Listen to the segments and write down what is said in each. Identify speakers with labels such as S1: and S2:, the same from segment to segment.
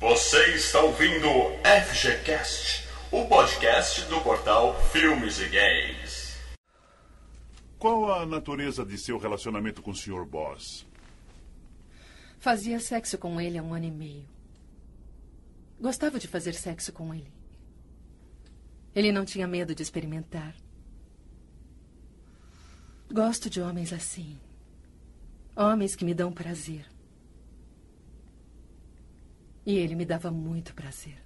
S1: Você está ouvindo FGCast, o podcast do portal Filmes e Games.
S2: Qual a natureza de seu relacionamento com o Sr. Boss?
S3: Fazia sexo com ele há um ano e meio. Gostava de fazer sexo com ele. Ele não tinha medo de experimentar. Gosto de homens assim. Homens que me dão prazer. E ele me dava muito prazer.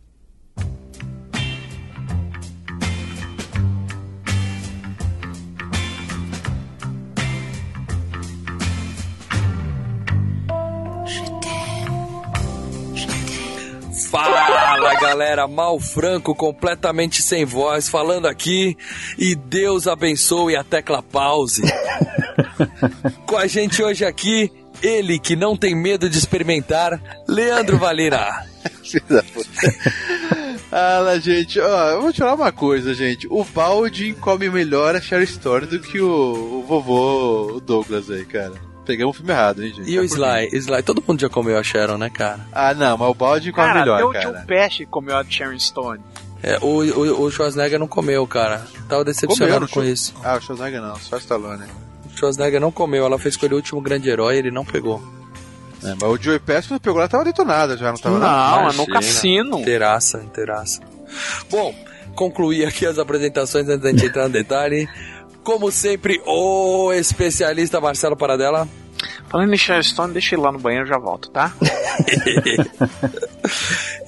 S4: Fala galera, Mal Franco completamente sem voz falando aqui e Deus abençoe a tecla pause. Com a gente hoje aqui, ele que não tem medo de experimentar, Leandro Valina.
S5: Filho da puta. Fala, gente. Ó, eu vou te falar uma coisa, gente. O Baldi come melhor a Share Story do que o, o vovô Douglas aí, cara. Pegamos o filme errado, hein, gente?
S4: E o
S5: Tá por mim.
S4: Sly, Sly, todo mundo já comeu a Sharon, né, cara?
S5: Ah, não, mas o Baldi come
S6: Cara, até
S5: melhor,
S6: o
S5: cara.
S6: Tio Pest comeu a Sharon Stone.
S4: É, o, o, o Schwarzenegger não comeu, cara. Tava decepcionado
S5: Comeu,
S4: com
S5: não-
S4: isso.
S5: Ah, o Schwarzenegger não, só o Stallone.
S4: O Schwarzenegger não comeu, ela fez com ele o último grande herói e ele não pegou.
S5: É, mas o Joey Pass, quando pegou lá, tava detonada já, não tava lá?
S6: Não, é no
S4: Imagina.
S6: cassino.
S4: Inteiraça, inteiraça. Bom, concluí aqui as apresentações antes da gente entrar no detalhe. Como sempre, o especialista Marcelo Paradela.
S6: Falando em Sharon Stone, deixa ele lá no banheiro, eu já volto, tá?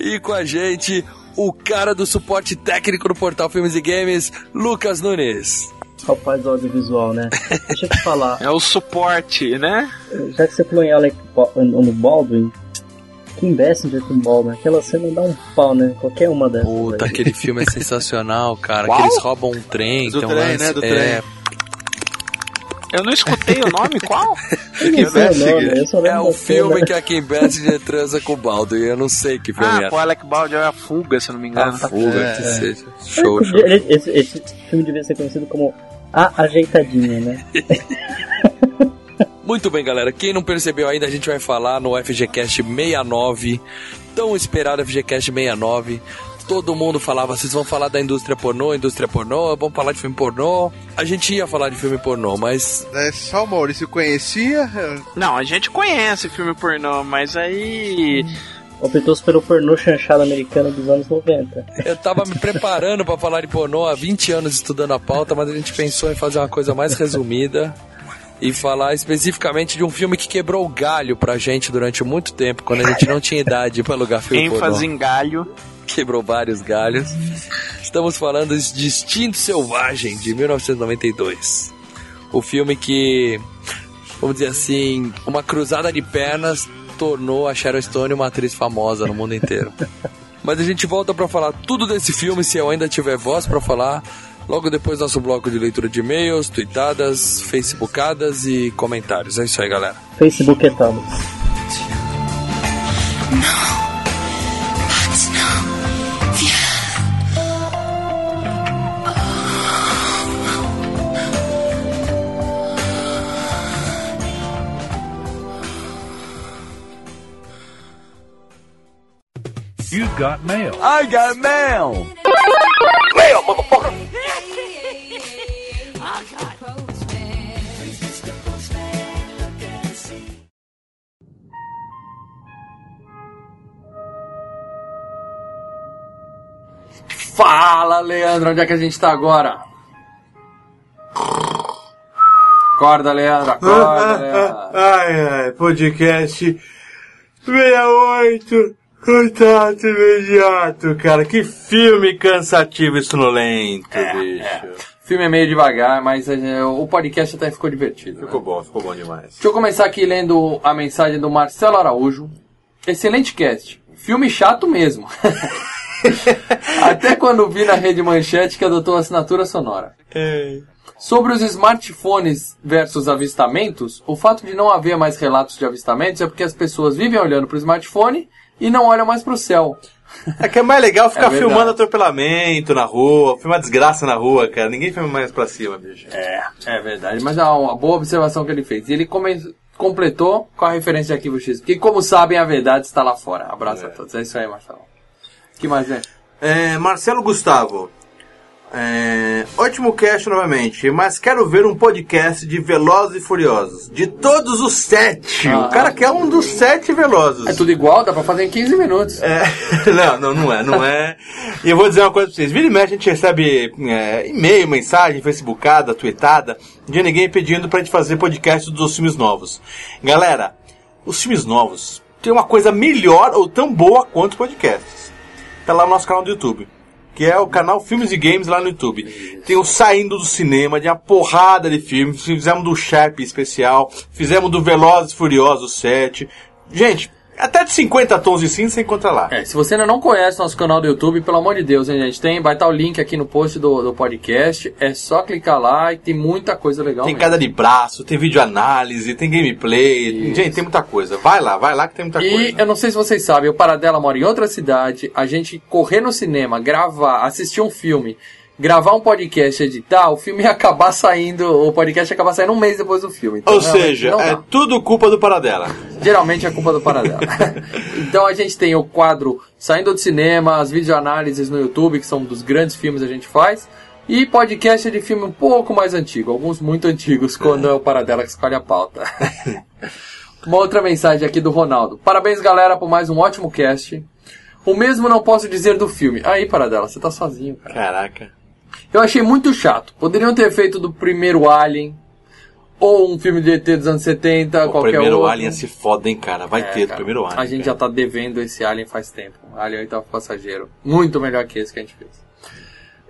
S4: E com a gente, o cara do suporte técnico do Portal Filmes e Games, Lucas Nunes.
S7: Rapaz do audiovisual, né? Deixa eu te falar,
S6: É o suporte, né?
S7: já que você falou em Alec Ba- no Baldwin, que imbécil de com Baldwin, aquela cena dá um pau, né? Qualquer uma dessas.
S4: Puta,
S7: aí.
S4: aquele filme é sensacional, cara.
S6: Qual?
S4: Que eles roubam um trem.
S5: Do
S4: então
S5: trem,
S4: lance-
S5: né, do
S4: é,
S6: Eu não escutei o nome, qual?
S7: Eu não sei o
S5: imbécil,
S7: nome, eu só lembro
S4: é
S7: da
S4: o
S7: cena. né?
S4: filme que a Kim Basinger transa com o Baldo. E eu Ah. não sei que filme
S6: Ah,
S4: é.
S6: pô, Alec Baldwin é a fuga, se eu não me
S4: A
S6: engano.
S4: fuga,
S5: É,
S4: que
S5: é.
S4: seja. Show, show.
S7: Ele- Esse, esse filme devia ser conhecido como A Ajeitadinha, né?
S4: Muito bem, galera. Quem não percebeu ainda, a gente vai falar no FGCast 69, tão esperado FGCast 69. Todo mundo falava, vocês vão falar da indústria pornô, indústria pornô, vão falar de filme pornô. A gente ia falar de filme pornô, mas
S5: É, só o Maurício conhecia. é,
S6: Não, a gente conhece filme pornô, mas aí.
S7: Optou-se pelo pornô chanchado americano dos anos 90.
S4: eu tava me preparando pra falar de pornô há 20 anos estudando a pauta, mas a gente pensou em fazer uma coisa mais resumida e falar especificamente de um filme que quebrou o galho pra gente durante muito tempo, quando a gente não tinha idade pra alugar filme pornô.
S6: ênfase em galho.
S4: quebrou vários galhos. Estamos falando de Instinto Selvagem, de 1992. O filme que, vamos dizer assim, uma cruzada de pernas tornou a Sharon Stone uma atriz famosa no mundo inteiro. Mas a gente volta pra falar tudo desse filme, se eu ainda tiver voz pra falar, logo depois do nosso bloco de leitura de e-mails, tweetadas, facebookadas e comentários. É isso aí, galera.
S7: Facebook é tal.
S4: I got mail! Fala, Leandro, onde é que a gente tá agora? Acorda, Leandro, acorda, Leandro.
S8: Ai, ai, podcast 68, contato imediato, cara. Que filme cansativo e sonolento, bicho.
S4: O filme é meio devagar, mas eh, o podcast até ficou divertido. né?
S8: Ficou bom, ficou bom demais.
S4: Deixa eu começar aqui lendo a mensagem do Marcelo Araújo. Excelente cast. Filme chato mesmo. Até quando vi na rede manchete que adotou assinatura sonora. Sobre os smartphones versus avistamentos, o fato de não haver mais relatos de avistamentos é porque as pessoas vivem olhando pro smartphone e não olham mais pro céu.
S5: É que é mais legal ficar
S4: verdade.
S5: filmando atropelamento na rua, filmar desgraça na rua, cara. Ninguém filma mais pra cima, bicho.
S4: É, é verdade. Mas é uma boa observação que ele fez. E ele come- completou com a referência de Arquivo X. Porque, como sabem, a verdade está lá fora. Abraço a todos. É isso aí, Marcelo. O que mais, né?
S5: É, Marcelo Gustavo. É, ótimo cast novamente, mas quero ver um podcast de Velozes e Furiosos. De todos os sete.
S4: Ah.
S5: o cara quer um dos sete Velozes.
S4: É tudo igual, dá pra fazer em 15 minutos.
S5: É, não, não, não é, não é. E eu vou dizer uma coisa pra vocês. Vira e mexe, a gente recebe é, e-mail, mensagem, facebookada, tweetada, de ninguém pedindo pra gente fazer podcast dos filmes novos. Galera, os filmes novos tem uma coisa melhor ou tão boa quanto os podcasts. Tá lá no nosso canal do YouTube. Que é o canal Filmes e Games lá no YouTube. Tem o Saindo do Cinema, de uma porrada de filmes. Fizemos do Sharp especial, fizemos do Velozes e Furiosos 7. Gente, até de 50 tons de cinza você encontra lá.
S4: É, se você ainda não conhece nosso canal do YouTube, pelo amor de Deus, hein, gente? Tem, vai estar o link aqui no post do, do podcast. É só clicar lá e tem muita coisa legal.
S5: Tem
S4: mesmo.
S5: queda de braço, tem videoanálise, tem gameplay.
S4: Isso.
S5: Gente, tem muita coisa. Vai lá, vai lá que tem muita
S4: E
S5: coisa.
S4: eu não sei se vocês sabem, o Paradela mora em outra cidade. A gente correr no cinema, gravar, assistir um filme, gravar um podcast, editar, o filme ia acabar saindo, o podcast ia acabar saindo um mês depois do filme. Então,
S5: Ou
S4: realmente,
S5: seja,
S4: não
S5: é
S4: dá.
S5: tudo culpa do Paradela.
S4: geralmente é culpa do Paradela. então a gente tem o quadro Saindo do Cinema, as videoanálises no YouTube, que são um dos grandes filmes que a gente faz. E podcast de filme um pouco mais antigo, alguns muito antigos, quando é o Paradela que escolhe a pauta. Uma outra mensagem aqui do Ronaldo. Parabéns, galera, por mais um ótimo cast. O mesmo não posso dizer do filme. Aí, Paradela, você tá sozinho, cara.
S5: Caraca.
S4: Eu achei muito chato. Poderiam ter feito do primeiro Alien, ou um filme de ET dos anos 70,
S5: O
S4: qualquer
S5: primeiro
S4: outro.
S5: Alien se foda, hein, cara. Vai
S4: É,
S5: ter do
S4: cara,
S5: primeiro Alien.
S4: A gente já tá devendo esse Alien faz tempo. Alien oitavo passageiro. Muito melhor que esse que a gente fez.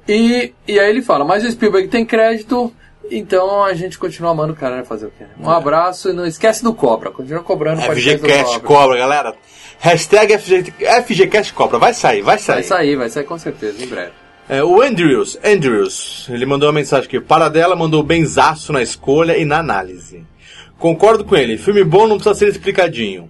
S4: E, e aí ele fala, mas o Spielberg tem crédito, então a gente continua amando o cara, né? Fazer o quê? né? Um
S5: É.
S4: abraço e não esquece do Cobra. Continua cobrando
S5: cara.
S4: pode ser do
S5: FGCast Cobra, galera. Hashtag FG, FGCast Cobra. Vai sair, vai sair.
S4: Vai sair, vai sair com certeza, em breve.
S5: É, o Andrews, Andrews, ele mandou uma mensagem aqui. Paradela mandou benzaço na escolha e na análise. Concordo com ele, filme bom não precisa ser explicadinho.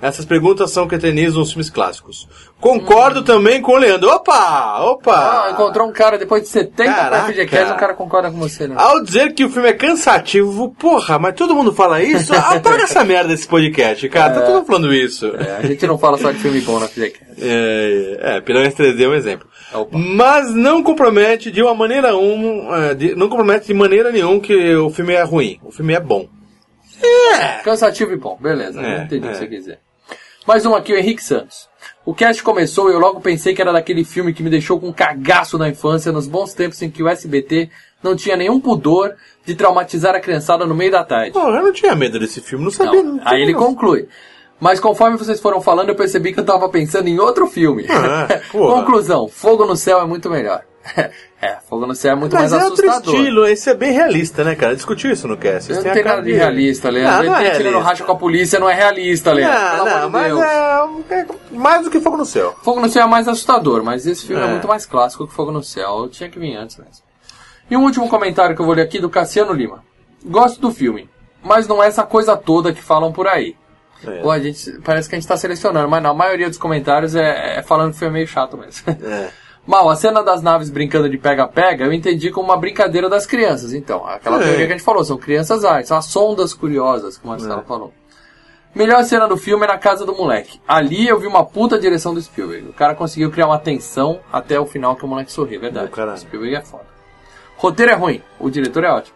S5: Essas perguntas são que eternizam os filmes clássicos. Concordo também com o Leandro. Opa! Opa!
S4: Hum. Ah, encontrou um cara depois de 70 pra
S5: Caraca.
S4: FGCast, um cara concorda com você, né?
S5: Ao dizer que o filme é cansativo, porra, mas todo mundo fala isso? Apaga essa merda desse podcast, cara. Tá todo mundo falando isso.
S4: É, a gente não fala só de filme bom na FGCast.
S5: É, é Piranhas 3D é um exemplo.
S4: Opa.
S5: Mas não compromete de uma maneira um, é, de- não compromete de maneira nenhuma que o filme é ruim. O filme é bom.
S4: Cansativo e bom, beleza.
S5: É,
S4: não entendi o
S5: é.
S4: que você quiser. Mais um aqui, o Henrique Santos. O cast começou e eu logo pensei que era daquele filme que me deixou com um cagaço na infância, nos bons tempos em que o SBT não tinha nenhum pudor de traumatizar a criançada no meio da tarde.
S5: Pô, eu não tinha medo desse filme, não
S4: Não,
S5: sabia. não sabia,
S4: Aí ele
S5: não.
S4: conclui. Mas conforme vocês foram falando, eu percebi que eu tava pensando em outro filme.
S5: Ah, porra.
S4: Conclusão: Fogo no Céu é muito melhor. é, Fogo no Céu é muito
S5: Mas
S4: mais
S5: é outro
S4: assustador.
S5: estilo, esse é bem realista, né, cara? Discutiu isso no cast.
S4: Eu
S5: Isso
S4: não
S5: a
S4: tem
S5: cara
S4: nada de realista, Leandro.
S5: Não, não
S4: Ele
S5: é
S4: tá tirando
S5: realista.
S4: racha com a polícia, não é realista, Leandro.
S5: Não,
S4: Pelo
S5: não,
S4: amor de
S5: mas
S4: Deus.
S5: é, é mais do que fogo no céu.
S4: Fogo no Céu é mais assustador, mas esse filme é.
S5: É.
S4: muito mais clássico que Fogo no Céu. Eu tinha que vir antes mesmo. E um último comentário que eu vou ler aqui do Cassiano Lima. Gosto do filme, mas não é essa coisa toda que falam por aí.
S5: É.
S4: Pô, a gente, parece que a gente tá selecionando, mas na maioria dos comentários é, é falando que foi meio chato mesmo.
S5: É.
S4: Mal, a cena das naves brincando de pega-pega eu entendi como uma brincadeira das crianças, então. Aquela
S5: É.
S4: teoria que a gente falou, são crianças artes, são as sondas curiosas, como a Marcelo
S5: É.
S4: falou. Melhor cena do filme é na casa do moleque. Ali eu vi uma puta direção do Spielberg. O cara conseguiu criar uma tensão até o final que o moleque sorriu, é verdade.
S5: Do caralho.
S4: O Spielberg é foda. Roteiro é ruim, o diretor é ótimo.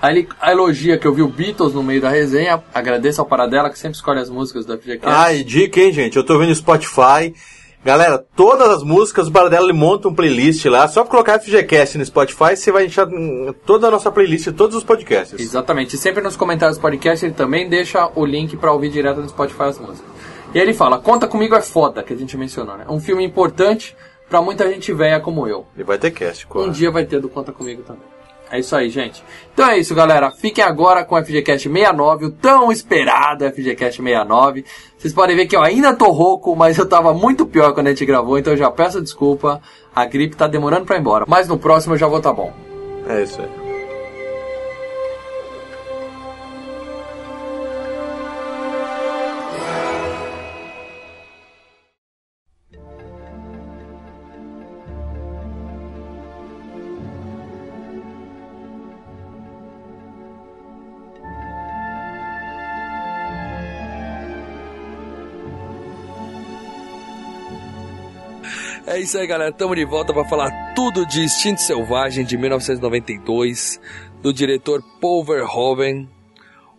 S4: Aí ele a elogia que eu vi o Beatles no meio da resenha. Agradeço ao Paradela que sempre escolhe as músicas do FGCast.
S5: Ah, e dica, hein, gente? Eu tô vendo no Spotify. Galera, todas as músicas, o Baradela ele monta um playlist lá. Só pra colocar FGCast no Spotify, você vai encher hum, toda a nossa playlist, todos os podcasts.
S4: Exatamente. E sempre nos comentários do podcast ele também deixa o link pra ouvir direto no Spotify as músicas. E aí ele fala: Conta comigo é foda, que a gente mencionou, né? Um filme importante pra muita gente velha como eu.
S5: E vai ter cast, claro.
S4: Um dia vai ter do Conta Comigo também. É isso aí, gente. Então é isso, galera. Fiquem agora com o FGCast 69, o tão esperado FGCast 69. Vocês podem ver que eu ainda tô rouco, mas eu tava muito pior quando a gente gravou, então eu já peço desculpa. A gripe tá demorando pra ir embora. Mas no próximo eu já vou tá bom.
S8: É isso aí.
S4: É isso aí, galera. Tamo de volta para falar tudo de Instinto Selvagem de 1992, do diretor Paul Verhoeven.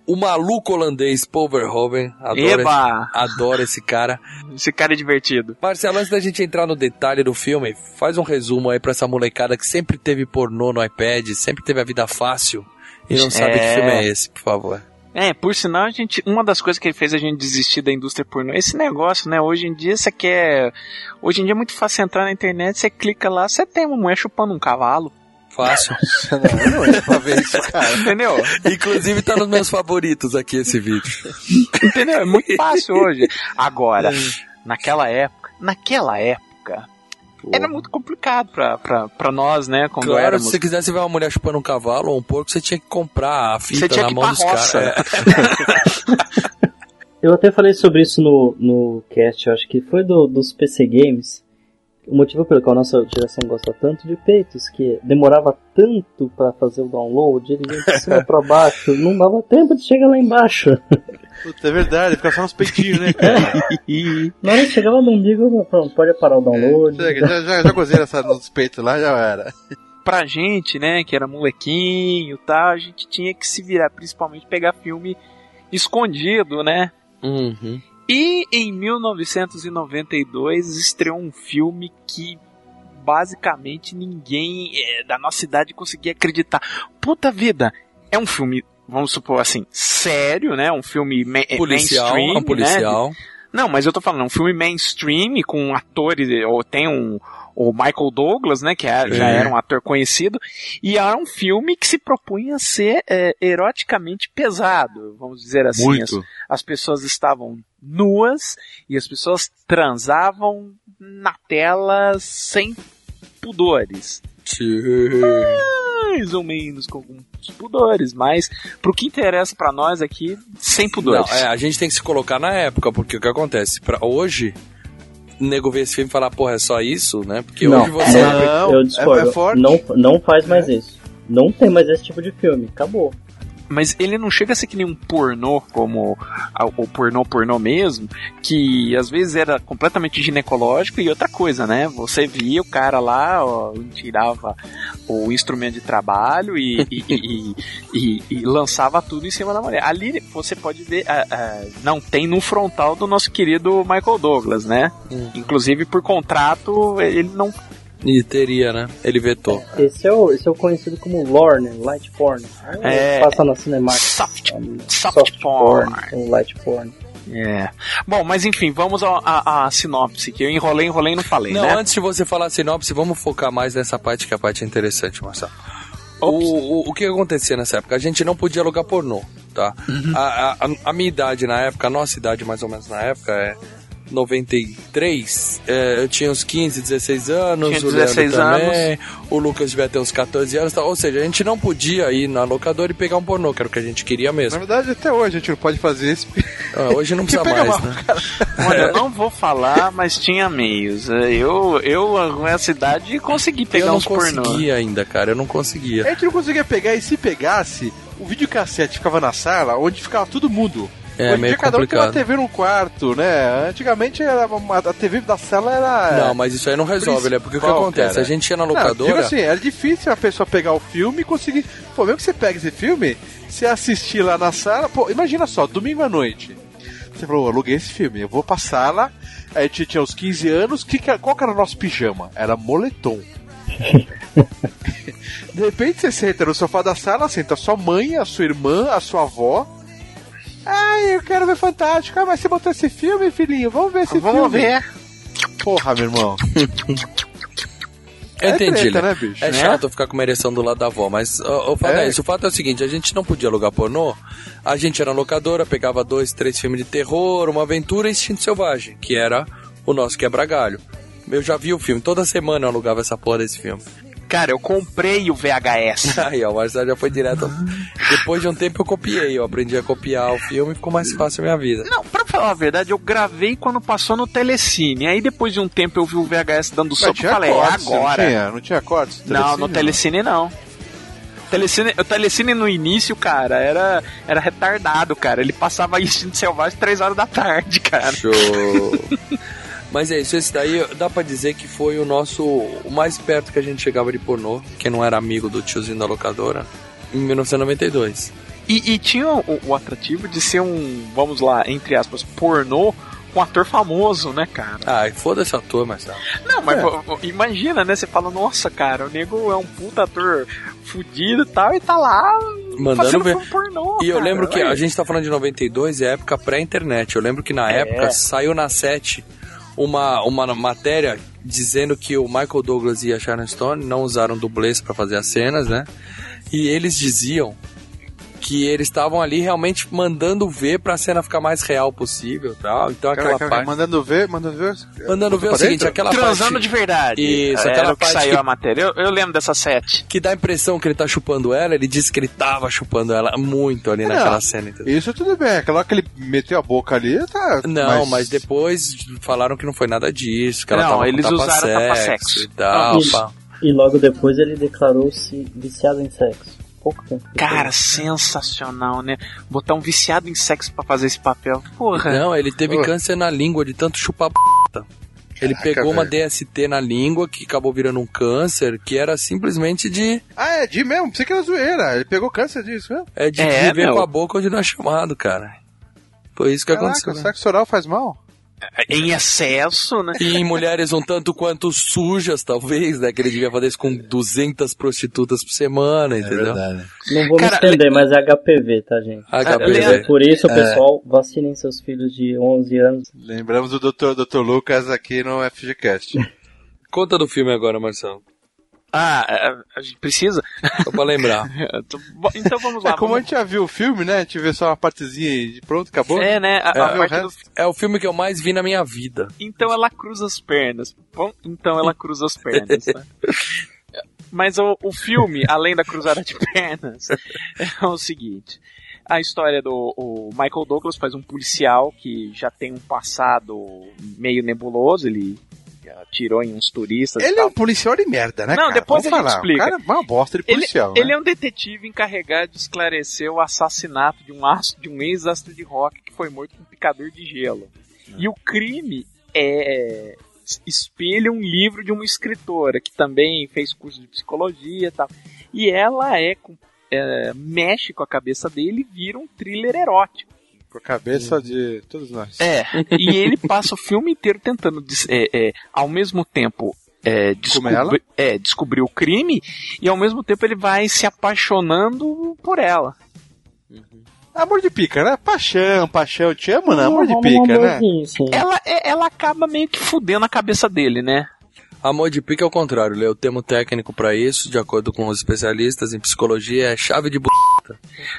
S4: O maluco holandês Paul Verhoeven. Adoro,
S6: Eba!
S4: Esse, adoro esse cara.
S6: Esse cara é divertido.
S4: Marcelo, antes da gente entrar no detalhe do filme, faz um resumo aí pra essa molecada que sempre teve pornô no iPad, sempre teve a vida fácil e não sabe que
S6: É.
S4: filme é esse, por favor.
S6: É, por sinal, a gente, uma das coisas que fez a gente desistir da indústria pornô, esse negócio, né? Hoje em dia você quer. Hoje em dia é muito fácil entrar na internet, você clica lá, você tem uma mulher chupando um cavalo.
S4: Fácil.
S5: Não, não é pra ver isso, cara.
S6: Entendeu?
S4: Inclusive tá nos meus favoritos aqui esse vídeo.
S6: Entendeu? É muito fácil hoje. Agora, naquela época, naquela época, era muito complicado pra, pra, pra nós, né? Quando
S4: Claro, se
S6: éramos.
S4: você quisesse ver uma mulher chupando um cavalo ou um porco, você tinha que comprar a fita
S6: Você tinha
S4: na
S6: que ir
S4: mão
S6: pra
S4: dos caras.
S6: roça.
S4: É.
S7: Eu até falei sobre isso no, no cast, eu acho que foi do, dos PC Games. O motivo pelo qual a nossa geração gosta tanto de peitos, que demorava tanto pra fazer o download, ele ia de cima pra baixo, não dava tempo de chegar lá embaixo.
S5: Puta, é verdade, fica só nos peitinhos, né, cara?
S7: Na hora que chegava no umbigo, pronto, pode parar o download.
S5: Chega, já, já, já gozei essa nos peitos lá, já era.
S6: pra gente, né, que era molequinho e tal, a gente tinha que se virar, principalmente pegar filme escondido, né?
S4: Uhum.
S6: E em 1992 estreou um filme que basicamente ninguém eh, da nossa idade conseguia acreditar. Puta vida, é um filme, vamos supor assim, sério, né? Um filme ma- eh,
S4: Policial,
S6: mainstream,
S4: um policial.
S6: né? Não, mas eu tô falando, um filme mainstream com atores, eh, ou tem um o Michael Douglas, né, que é- já
S4: É.
S6: era um ator conhecido, e era um filme que se propunha a ser eh, eroticamente pesado, vamos dizer assim. As- as pessoas estavam nuas e as pessoas transavam na tela sem pudores.
S4: Tchê.
S6: Mais ou menos com alguns pudores, mas pro que interessa pra nós aqui, sem
S4: Não,
S6: pudores.
S4: é, a gente tem que se colocar na época, porque o que acontece? Pra hoje, o nego vê esse filme e fala, porra, é só isso, né? Porque
S7: Não.
S4: hoje você.
S5: Não,
S7: eu
S5: é,
S7: discordo.
S5: é forte.
S7: não, não faz mais isso. Não tem mais esse tipo de filme. Acabou.
S6: Mas ele não chega a ser que nem um pornô, como a- o pornô pornô mesmo, que às vezes era completamente ginecológico e outra coisa, né? Você via o cara lá, ó, tirava o instrumento de trabalho e, e- e- e- e- e lançava tudo em cima da mulher. Ali você pode ver, ah, ah, não tem no frontal do nosso querido Michael Douglas, né?
S4: Hum.
S6: Inclusive por contrato ele não
S4: E teria, né? Ele vetou.
S7: Esse é o, esse é o conhecido como lore, né? Light porn.
S6: É.
S7: Passa na Cinemark.
S6: soft,
S7: Um,
S6: soft, porn.
S7: ou um light porn.
S6: É. Bom, mas enfim, vamos ao- à à sinopse, que eu enrolei, enrolei e não falei,
S4: Não, é
S6: né?
S4: antes de você falar a sinopse, vamos focar mais nessa parte que é a parte interessante, Marcelo. O,
S6: Ops.
S4: o, o que acontecia nessa época? A gente não podia alugar pornô, tá? A, a- a- a minha idade na época, a nossa idade mais ou menos na época é 93. é, eu tinha uns 15, 16 anos,
S6: Tinha
S4: o Leandro
S6: 16
S4: também, o Lucas devia ter uns 14 anos, tá? ou seja, a gente não podia ir na locadora e pegar um pornô, que era o que a gente queria
S5: Na
S4: mesmo.
S5: verdade, até hoje a gente não pode fazer isso.
S4: Ah, hoje não precisa
S5: pega
S4: mais,
S5: mal,
S4: né?
S6: Olha, eu não vou falar, mas tinha meios. Eu, eu com essa idade, consegui
S4: Eu
S6: pegar
S4: não
S6: uns pornô.
S4: conseguia ainda, cara, eu não conseguia.
S5: A gente não conseguia pegar, e se pegasse, o videocassete ficava na sala, onde ficava todo mundo.
S4: É,
S5: Hoje em
S4: meio
S5: dia, cada um tem uma
S4: complicado.
S5: TV no quarto, né? Antigamente era uma- a TV da sala era.
S4: Não, mas isso aí não resolve, né? Porque o que
S5: Principal,
S4: acontece?
S5: cara.
S4: A gente ia na
S5: Não, eu digo
S4: locadora.
S5: assim, era difícil a pessoa pegar o filme e conseguir. Pô, mesmo que você pega esse filme, você assistir lá na sala. Pô, imagina só, domingo à noite. Você falou, "Ô, aluguei esse filme, eu vou pra sala. Aí a gente tinha uns 15 anos. Que que era- qual que era o nosso pijama? Era moletom. De repente você senta no sofá da sala, senta sua mãe, a sua irmã, a sua avó. Ai, eu quero ver Fantástico. Ah, mas você botou esse filme, filhinho? Vamos ver esse filme.
S6: Vamos ver.
S5: Porra, meu irmão.
S4: Eu entendi,
S5: é treta,
S4: Léo.
S5: né, bicho?
S4: É chato ficar com uma ereção do lado da avó, mas ó, o fato é.
S5: É.
S4: isso. O fato é o seguinte: a gente não podia alugar pornô, a gente era locadora, pegava dois, três filmes de terror, uma aventura e instinto selvagem, que era o nosso quebra-galho. Eu já vi o filme, toda semana eu alugava essa porra desse filme.
S6: Cara, eu comprei o VHS.
S4: Aí, ó, o Marcelo já foi direto. Depois de um tempo eu copiei, eu aprendi a copiar o filme e ficou mais fácil a minha vida.
S6: Não, pra falar a verdade, eu gravei quando passou no Telecine. Aí depois de um tempo eu vi o VHS dando soco e falei, é
S5: cortes, Não
S6: agora.
S5: tinha, não tinha cortes?
S6: Não, no Telecine não. Telecine, o Telecine no início, cara, era, era retardado, cara. Ele passava Instinto Selvagem 3 horas da tarde, cara.
S4: Show. Mas é isso, esse daí dá pra dizer que foi o nosso. O mais perto que a gente chegava de pornô, que não era amigo do tiozinho da locadora, em 1992.
S6: E, e tinha o, o atrativo de ser um, vamos lá, entre aspas, pornô com um ator famoso, né, cara?
S4: Ah, e foda-se o ator, Marcelo.
S6: Não,
S4: é.
S6: mas pô, pô, imagina, né? Você fala, nossa, cara, o nego é um puta ator fudido e tal, e tá lá
S4: Mandando
S6: fazendo
S4: ver.
S6: filme pornô.
S4: E eu
S6: cara.
S4: lembro que
S6: Olha
S4: a
S6: isso.
S4: gente tá falando de 92, é época pré-internet. Eu lembro que
S5: É.
S4: na época saiu na 7 uma, uma matéria dizendo que o Michael Douglas e a Sharon Stone não usaram dublês pra fazer as cenas, né? E eles diziam que eles estavam ali realmente mandando ver pra cena ficar mais real possível, e tal. Então aquela
S5: Caraca,
S4: parte
S5: mandando ver, mandando ver.
S4: mandando ver
S5: pra
S4: o seguinte,
S5: dentro?
S4: aquela
S6: Transando
S4: parte
S6: de verdade.
S4: Isso,
S6: Era
S4: aquela
S6: o que
S4: parte
S6: saiu
S4: que-
S6: a matéria. Eu, eu lembro dessa sete.
S4: que dá a impressão que ele tá chupando ela, ele disse que ele tava chupando ela muito
S5: É.
S4: ali naquela cena, entendeu?
S5: Isso tudo bem, aquela hora que ele meteu a boca ali, tá.
S4: Não, mas... depois falaram que não foi nada disso, que ela
S6: Não,
S4: tava com
S6: eles
S4: tapa
S6: usaram
S4: sexo
S6: tapa-sexo.
S4: e tal.
S7: Ah,
S4: pá.
S7: E logo depois ele declarou-se viciado em sexo. Pouco tempo. depois.
S4: É.
S6: Cara, sensacional, né? Botar um viciado em sexo pra fazer esse papel. Porra.
S4: Não, ele teve
S5: Pô.
S4: câncer na língua de tanto chupar p***. Ele pegou uma DST na língua que acabou virando um câncer, que era simplesmente de,
S5: Ah, é de mesmo, pensei que era zoeira. Ele pegou câncer disso né? mesmo.
S4: é de
S6: É,
S4: viver
S6: meu.
S4: com a boca onde não é chamado, cara. Foi isso que
S5: Caraca,
S4: aconteceu. né?
S5: sexo oral faz mal?
S6: Em excesso, né?
S4: E em mulheres um tanto quanto sujas, talvez, né? Que ele devia fazer isso com 200 prostitutas por semana, entendeu?
S7: Não vou
S6: Cara,
S7: me estender, mas é HPV, tá, gente?
S4: Ah,
S6: É,
S5: É
S4: HPV.
S7: Por isso, pessoal, vacinem seus filhos de 11 anos.
S5: Lembramos do Dr. Dr. Lucas aqui no FGCast.
S4: Conta do filme agora, Marcelo.
S6: Ah, a- a gente precisa?
S4: Só pra lembrar.
S6: Então vamos lá.
S5: É, como a
S6: vamos...
S5: gente já viu o filme, né? A gente vê só uma partezinha e pronto, acabou.
S6: É, né? A, a
S5: É, o
S6: parte do
S5: resto-
S4: É o filme que eu mais vi na minha vida.
S6: Então ela cruza as pernas. Bom, então ela cruza as pernas. né? Mas o, o filme, além da cruzada de pernas, é o seguinte. A história do o Michael Douglas faz um policial que já tem um passado meio nebuloso, ele atirou em uns turistas e
S5: Ele é
S6: tal.
S5: um policial de merda, né?
S6: Não,
S5: cara?
S6: depois
S5: Vamos
S6: a gente
S5: falar.
S6: explica.
S5: O cara é uma bosta de policial.
S6: Ele
S5: né?
S6: é um detetive encarregado de esclarecer o assassinato de um, astro- de um ex-astro de rock que foi morto com um picador de gelo. E o crime é espelha um livro de uma escritora que também fez curso de psicologia e tal. E ela é, com- é, mexe com a cabeça dele e vira um thriller erótico.
S5: Com a cabeça de todos nós.
S6: É, e ele passa o filme inteiro tentando, des- é, é, ao mesmo tempo, é, descobri-
S5: ela?
S6: é, descobrir o crime, e ao mesmo tempo ele vai se apaixonando por ela.
S5: Amor de pica, né? Paixão, paixão. Eu te amo, né? Amor de
S7: Rola um
S5: pica, né?
S7: amorzinho, sim.
S6: Ela, é- ela acaba meio que fudendo a cabeça dele, né?
S4: Amor de pica é o contrário, Leo. O termo técnico pra isso, de acordo com os especialistas em psicologia, é chave de b...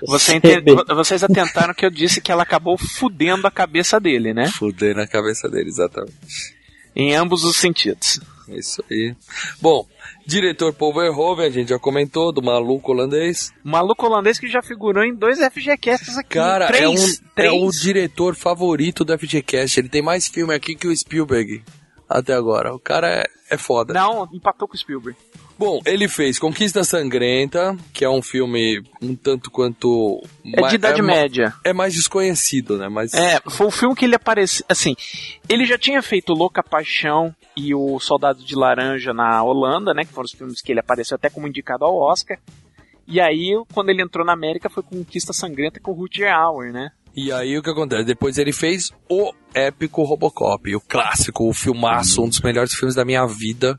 S6: Você
S7: Sim.
S6: ente- vo- vocês atentaram que eu disse que ela acabou fudendo a cabeça dele, né?
S4: Fuder na cabeça dele, exatamente.
S6: Em ambos os sentidos.
S4: É Isso aí. Bom, diretor Paul Verhoeven, a gente já comentou, do maluco holandês.
S6: Um Maluco holandês que já figurou em dois FGCasts aqui.
S4: Cara,
S6: três,
S4: é, um,
S6: três.
S4: é o diretor favorito do FGCast. Ele tem mais filme aqui que o Spielberg até agora. O cara é, é foda.
S6: Não, empatou com o Spielberg.
S4: Bom, ele fez Conquista Sangrenta, que é um filme um tanto quanto.
S6: É
S4: ma-
S6: de Idade
S4: ma-
S6: Média.
S4: É mais desconhecido, né? Mas
S6: É, foi o filme que ele apareceu. Assim, ele já tinha feito Louca Paixão e o Soldado de Laranja na Holanda, né? Que foram os filmes que ele apareceu até como indicado ao Oscar. E aí, quando ele entrou na América, foi Conquista Sangrenta com o Rutger Hauer, né?
S4: E aí o que acontece? Depois ele fez o épico Robocop, o clássico, o filmaço, um dos melhores filmes da minha vida.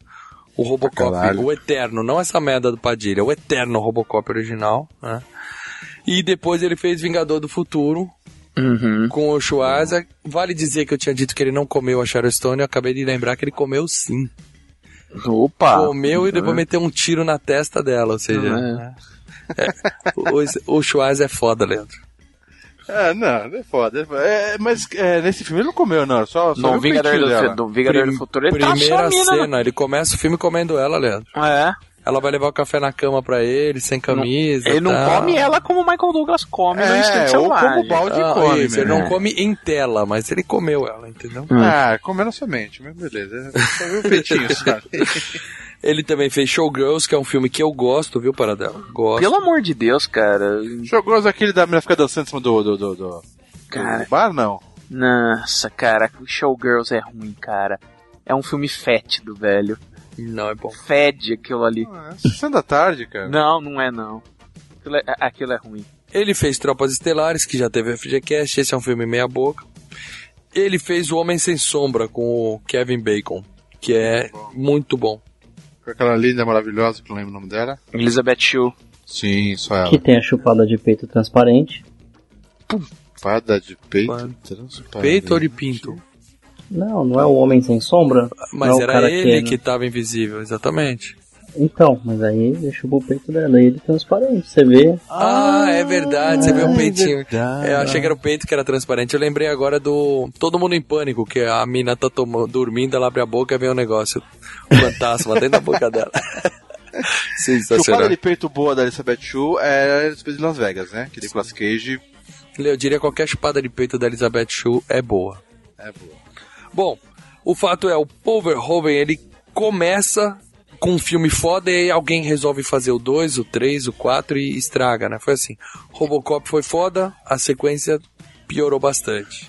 S4: O Robocop,
S5: Caralho.
S4: o Eterno, não essa merda do Padilha, o Eterno Robocop original, né? E depois ele fez Vingador do Futuro
S6: Uhum.
S4: com o Schwarza. Vale dizer que eu tinha dito que ele não comeu a Sharon Stone, eu acabei de lembrar que ele comeu sim.
S6: Opa! É.
S4: comeu e depois meteu um tiro na testa dela, ou seja, né? o, o Schwarza é foda, Leandro.
S5: É, não, não é foda. é foda. É, mas é, nesse filme ele não comeu, não. Só, só
S6: No
S5: viu o
S6: Vingador
S5: peitinho
S6: do,
S5: dela.
S6: do Vingador do Futuro, ele tá
S4: Primeira
S6: assumindo, né?
S4: cena, ele começa o filme comendo ela, Leandro.
S6: É.
S4: Ela vai levar o café na cama pra ele, sem camisa.
S6: Ele não
S4: tal.
S6: come ela como o Michael Douglas come no instinto
S5: É, ou como o
S6: selvagem.
S5: balde
S4: Ah,
S5: come, né?
S4: isso, ele
S5: mesmo.
S6: né?
S4: não come em tela, mas ele comeu ela, entendeu?
S5: Ah, comendo somente, mas beleza. Só viu o peitinho, sabe?
S4: Ele também fez Showgirls, que é um filme que eu gosto, viu, Paradela? Gosto.
S6: Pelo amor de Deus, cara.
S5: Jogou aquele da mulher ficar dançando em cima do, do, do, do-
S6: Cara.
S5: do bar, não?
S6: Nossa, cara, Showgirls é ruim, cara. É um filme fétido, velho.
S4: Não, é bom.
S6: Fede aquilo ali.
S5: Ah, é Sessão da tarde, cara.
S6: Não, não é não. Aquilo é, aquilo é ruim.
S4: Ele fez Tropas Estelares, que já teve FGCast, esse é um filme meia boca. Ele fez O Homem Sem Sombra com o Kevin Bacon, que é muito bom.
S5: Com aquela linda maravilhosa, que eu não lembro o nome dela.
S6: Elizabeth Shue.
S5: Sim, só ela.
S7: Que tem a chupada de peito transparente.
S5: Pada de peito
S4: Pada.
S5: transparente.
S4: Peito ou de pinto?
S7: Não, não é o Homem Sem Sombra?
S4: Mas
S7: não, é o
S4: era
S7: cara
S4: ele
S7: é-
S4: que tava invisível, exatamente.
S7: Então, mas aí ele chupou o peito dela e ele transparente, você vê.
S4: Ah, é verdade, você vê o peitinho.
S5: verdade.
S4: É, eu achei que era o peito que era transparente. Eu lembrei agora do Todo Mundo em Pânico, que a mina tá tomo- dormindo, ela abre a boca e vem um negócio. Um fantasma dentro da boca dela.
S5: Chupada
S4: Sensacional.
S5: de peito boa da Elizabeth Chu é Elizabeth de Las Vegas, né? Que Nicolas Cage
S4: Eu diria qualquer chupada de peito da Elizabeth Shue é boa.
S5: é boa.
S4: Bom, o fato é, o Paul Verhoeven, ele começa com um filme foda e aí alguém resolve fazer o 2, o 3, o 4 e estraga, né? Foi assim. Robocop foi foda, a sequência piorou bastante.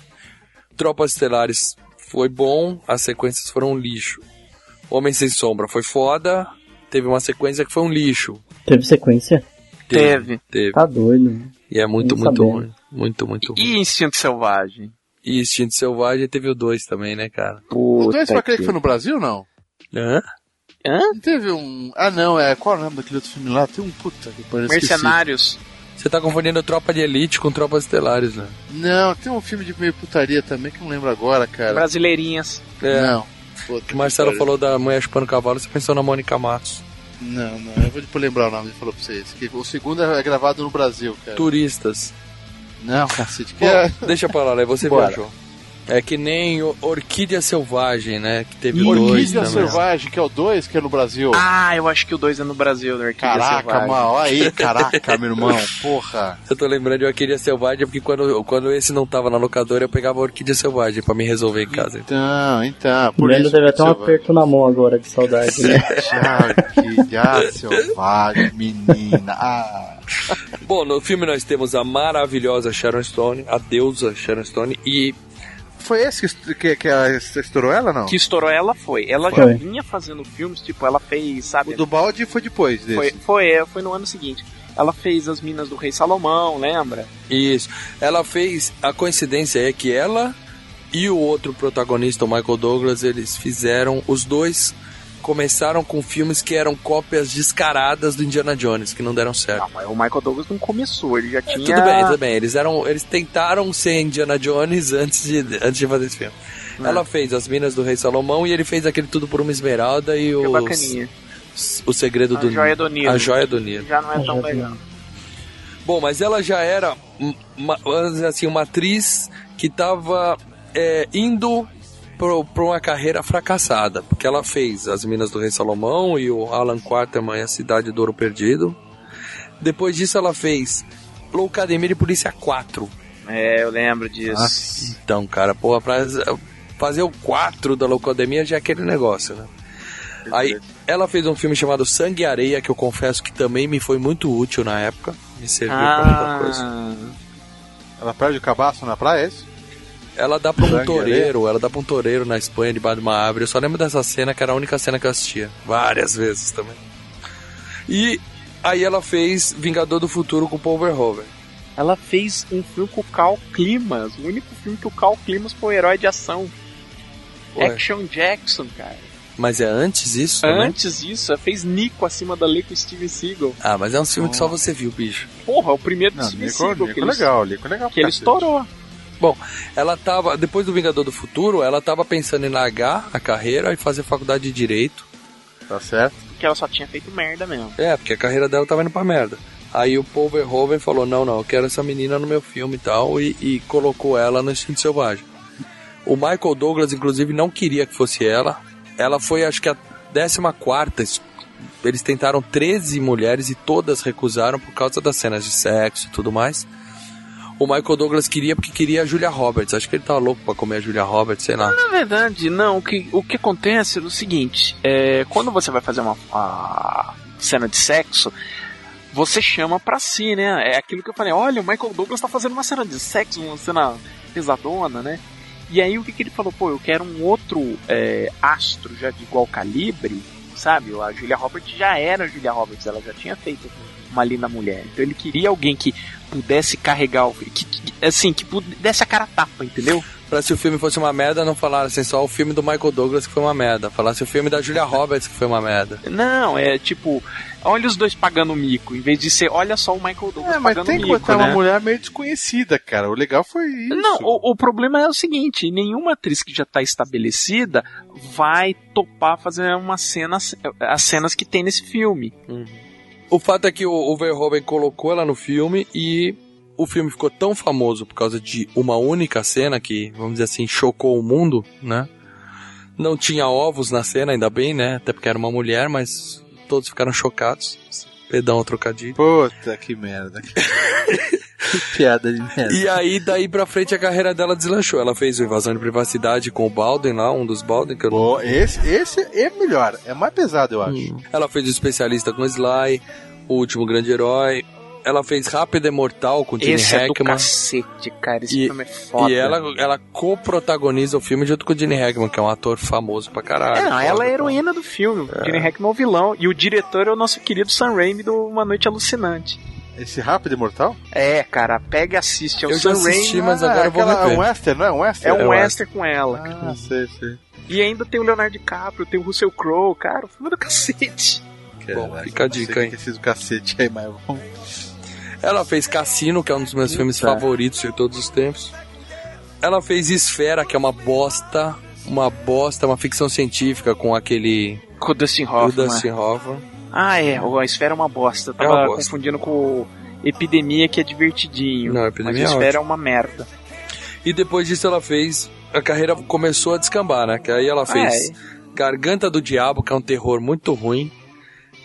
S4: Tropas Estelares foi bom, as sequências foram um lixo. Homem Sem Sombra foi foda, teve uma sequência que foi um lixo.
S7: Teve sequência?
S6: Teve.
S4: Teve.
S7: Tá doido. né?
S4: E é muito,
S7: Nem
S4: muito
S7: sabia.
S4: ruim. Muito, muito ruim.
S6: E Instinto Selvagem.
S4: E Instinto Selvagem teve o 2 também, né, cara?
S5: O
S6: Puta
S5: dois foi aquele
S6: que-
S5: que foi no Brasil, não?
S4: Hã?
S5: Não teve um... Ah, não, é... Qual é o nome daquele outro filme lá? Tem um puta que parece
S6: Mercenários.
S4: Você tá confundindo Tropa de Elite com Tropas Estelares, né?
S5: Não, tem um filme de meio putaria também que eu não lembro agora, cara.
S6: Brasileirinhas.
S4: É.
S5: Não.
S4: que o Marcelo falou
S5: falou
S4: da mulher chupando cavalo, você pensou na Mônica Matos.
S5: Não, não, eu vou depois lembrar o nome, ele falou pra vocês. Que o segundo é gravado no Brasil, cara.
S4: Turistas.
S5: Não, cacete. Que
S4: Bom,
S5: é...
S4: deixa pra lá, né? Você
S5: Bora.
S4: viajou. É que nem o- Orquídea Selvagem, né? Que teve dois
S5: Orquídea
S4: também.
S5: Selvagem, que é o 2, que é no Brasil.
S6: Ah, eu acho que o 2 é no Brasil, né? Orquídea
S5: caraca,
S6: Selvagem.
S5: mano, olha aí, caraca, meu irmão, porra.
S4: Eu tô lembrando de Orquídea Selvagem porque quando, quando esse não tava na locadora, eu pegava Orquídea Selvagem pra me resolver em casa.
S5: Então, então,
S7: O
S5: por
S7: Leandro
S5: isso.
S7: teve
S5: que
S7: até um
S5: selvagem.
S7: aperto na mão agora de saudade. Né?
S5: Orquídea Selvagem, ah, menina. Ah,
S4: Bom, no filme nós temos a maravilhosa Sharon Stone, a deusa Sharon Stone, e
S5: foi esse que, est- que, que ela estourou ela, não?
S6: Que estourou ela foi. Ela
S7: Foi.
S6: já vinha fazendo filmes, tipo, ela fez,
S5: O
S6: sabe?
S5: do balde foi depois desse.
S6: Foi, foi, é, foi no ano seguinte. Ela fez As Minas do Rei Salomão, lembra?
S4: Isso. Ela fez. A coincidência é que ela e o outro protagonista, o Michael Douglas, eles fizeram. Os dois começaram com filmes que eram cópias descaradas do Indiana Jones, que não deram certo.
S6: Não, mas o Michael Douglas não começou, ele já tinha.
S4: Tudo bem, tudo bem. Eles, eram, eles tentaram ser Indiana Jones antes de, antes de fazer esse filme.
S6: É.
S4: Ela fez As Minas do Rei Salomão e ele fez aquele Tudo por uma Esmeralda e
S6: Que é
S4: o,
S6: bacaninha.
S4: o Segredo
S6: A
S4: do
S6: Joia do Nilo.
S4: A Joia do Nilo.
S6: Já não é tão
S7: Já vi.
S6: legal.
S4: Bom, mas ela já era um, uma, vamos dizer assim, uma atriz que estava indo para uma carreira fracassada, porque ela fez As Minas do Rei Salomão e o Alan Quarterman e A Cidade do Ouro Perdido. Depois disso ela fez Loucademia de Polícia 4.
S6: É, eu lembro disso.
S5: Ah,
S4: Então, cara, porra, pra fazer o 4 da Loucademia já é aquele negócio, né? Aí ela fez um filme chamado Sangue e Areia, que eu confesso que também me foi muito útil na época, me serviu pra muita coisa.
S6: Ah,
S5: Ela perde o cabaço na praia, é isso?
S4: Ela dá pra um
S5: Sangue,
S4: toureiro, ela dá pra um toureiro na Espanha, debaixo de uma árvore. Eu só lembro dessa cena, que era a única cena que eu assistia. Várias vezes também. E aí ela fez Vingador do Futuro com o Paul Verhoeven.
S6: ela fez um filme com o Cal Climas, o único filme que o Cal Climas foi o herói de ação.
S4: Ué,
S6: Action Jackson, cara.
S4: Mas é antes isso, né?
S6: Antes disso, ela fez Nico acima da lei com o Steven Seagal.
S4: Ah, mas é um filme que só você viu, bicho.
S6: Porra, é o primeiro do
S5: Não,
S6: Steven
S5: Nico,
S6: Seagal
S5: Nico
S6: que
S5: é
S6: ele,
S5: legal, Nico é legal.
S6: que ele estourou.
S4: Ela tava, depois do Vingador do Futuro, ela tava pensando em largar a carreira e fazer faculdade de Direito.
S5: Tá certo?
S6: Porque ela só tinha feito merda mesmo.
S4: É, porque a carreira dela tava indo pra merda. Aí o Paul Verhoeven falou, não, não, eu quero essa menina no meu filme e tal, e, e colocou ela no Instinto Selvagem. O Michael Douglas, inclusive, não queria que fosse ela. Ela foi, acho que, a 14ª es- eles tentaram 13 mulheres e todas recusaram por causa das cenas de sexo e tudo mais. O Michael Douglas queria porque queria a Julia Roberts. Acho que ele tava louco pra comer a Julia Roberts, sei lá.
S6: Na verdade, não. O que, o que acontece é o seguinte: é, quando você vai fazer uma, uma cena de sexo, você chama pra si, né? É aquilo que eu falei: olha, o Michael Douglas tá fazendo uma cena de sexo, uma cena pesadona, né? E aí o que, que ele falou? Pô, eu quero um outro é, astro já de igual calibre, sabe? A Julia Roberts já era a Julia Roberts, ela já tinha feito uma linda mulher. Então ele queria alguém que pudesse carregar o que, que- assim, que pudesse a cara a tapa, entendeu?
S4: Pra se o filme fosse uma merda, não falassem só o filme do Michael Douglas que foi uma merda. Falasse o filme da Julia Roberts que foi uma merda.
S6: Não, é tipo, olha os dois pagando mico, em vez de ser, olha só o Michael Douglas
S5: É, mas
S6: pagando
S5: tem que
S6: mico,
S5: botar
S6: né?
S5: uma mulher meio desconhecida, cara. O legal foi isso.
S6: Não, o, o problema é o seguinte: nenhuma atriz que já está estabelecida vai topar fazer uma cena, as cenas que tem nesse filme.
S4: O fato é que o, o Verhoeven colocou ela no filme e o filme ficou tão famoso por causa de uma única cena que, vamos dizer assim, chocou o mundo, né? Não tinha ovos na cena, ainda bem, né? Até porque era uma mulher, mas todos ficaram chocados. Perdão o trocadilho.
S5: Puta que merda. que piada de merda.
S4: E aí, daí pra frente, a carreira dela deslanchou. Ela fez o Invasão de Privacidade com o Baldwin lá, um dos Baldwin. Que eu não...
S5: Bom, esse, esse é melhor. É mais pesado, eu acho.
S4: Ela fez O Especialista com o Sly, O Último Grande Herói. Ela fez Rápido e Mortal com o Gene
S6: Esse é do
S4: Hackman.
S6: cacete, cara. Esse
S4: E-
S6: filme é foda.
S4: E ela, ela co-protagoniza o filme junto com o Gene Hackman, que é um ator famoso pra
S6: É,
S4: caralho.
S6: não, ela é a
S4: Foda,
S6: heroína do filme. O Gene Hackman é o vilão. E o diretor é o nosso querido Sam Raimi do Uma Noite Alucinante.
S5: Esse Rápido e Mortal?
S6: É, cara, pega e assiste. É o
S4: Eu já
S6: Sam
S4: assisti,
S6: Raimi.
S4: mas agora eu vou
S5: aquela- É um
S4: rever.
S5: western, não é? Um
S6: É
S5: western?
S6: um
S4: eu acho.
S6: western com ela.
S5: Ah, sei, sei.
S6: E ainda tem o Leonardo DiCaprio, tem o Russell Crowe, cara. O filme é do cacete.
S4: Bom,
S5: Caraca,
S4: fica a
S5: não sei
S4: dica,
S5: o que
S4: hein?
S5: que é Esses cacete aí, mas vamos...
S4: Ela fez Cassino, que é um dos meus filmes favoritos de todos os tempos. Ela fez Esfera, que é uma bosta, uma bosta, uma ficção científica com aquele
S6: Com o Dustin
S4: o
S6: Hoffman.
S4: Dustin Hoffman.
S6: Ah, é. o A Esfera é uma bosta. Eu
S4: É
S6: tava
S4: uma bosta.
S6: confundindo com o Epidemia, que é divertidinho.
S4: Não, Epidemia
S6: Mas
S4: é
S6: a Esfera é uma merda.
S4: E depois disso ela fez a carreira começou a descambar, né? Que aí
S6: Ah,
S4: ela
S6: é,
S4: fez Garganta do Diabo, que é um terror muito ruim.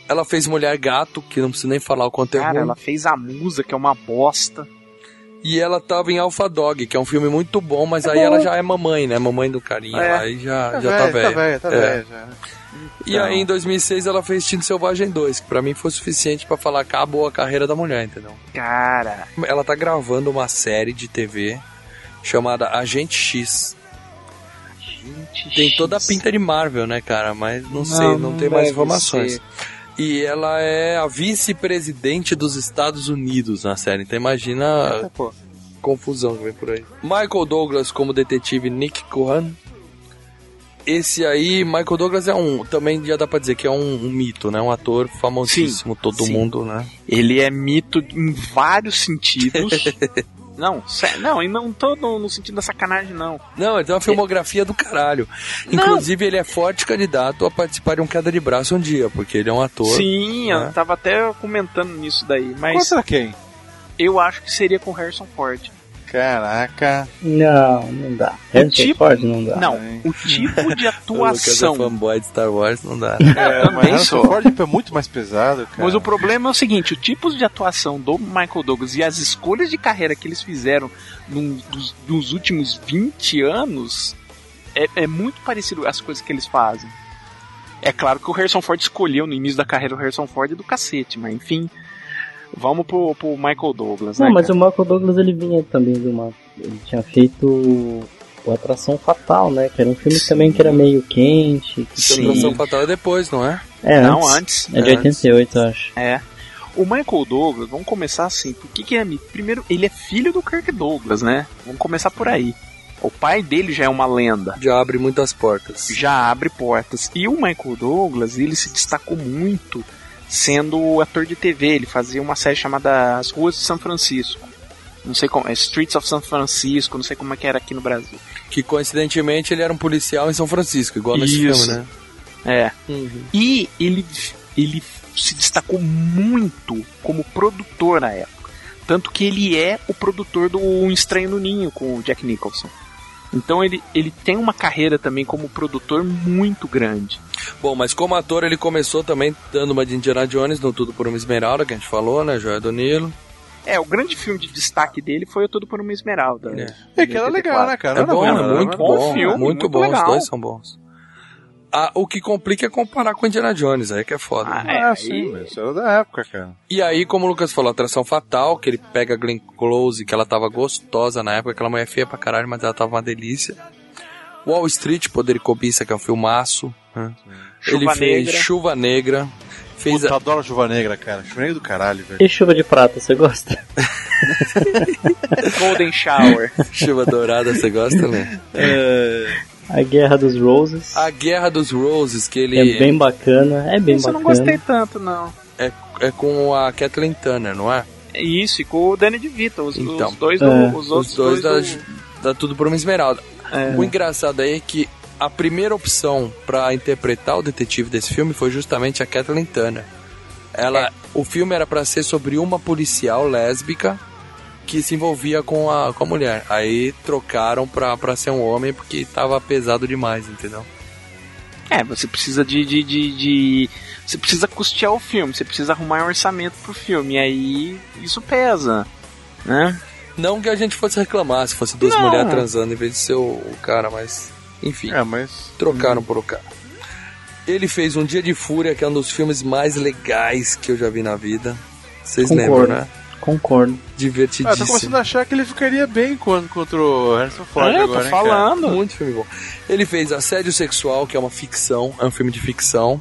S4: Ela fez Mulher Gato, que não preciso nem falar o quanto é
S6: Cara,
S4: ruim.
S6: ela fez a musa, que é uma bosta.
S4: E ela tava em Alpha Dog, que é um filme muito bom, mas aí ela já é mamãe, né? Mamãe do carinha.
S6: É.
S4: Aí já, já tá velha.
S5: Tá velho, tá
S4: É.
S5: velho. já.
S4: E aí em 2006 ela fez Tinto Selvagem 2, que pra mim foi suficiente pra falar acabou a carreira da mulher, entendeu?
S6: Cara,
S4: Ela tá gravando uma série de TV chamada Agente X.
S6: gente.
S4: Tem toda a
S6: X.
S4: pinta de Marvel, né, cara? Mas não,
S6: Não,
S4: sei, não
S6: não
S4: tem mais
S6: deve
S4: informações.
S6: ser.
S4: E ela é a vice-presidente dos Estados Unidos na série, então imagina
S5: Tá, pô.
S4: confusão que vem por aí. Michael Douglas como detetive Nick Cohan. Esse aí, Michael Douglas é um. Também já dá pra dizer que é um, um mito, né? Um ator famosíssimo, todo
S6: sim.
S4: mundo, né?
S6: Ele é mito em vários sentidos. não, sé- não, e não tô no, no sentido da sacanagem, não.
S4: Não, ele tem uma filmografia do caralho.
S6: Não.
S4: Inclusive, ele é forte candidato a participar de um queda de braço um dia, porque ele é um ator.
S6: Sim,
S4: né?
S6: eu tava até comentando nisso daí, mas
S5: Contra quem?
S6: eu acho que seria com o Harrison Ford.
S5: Caraca.
S7: Não, não dá.
S5: É
S7: Harrison
S6: tipo-
S7: Ford não dá.
S6: não,
S5: hein?
S6: o tipo de
S4: Tá. O Lucas é
S6: atuação.
S4: fanboy de Star Wars, não dá.
S5: É, mas
S6: também
S5: Harrison
S6: sou.
S5: Ford é muito mais pesado, cara.
S6: Mas o problema é o seguinte: o tipo de atuação do Michael Douglas e as escolhas de carreira que eles fizeram num- dos, dos últimos 20 anos é, é muito parecido as coisas que eles fazem. É claro que o Harrison Ford escolheu no início da carreira o Harrison Ford é do cacete, mas enfim. Vamos pro, pro Michael Douglas,
S7: Não,
S6: né?
S7: mas
S6: cara?
S7: o Michael Douglas ele vinha também de uma. Ele tinha feito o Atração Fatal, né? Que era um filme também que era meio quente. Que
S4: Sim.
S7: também-
S4: Atração Fatal é depois, não é?
S7: É, antes.
S6: Não, antes.
S7: É de 88, eu acho.
S6: É. O Michael Douglas, vamos começar assim. Por que, que é mito? Primeiro, ele é filho do Kirk Douglas, né? Vamos começar por aí. O pai dele já é uma lenda.
S4: Já abre muitas portas.
S6: já abre portas. E o Michael Douglas, ele se destacou muito sendo ator de TV. Ele fazia uma série chamada As Ruas de São Francisco. Não sei como, é Streets of San Francisco, não sei como é que era aqui no Brasil.
S4: Que coincidentemente ele era um policial em São Francisco, igual nesse
S6: Isso.
S4: filme, né? Uhum.
S6: É. E ele, ele se destacou muito como produtor na época. Tanto que ele é o produtor do Um Estranho no Ninho com o Jack Nicholson. Então ele, ele tem uma carreira também como produtor muito grande.
S4: Bom, mas como ator ele começou também dando uma de Indiana Jones no Tudo por uma Esmeralda, que a gente falou, né? Joia do Nilo.
S6: É, o grande filme de destaque dele foi O Tudo por uma Esmeralda. né?
S4: É.
S5: É que era legal, né, cara?
S4: É
S5: Era
S4: bom,
S5: bom, né?
S4: é
S5: era
S4: muito
S6: bom
S4: bom,
S6: filme,
S4: muito,
S6: muito
S4: bom,
S6: legal.
S4: os dois são bons. Ah, o que complica é comparar com Indiana Jones, aí que é foda.
S6: Ah, é,
S5: Ah,
S6: aí-
S5: sim, mas isso era da época, cara.
S4: E aí, como o Lucas falou, Atração Fatal, que ele pega a Glenn Close, que ela tava gostosa na época, aquela mulher feia pra caralho, mas ela tava uma delícia. Wall Street, Poder e Cobiça, que é um filmaço. né?
S6: Chuva
S4: ele fez
S6: Negra.
S4: Chuva Negra. Fez
S5: Puta,
S4: a-
S5: adoro chuva negra, cara. Chuva negra do caralho, velho.
S7: E chuva de prata, você gosta?
S6: Golden Shower.
S4: Chuva Dourada, você gosta, né?
S7: A Guerra dos Roses.
S4: A Guerra dos Roses, que ele
S7: É bem bacana. É bem
S6: Isso eu
S7: bacana.
S6: não gostei tanto, não.
S4: é com a Kathleen Turner, não é?
S6: É Isso, e com o Danny DeVito. Os, os
S4: Então,
S6: dois,
S7: é,
S6: do- os outros
S4: Os dois, da,
S6: do-
S4: da Tudo por uma Esmeralda.
S6: É.
S4: O engraçado aí é que a primeira opção pra interpretar o detetive desse filme foi justamente a Kathleen Turner. Ela, o filme era pra ser sobre uma policial lésbica que se envolvia com a, com a mulher. Aí trocaram pra, pra ser um homem porque tava pesado demais, entendeu?
S6: É, você precisa de, de, de, de- Você precisa custear o filme, você precisa arrumar um orçamento pro filme, e aí isso pesa. Né?
S4: Não que a gente fosse reclamar se fosse duas
S6: Não.
S4: mulheres transando em vez de ser o, o cara, mas enfim.
S5: É, mas.
S4: trocaram por o cara. Ele fez Um Dia de Fúria, que é um dos filmes mais legais que eu já vi na vida. Vocês lembram,
S7: Concordo.
S4: né?
S5: Ah,
S7: Concordo.
S5: eu tô começando
S4: Divertidíssimo.
S5: a achar que ele ficaria bem quando contra o Harrison Ford
S6: é, eu tô
S5: agora, hein, cara?
S6: falando.
S4: Muito filme bom. Ele fez Assédio Sexual, que é uma ficção, é um filme de ficção.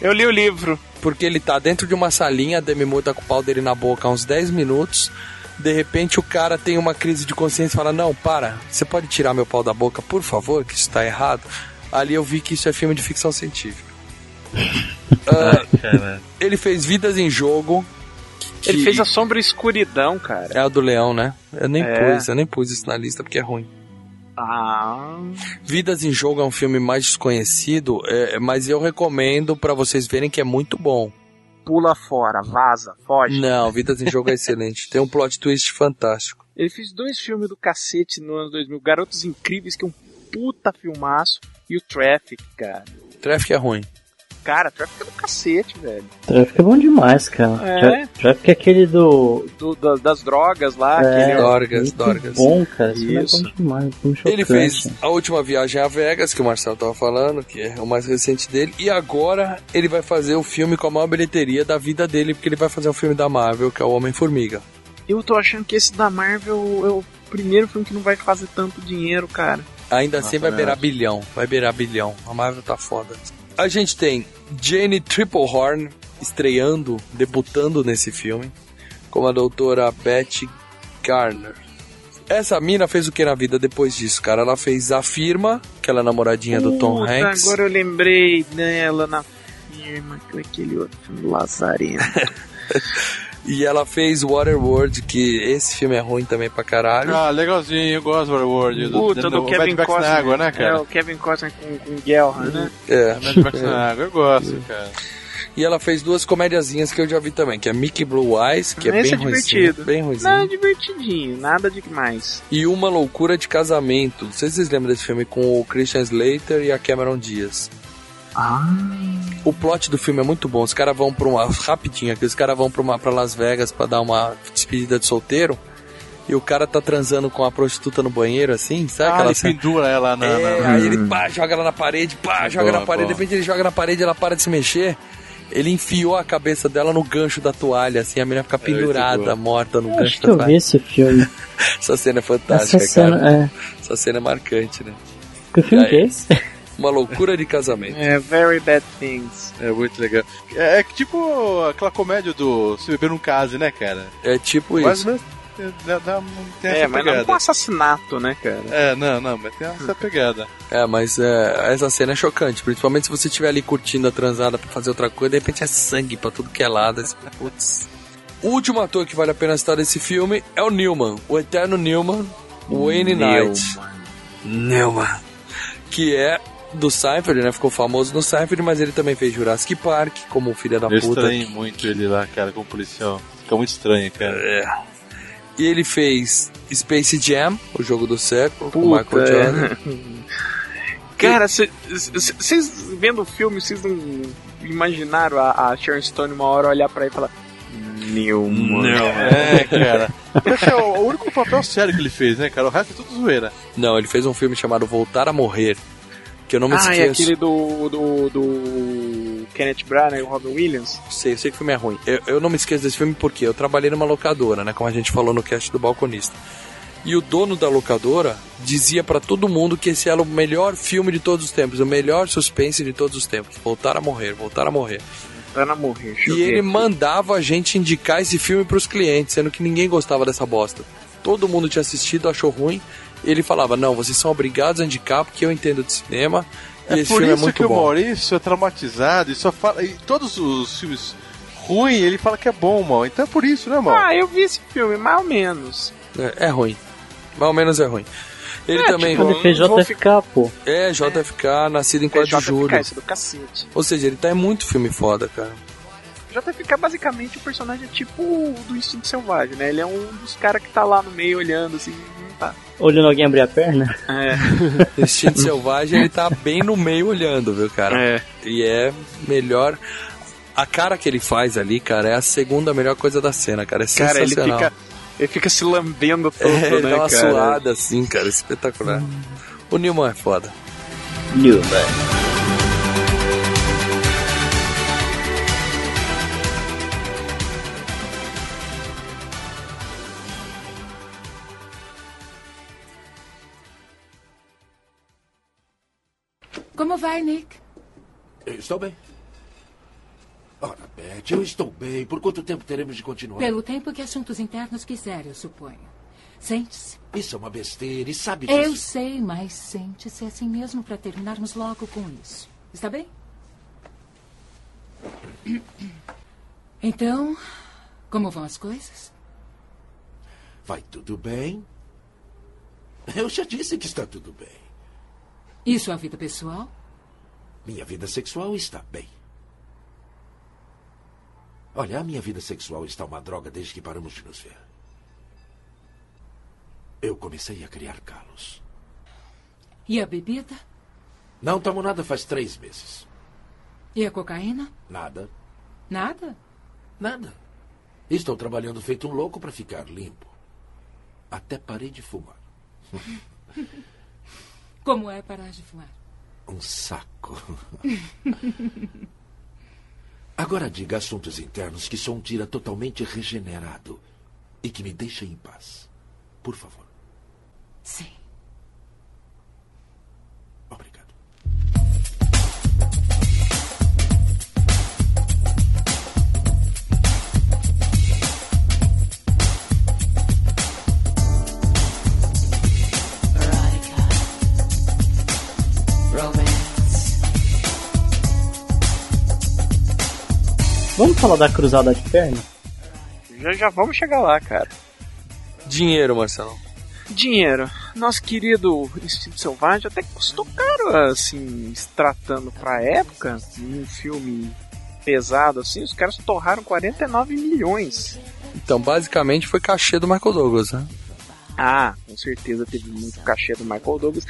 S6: Eu li o livro.
S4: Porque ele tá dentro de uma salinha, a Demi Moore tá com o pau dele na boca há uns 10 minutos. De repente o cara tem uma crise de consciência e fala: Não, para, você pode tirar meu pau da boca, por favor, que isso tá errado. Ali eu vi que isso é filme de ficção científica. Ah, ele fez Vidas em Jogo. que-
S6: Ele fez A Sombra e a Escuridão, cara.
S4: É a do Leão, né? Eu nem
S6: É.
S4: pus, eu nem pus isso na lista porque é ruim.
S6: Ah.
S4: Vidas em Jogo é um filme mais desconhecido, é, mas eu recomendo pra vocês verem que é muito bom.
S6: Pula fora, vaza, foge.
S4: Não, Vidas em Jogo é excelente. Tem um plot twist fantástico.
S6: Ele fez dois filmes do cacete no ano 2000. Garotos Incríveis, que é um puta filmaço. E o Traffic, cara.
S4: Traffic é ruim.
S6: Cara, Traffic é do cacete, velho.
S7: Traffic é bom demais, cara.
S6: É.
S7: Tra- Traffic é aquele do.
S6: Do- da- das drogas lá.
S7: É.
S6: Ah, aquele-
S4: Dorgas,
S7: muito
S4: Dorgas.
S7: bom, cara. Esse filme é
S6: Isso.
S7: bom demais. filme
S4: Ele
S7: chocante.
S4: fez a última viagem a Vegas, que o Marcelo tava falando, que é o mais recente dele, e agora ele vai fazer o filme com a maior bilheteria da vida dele, porque ele vai fazer um filme da Marvel, que é o Homem-Formiga.
S6: Eu tô achando que esse da Marvel é o primeiro filme que não vai fazer tanto dinheiro, cara.
S4: Ainda assim vai
S5: também
S4: beirar bilhão, vai beirar bilhão. A Marvel tá foda. A gente tem Jane Triplehorn estreando, debutando nesse filme, como a doutora Betty Garner. Essa mina fez o que na vida depois disso, cara? Ela fez a firma, aquela namoradinha do Tom
S6: Puta,
S4: Hanks.
S6: Agora eu lembrei dela na firma, que é aquele outro filme Lazareno.
S4: E ela fez Waterworld, que esse filme é ruim também pra caralho.
S5: Ah, legalzinho, eu gosto do World.
S6: Puta, do Kevin
S5: Mad Max
S6: Costner.
S5: na água, né,
S6: É,
S5: cara?
S6: o Kevin Costner com, com Gelha, né?
S4: É.
S5: Mad Max na água, eu gosto, cara.
S4: E ela fez duas comediazinhas que eu já vi também, que é Mickey Blue Eyes, que é
S6: Esse
S4: bem
S6: é
S4: ruimzinho,
S6: divertido.
S4: bem ruimzinho.
S6: Não, é divertidinho, nada demais.
S4: e Uma Loucura de Casamento. Não sei se vocês lembram desse filme com o Christian Slater e a Cameron Diaz.
S6: Ah,
S4: O plot do filme é muito bom. Os caras vão pra uma. Rapidinho aqui, os caras vão pra, uma, pra Las Vegas pra dar uma despedida de solteiro. E o cara tá transando com a prostituta no banheiro, assim, sabe?
S5: Ah,
S4: aquela
S5: ele
S4: cena?
S5: pendura ela na...
S4: É,
S5: na-
S4: aí
S7: Hum.
S4: ele pá, joga ela na parede, pá, joga
S5: Boa,
S4: na parede,
S5: boa.
S4: de repente ele joga na parede ela para de se mexer. Ele enfiou a cabeça dela no gancho da toalha, assim, a menina fica
S5: muito
S4: pendurada,
S5: boa.
S4: morta no
S7: Eu
S4: gancho
S7: Acho que
S4: da
S7: eu vi
S4: toalha.
S7: esse filme.
S4: Essa cena é
S7: Essa
S4: fantástica, cara.
S7: cena. É.
S4: Essa cena é marcante, né?
S7: Que filme
S4: É.
S7: que é esse?
S4: Uma loucura de casamento.
S6: é Very Bad Things.
S5: É muito legal. É, é que tipo aquela comédia do Se Beber Não Case, né, cara?
S4: É tipo
S5: Mais
S4: isso.
S5: ou menos é, dá, dá, um- tem essa
S6: É, mas não
S5: pegada.
S6: com assassinato, né, cara?
S5: É, não, não, mas tem essa pegada.
S4: É, mas é, essa cena é chocante. Principalmente se você estiver ali curtindo a transada pra fazer outra coisa, de repente é sangue pra tudo que é lado. aí você fala, Putz. O último ator que vale a pena citar desse filme é o Newman, o eterno Newman, Wayne Knight. Newman. Que é do Seinfeld, né? Ficou famoso no Seinfeld, mas ele também fez Jurassic Park, como o filho da
S5: Eu
S4: puta.
S5: estranho muito ele lá, cara, como policial. Fica muito estranho, cara.
S4: É. E ele fez Space Jam, o jogo do século, É um com
S6: Puta, é.
S4: Michael Jordan.
S6: Cara, vocês vendo o filme, vocês não imaginaram a, a Sharon Stone uma hora olhar pra ele e falar. Meu, mano.
S5: É, cara. Esse é o o único papel sério que ele fez, né, cara? O resto é tudo zoeira.
S4: Não, ele fez um filme chamado Voltar a Morrer, que eu não me
S6: Ah, é
S4: esqueço.
S6: aquele do, do, do Kenneth Branagh e o Robin Williams?
S4: Sei, eu sei que o filme é ruim. Eu, eu não me esqueço desse filme porque eu trabalhei numa locadora, né? Como a gente falou no cast do Balconista. E o dono da locadora dizia pra todo mundo que esse era o melhor filme de todos os tempos, o melhor suspense de todos os tempos. Voltar a morrer, voltar a morrer.
S6: Tá na morrer. deixa eu
S4: E
S6: ver
S4: ele
S6: aqui.
S4: mandava a gente indicar esse filme pros clientes, sendo que ninguém gostava dessa bosta. Todo mundo tinha assistido, achou ruim. Ele falava: Não, vocês são obrigados a indicar porque eu entendo de cinema. E
S5: É
S4: esse
S5: por
S4: filme é
S5: isso
S4: muito
S5: que
S4: bom.
S5: o Maurício é traumatizado e só fala. E todos os filmes ruins ele fala que é bom, mal. Então é por isso, né, mal?
S6: Ah, eu vi esse filme, mais ou menos.
S4: É, é ruim. Mais ou menos é ruim. Ele também.
S6: tipo,
S7: Ele fez
S6: Vou
S7: JFK, pô.
S4: É, JFK, nascido em 4 de
S6: JFK,
S4: julho.
S6: Isso é do cacete.
S4: Ou seja, ele tá em muito filme foda, cara.
S6: JFK basicamente o personagem é tipo o do Instinto Selvagem, né? Ele é um dos caras que tá lá no meio olhando assim. não Tá.
S7: Olhando alguém abrir a perna.
S6: É,
S4: Instinto Selvagem, ele tá bem no meio olhando, viu, cara?
S6: é.
S4: E é melhor. A cara que ele faz ali, cara, é a segunda melhor coisa da cena, cara. É
S6: Cara, ele
S4: sensacional.
S6: fica, ele fica se lambendo todo,
S4: É, ele
S6: né,
S4: dá uma
S6: cara?
S4: suada assim, cara. Espetacular. O Newman é foda.
S3: Como vai, Nick?
S9: Eu estou bem. Ora, Beth, eu estou bem. Por quanto tempo teremos de continuar?
S10: Pelo tempo que assuntos internos quiser, eu suponho. Sente-se.
S9: Isso é uma besteira e sabe disso.
S10: Eu sei, mas sente-se assim mesmo para terminarmos logo com isso. Está bem? Então, como vão as coisas?
S9: Vai tudo bem? Eu já disse que está tudo bem.
S10: E sua vida pessoal?
S9: Minha vida sexual está bem. Olha, a minha vida sexual está uma droga desde que paramos de nos ver. Eu comecei a criar calos.
S10: E a bebida?
S9: Não tomo nada faz três meses.
S10: E a cocaína?
S9: Nada.
S10: Nada?
S9: Nada. Estou trabalhando feito um louco para ficar limpo. Até parei de fumar.
S10: Como é parar de fumar?
S9: Um saco. Agora diga assuntos internos que sou um tira totalmente regenerado e que me deixa em paz. Por favor.
S10: Sim.
S9: Obrigado.
S7: Vamos falar da cruzada de perna?
S6: Já, já vamos chegar lá, cara.
S4: Dinheiro, Marcelo.
S6: Dinheiro. Nosso querido Instinto Selvagem até que custou caro, assim, se tratando pra época, um filme pesado assim, os caras torraram 49 milhões.
S4: Então, basicamente, foi cachê do Michael Douglas, né?
S6: Ah, com certeza teve muito cachê do Michael Douglas.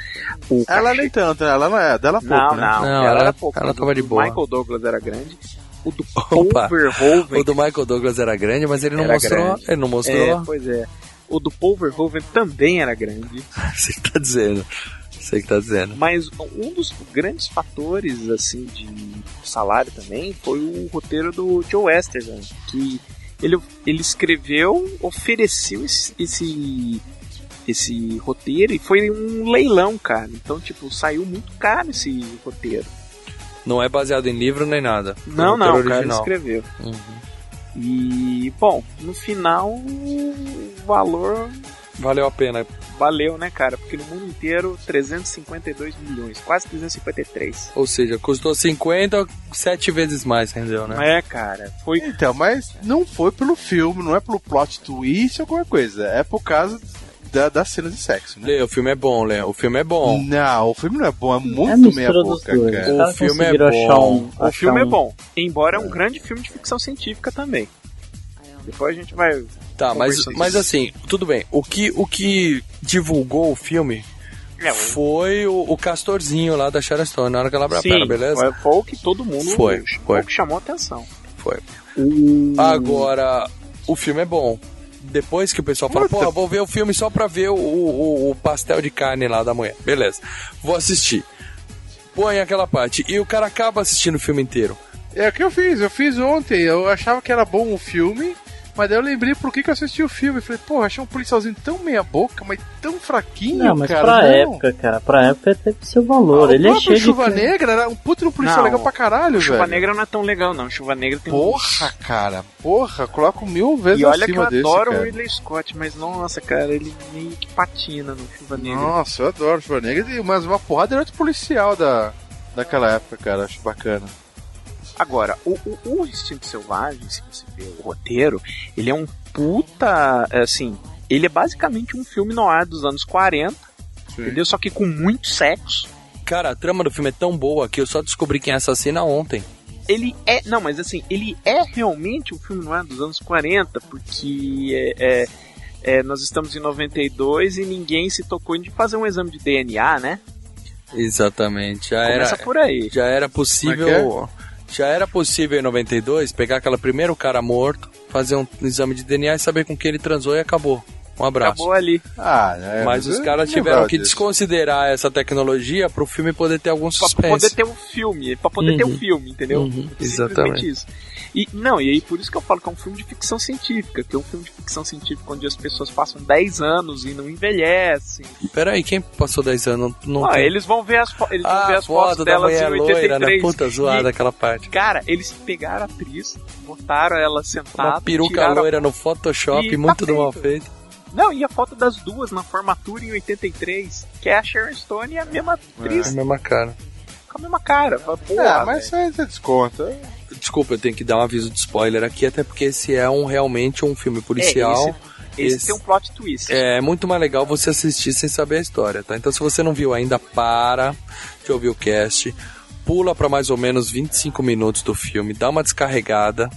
S6: O
S5: Ela
S6: cachê-
S5: nem tanto, né? Ela não é, dela pouco,
S6: Não,
S5: né?
S6: não,
S4: Não,
S6: ela,
S4: ela-
S6: era pouco.
S4: ela
S6: O do-
S4: tava de
S6: do
S4: boa.
S6: Michael Douglas era grande. O do Paul
S4: Opa.
S6: Verhoeven
S4: O do Michael Douglas era grande, mas ele não
S6: Era
S4: mostrou.
S6: grande.
S4: Ele não mostrou.
S6: É, pois é. O do Paul Verhoeven também era grande,
S4: Sei que tá dizendo. Sei que tá dizendo.
S6: mas um dos grandes fatores assim de salário também foi o roteiro do Joe Westerson, que ele, ele escreveu, ofereceu esse, esse esse roteiro e foi um leilão, cara. Então, tipo, saiu muito caro esse roteiro.
S4: Não é baseado em livro nem nada.
S6: Não,
S4: Roteiro
S6: não, o cara
S4: original.
S6: escreveu.
S4: Uhum.
S6: E, bom, no final o valor
S4: Valeu a pena.
S6: valeu, né, cara? Porque no mundo inteiro, 352 milhões, quase 353.
S4: Ou seja, custou 50, sete vezes mais rendeu, né?
S6: É, cara, foi.
S5: Então, mas não foi pelo filme, não é pelo plot twist ou alguma coisa. É por causa da, das cenas de sexo, né?
S4: Lê, o filme é bom, Lê. O filme é bom.
S5: Não, o filme não é bom, é
S7: é a
S5: muito meia
S7: mistura dos
S5: boca,
S7: dois.
S5: cara.
S4: O
S7: Os caras
S4: filme é
S7: conseguiram achar
S4: bom.
S7: um.
S6: O
S7: achar
S6: filme é
S7: um-
S6: bom, embora é um grande filme de ficção científica também. Depois a gente vai
S4: Tá, mas,
S6: Conversamos.
S4: mas assim, tudo bem. O que, o que divulgou o filme
S6: É,
S4: foi o, o castorzinho lá da Sharon Stone na hora que ela abre a
S6: Sim,
S4: perna, beleza?
S6: foi- foi o que todo mundo
S4: Foi,
S6: foi
S4: foi.
S6: o que chamou a atenção.
S4: Foi. Agora, o filme é bom. Depois que o pessoal fala, porra, vou ver o filme só pra ver o, o, o pastel de carne lá da manhã. Beleza. Vou assistir. Põe aquela parte. E o cara acaba assistindo o filme inteiro.
S5: É o que eu fiz, eu fiz ontem, eu achava que era bom o filme, mas daí eu lembrei por que, que eu assisti o filme. Falei, porra, achei um policialzinho tão meia boca, mas tão fraquinho,
S7: Não, mas
S5: cara.
S7: pra
S5: não. é Ah,
S7: época, cara, pra época teve seu valor.
S5: O
S7: Ele é
S5: próprio
S7: cheio de.
S5: Chuva
S7: filme.
S5: Negra era um puto no policial
S6: Não,
S5: legal pra caralho,
S6: Chuva
S5: velho.
S6: Negra não é tão legal, não. Chuva Negra tem
S5: Porra, cara, porra, coloco mil
S6: um...
S5: vezes
S6: E olha que eu
S5: acima desse,
S6: adoro o
S5: cara.
S6: Ridley Scott, mas nossa, cara, ele meio que patina no Chuva Negra.
S5: Nossa, eu adoro Chuva Negra, e- mas uma porrada era de policial da, daquela época, cara, acho bacana.
S6: Agora, o, o, o Instinto Selvagem, se você ver o roteiro, ele é um puta. Assim, ele é basicamente um filme noir dos anos 40, entendeu? Só que com muito sexo.
S4: Cara, a trama do filme é tão boa que eu só descobri quem é assassina ontem.
S6: Ele é. Não, mas assim, ele é realmente um filme noir dos anos 40, porque é, é, é, nós estamos em 92 e ninguém se tocou de fazer um exame de DNA, né?
S4: Exatamente. Já
S6: Começa
S4: era,
S6: por aí.
S4: já era
S5: Como
S4: possível. Já era possível em 92 pegar aquela primeiro cara morto, fazer um exame de DNA e saber com quem ele transou e acabou. Um abraço.
S6: Acabou ali.
S5: Ah, é,
S4: Mas
S5: eu
S4: os caras
S5: não
S4: tiveram
S5: lembrava
S4: que
S5: disso.
S4: desconsiderar essa tecnologia pro filme poder ter algum
S6: Pra poder
S4: suspense.
S6: ter um filme, pra poder ter um
S4: Uhum.
S6: filme, entendeu? É
S4: Uhum,
S6: Simplesmente
S4: exatamente.
S6: isso. E, não, e aí por isso que eu falo que é um filme de ficção científica, que é um filme de ficção científica onde as pessoas passam 10 anos e não envelhecem.
S4: Peraí, quem passou 10 anos? Não, não
S6: Ah,
S4: tem-
S6: eles vão ver as, fo- eles vão ver
S4: tá. Ah,
S6: as fotos
S4: foto da
S6: delas em
S4: mulher
S6: 83.
S4: loira, né? Puta zoada
S6: E,
S4: aquela parte.
S6: cara, eles pegaram a atriz, botaram ela sentada,
S4: Uma peruca
S6: tiraram a
S4: loira no Photoshop,
S6: E tá
S4: muito do mal
S6: feito.
S4: feito.
S6: Não, e a foto das duas na formatura em 83, que é a Sharon Stone e a mesma
S4: É a
S6: atriz,
S4: mesma cara.
S6: com a mesma cara. Fala,
S5: É,
S4: né?
S6: Porra,
S5: mas isso aí você desconta.
S4: Desculpa, eu tenho que dar um aviso de spoiler aqui, até porque esse é um realmente um filme policial.
S6: velho. esse,
S4: esse-
S6: tem um plot twist.
S4: É muito mais legal você assistir sem saber a história, tá? Então se você não viu ainda, para de ouvir o cast, pula pra mais ou menos 25 minutos do filme, dá uma descarregada,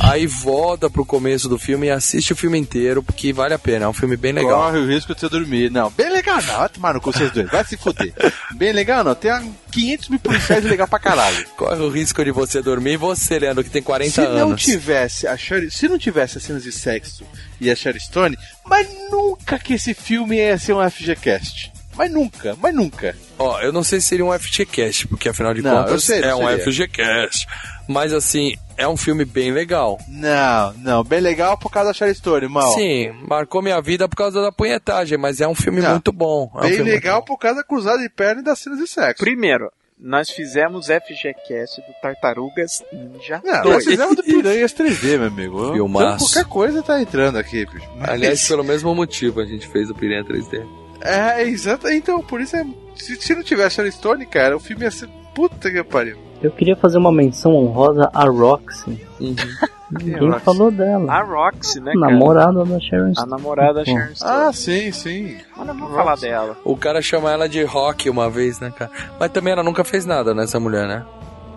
S4: aí volta pro começo do filme e assiste o filme inteiro, porque vale a pena, é um filme bem legal.
S5: Corre o risco de você dormir. Não, bem legal não. Vai tomar no cu vocês dois. Vai se fuder. Bem legal não. Tem ah, 500 mil policiais legal pra caralho.
S4: Corre o risco de você dormir, você, Leandro, que tem 40
S5: Se
S4: anos.
S5: não tivesse a Shari, se não tivesse as cenas de sexo e a Sherry Stone, mas nunca que esse filme ia ser um FGCast. Mas nunca, mas nunca.
S4: Ó, eu não sei se seria um FGCast, porque afinal de
S5: Não, eu
S4: contas
S5: sei,
S4: é um
S5: seria.
S4: FGCast. Mas assim, é um filme bem legal.
S5: Não, não. Bem legal por causa da Sherry Stone, mal.
S4: Sim, marcou minha vida por causa da punhetagem, mas é um filme
S5: Não.
S4: muito bom. É um
S5: Bem
S4: filme
S5: legal por causa da cruzada de perna e das cenas de sexo.
S6: Primeiro, nós fizemos FGCast do Tartarugas Ninja
S5: Não,
S6: 2.
S5: nós fizemos do Piranhas 3D, meu amigo.
S4: Filmaço.
S5: Então, qualquer coisa tá entrando aqui, bicho. Mas-
S4: Aliás, pelo mesmo motivo a gente fez o Piranha 3D.
S5: É, exato. Então, por isso é. Se, se não tivesse a Stone, cara, o filme ia ser. Puta que pariu.
S7: Eu queria fazer uma menção honrosa a Roxy.
S5: Quem é
S7: Ninguém
S5: Roxy?
S7: falou dela.
S6: A Roxy, né, cara? Ah.
S7: Namorada da Sharon
S6: A
S7: Stone.
S6: namorada Sharon Stone.
S5: Ah, sim, sim.
S6: Mas não vou falar dela.
S4: O cara chama ela de rock uma vez, né, cara? Mas também ela nunca fez nada, né, essa mulher, né?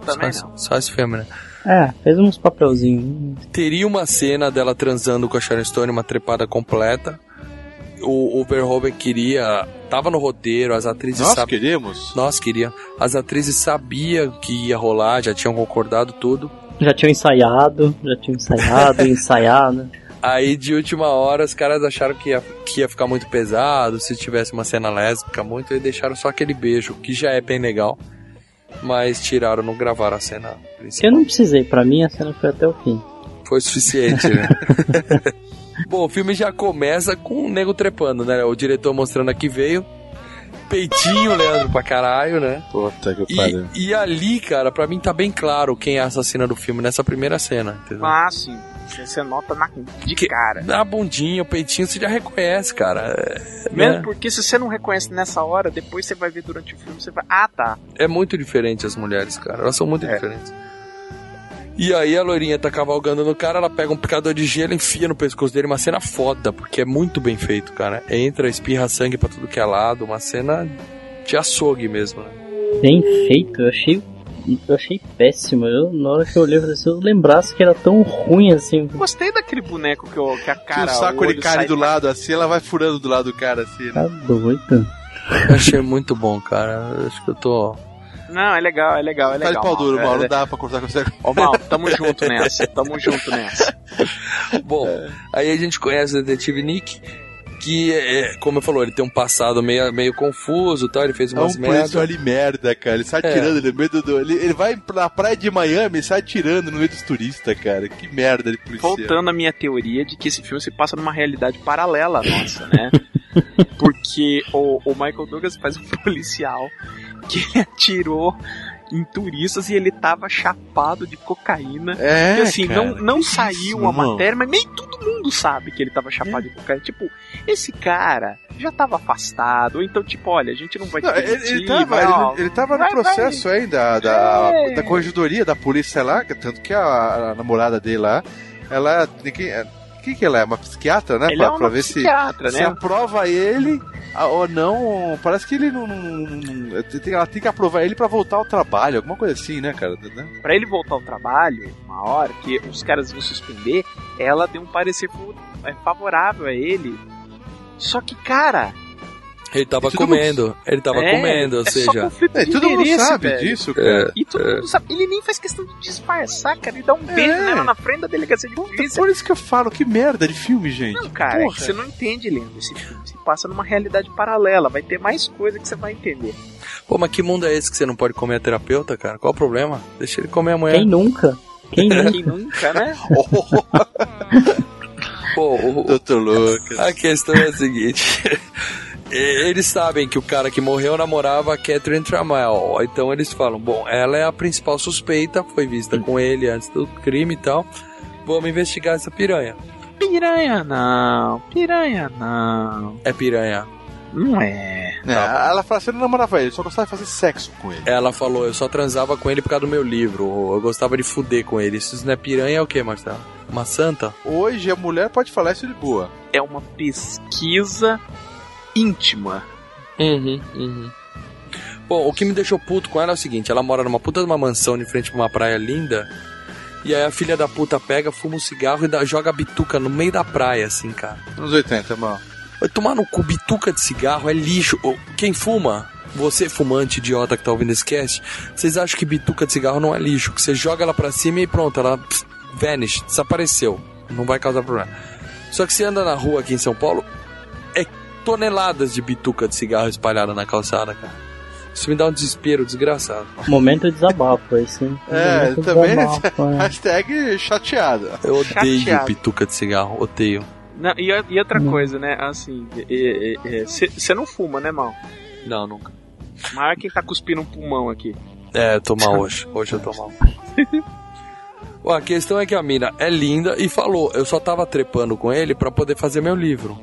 S6: Também
S4: só,
S6: não.
S4: só esse filme, né?
S7: É, fez uns papelzinhos.
S4: Teria uma cena dela transando com a Sharon Stone, uma trepada completa. O, o Verhoeven queria... Tava no roteiro, as atrizes
S5: Nós
S4: sabiam.
S5: queríamos.
S4: Nós queria. As atrizes sabiam que ia rolar, já tinham concordado tudo.
S7: Já tinham ensaiado, já tinham ensaiado, ensaiado.
S4: Aí de última hora os caras acharam que ia, que ia ficar muito pesado, se tivesse uma cena lésbica muito, e deixaram só aquele beijo, que já é bem legal. Mas tiraram, não gravaram a cena principal.
S7: Eu não precisei, pra mim a cena foi até o fim.
S4: Foi o suficiente, né? Bom, o filme já começa com o nego trepando, né? O diretor mostrando aqui veio. Peitinho, Leandro, pra caralho, né?
S5: Puta que pariu.
S4: E, e ali, cara, pra mim tá bem claro quem é a assassina do filme nessa primeira cena, entendeu?
S6: Ah, sim. Você nota na, de
S4: Que-
S6: cara.
S4: Na bundinha, o peitinho, você já reconhece, cara. É,
S6: Mesmo
S4: né?
S6: porque se você não reconhece nessa hora, depois você vai ver durante o filme, você vai. Ah, tá.
S4: É muito diferente as mulheres, cara. Elas são muito diferentes. E aí a loirinha tá cavalgando no cara, ela pega um picador de gelo, enfia no pescoço dele, uma cena foda, porque é muito bem feito, cara. Entra, espirra sangue pra tudo que é lado, uma cena de açougue mesmo, né?
S7: Bem feito, eu achei eu achei péssimo. Eu, na hora que eu olhei, eu falei, se eu lembrasse que era tão ruim assim.
S6: Gostei daquele boneco que, o- que a cara.
S5: Cara, o um saco ele
S6: olho
S5: cai
S6: sai
S5: do
S6: pra-
S5: lado assim, ela vai furando do lado do cara assim, né?
S7: Tá doido.
S4: Eu achei muito bom, cara. Acho que eu tô.
S6: Não, é legal, é legal, é
S5: Tá de
S6: legal.
S5: pau duro,
S6: Mauro,
S5: Mauro,
S6: é-
S5: não dá pra conversar com você.
S6: Ô, Mal, tamo junto nessa. Tamo junto nessa.
S4: Bom, aí a gente conhece o detetive Nick, que, é, como eu falou, ele tem um passado meio, meio confuso e tal, ele fez
S5: É um
S4: umas
S5: policial
S4: merdas.
S5: ali merda, cara. Ele sai
S6: É.
S5: atirando no meio do. Ele, ele vai pra praia de Miami e sai atirando no meio dos turistas, cara. Que merda de policial.
S6: Voltando à minha teoria de que esse filme se passa numa realidade paralela à nossa, né? Porque o, o Michael Douglas faz um policial que atirou em turistas e ele tava chapado de cocaína.
S5: É,
S6: e assim, não,
S5: cara,
S6: não
S5: que
S6: saiu
S5: isso,
S6: a
S5: irmão. É.
S6: matéria, mas nem todo mundo sabe que ele tava chapado de cocaína. Tipo, esse cara já tava afastado, ou então, tipo, olha, a gente não vai te
S5: Não, ele,
S6: demitir,
S5: ele tava,
S6: vai, ó,
S5: ele, ele tava no
S6: vai, vai.
S5: processo ainda da,
S6: É.
S5: da corregedoria, da polícia lá, que- tanto que a, a namorada dele lá, ela. Quem, é- quem que ela é? Uma psiquiatra, né?
S6: Ele
S5: pra
S6: é uma
S5: pra ver se,
S6: psiquiatra,
S5: se
S6: né?
S5: aprova ele a- ou não. Parece que ele não. não- não- não- tem- ela tem que aprovar ele pra voltar ao trabalho, alguma coisa assim, né, cara?
S6: Pra ele voltar ao trabalho, uma hora que os caras iam suspender, ela deu um parecer fu- é, favorável a ele. Só que, cara,
S4: Ele tava
S5: Tudo
S4: comendo, ele tava
S6: é,
S4: comendo, ou
S6: é só
S4: seja. é,
S6: conflito
S5: É,
S6: de
S5: todo mundo
S6: interesse,
S5: sabe
S6: velho.
S5: disso, cara.
S6: E todo mundo sabe. Ele nem faz questão de disfarçar, cara. Ele dá um beijo nela na frente da delegacia de polícia.
S5: É. Por isso é que eu falo, que merda de filme, gente.
S6: Não, cara, é que
S5: Porra.
S6: você não entende, Leandro, esse filme. Se passa numa realidade paralela. Vai ter mais coisa que você vai entender.
S4: Pô, mas que mundo é esse que você não pode comer a terapeuta, cara? Qual o problema? Deixa ele comer
S5: É.
S4: amanhã.
S7: Quem nunca? Quem nunca?
S6: Quem nunca, né?
S4: Pô, o-
S5: Doutor Tá Lucas.
S4: a questão é a seguinte. E- Eles sabem que o cara que morreu namorava a Catherine Tramell. Então eles falam: bom, ela é a principal suspeita, foi vista com ele antes do crime e tal. Vamos investigar essa piranha.
S6: Piranha não. Piranha não.
S4: É piranha.
S6: Não é.
S5: É, ela fala assim, eu não namorava ele, só gostava de fazer sexo com ele.
S4: Ela falou: eu só transava com ele por causa do meu livro. ou Eu gostava de fuder com ele. Isso não é piranha, é o que, Marcelo? Uma santa?
S5: Hoje a mulher pode falar isso de boa.
S6: É uma pesquisa íntima.
S4: Uhum, uhum. Bom, o que me deixou puto com ela é o seguinte: ela mora numa puta de uma mansão de frente pra uma praia linda. E aí a filha da puta pega, fuma um cigarro e dá- joga a bituca no meio da praia, assim, cara.
S5: Anos 80, mal.
S4: Vai Tomar no cu bituca de cigarro é lixo. Ô, Quem fuma? Você, fumante idiota que tá ouvindo esse cast, vocês acham que bituca de cigarro não é lixo? Que você joga ela pra cima e pronto, ela pss, vanish, desapareceu. Não vai causar problema. Só que você anda na rua aqui em São Paulo, é toneladas de bituca de cigarro espalhada na calçada, cara. Isso me dá um desespero desgraçado.
S7: Momento de desabafo, esse.
S5: É,
S7: momento de
S5: também-
S7: desabafo, é.
S5: Hashtag chateada.
S4: Eu odeio
S6: Chateado.
S4: bituca de cigarro, odeio.
S6: Não, e, e outra
S7: Não.
S6: coisa, né? Assim, você não fuma, né, mal?
S4: Não, nunca.
S6: Maior quem tá cuspindo um pulmão aqui.
S4: É, eu tô mal hoje. Hoje eu tô mal. Ó, A questão é que a mina é linda e falou: eu só tava trepando com ele pra poder fazer meu livro.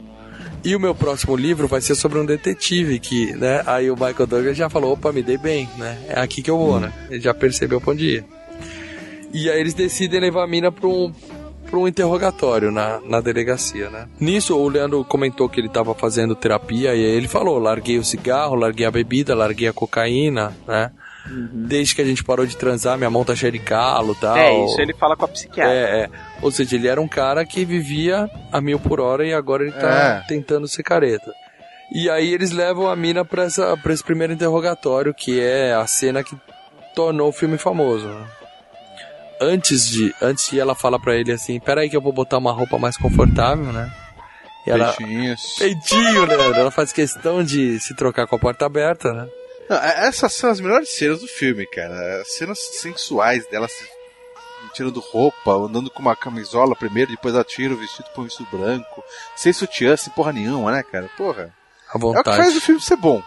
S4: E o meu próximo livro vai ser sobre um detetive que, né? Aí o Michael Douglas já falou: opa, me dei bem, né? É aqui que eu vou, né? Ele já percebeu pra onde ir. E aí eles decidem levar a mina pra um, pra um interrogatório na, na delegacia, né? Nisso, o Leandro comentou que ele tava fazendo terapia e aí ele falou: larguei o cigarro, larguei a bebida, larguei a cocaína, né? Desde que a gente parou de transar, minha mão tá cheia de calo e tal.
S6: Uhum. É, isso ele fala com a psiquiatra.
S4: Ah, É, é. Ou seja, ele era um cara que vivia a mil por hora e agora ele tá
S5: É.
S4: tentando ser careta. E aí eles levam a mina pra, essa, pra esse primeiro interrogatório, que é a cena que tornou o filme famoso. né? Antes de, antes de ela fala pra ele assim, peraí que eu vou botar uma roupa mais confortável, né? E ela,
S5: Peixinhos.
S4: peitinho, Leandro, ela faz questão de se trocar com a porta aberta, né?
S5: Não, é- essas são as melhores cenas do filme, cara. As cenas sensuais dela se tirando roupa, andando com uma camisola primeiro, depois ela tira o vestido pra um vestido branco. Sem sutiã, sem porra nenhuma, né, cara? Porra.
S4: À
S5: É o que
S4: vontade.
S5: faz o filme ser bom.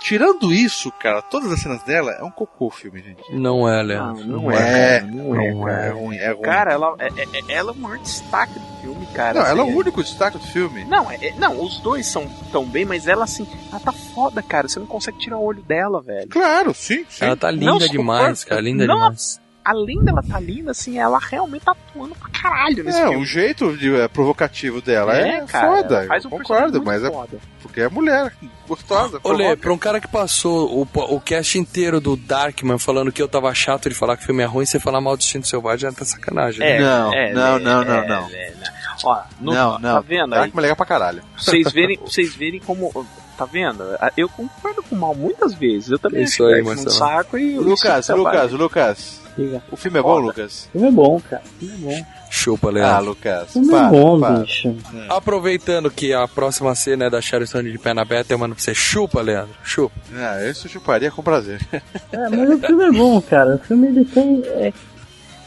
S5: Tirando isso, cara, todas as cenas dela é um cocô o filme, gente.
S4: Não
S6: Não,
S4: é,
S5: Ah,
S4: Leandro.
S6: não é, cara, não é.
S5: Não é, é ruim, é ruim.
S6: Cara, ela é, é- é- ela é o maior destaque do filme, cara.
S5: não, ela é
S6: Assim,
S5: o único destaque do filme.
S6: Não, é- é- não, os dois são tão bem, mas ela assim, ela tá foda, cara. Você não consegue tirar o olho dela, velho.
S5: Claro, sim, sim.
S4: Ela tá linda
S6: Não,
S4: demais,
S6: suporta.
S4: cara, linda
S6: Não
S4: demais.
S6: além dela tá linda, assim, ela realmente tá atuando pra caralho nesse
S5: É,
S6: filme.
S5: o jeito de- é, provocativo dela é,
S6: É, cara,
S5: foda.
S6: faz
S5: eu
S6: um
S5: concordo,
S6: personagem
S5: mas é.
S6: muito foda.
S5: Porque é mulher, gostosa.
S4: Olê,
S5: provoca.
S4: pra um cara que passou o, po- o cast inteiro do Darkman falando que eu tava chato de falar que o filme é ruim, você falar mal do Instinto Selvagem, já tá sacanagem. né?
S5: não,
S6: é,
S5: não,
S6: é,
S5: não, não,
S6: é,
S5: não.
S6: é, Ó, no-
S5: não, não.
S6: tá vendo aí?
S5: Darkman é legal pra caralho.
S6: Pra vocês verem, pra vocês verem como. Tá vendo? Eu concordo com o mal muitas vezes. Eu também
S4: Isso
S6: acho
S4: aí,
S6: que é um
S4: Marcelo.
S6: saco e o
S5: Lucas,
S6: Instinto Selvagem.
S5: Lucas, Lucas.
S7: Diga.
S5: O filme é bom,
S6: é Foda.
S5: Lucas?
S7: O filme é bom, cara. O filme é bom.
S4: Chupa,
S5: Ah, né?
S4: Leandro.
S5: Lucas.
S7: O filme
S5: para,
S7: é bom,
S5: para.
S7: bicho.
S4: Aproveitando que a próxima cena é da Sharon Stone de perna aberta, eu mando pra você. Chupa, Leandro. Chupa.
S5: Ah, eu isso chuparia com prazer.
S7: É, mas o filme é bom, cara. O filme ele tem. É,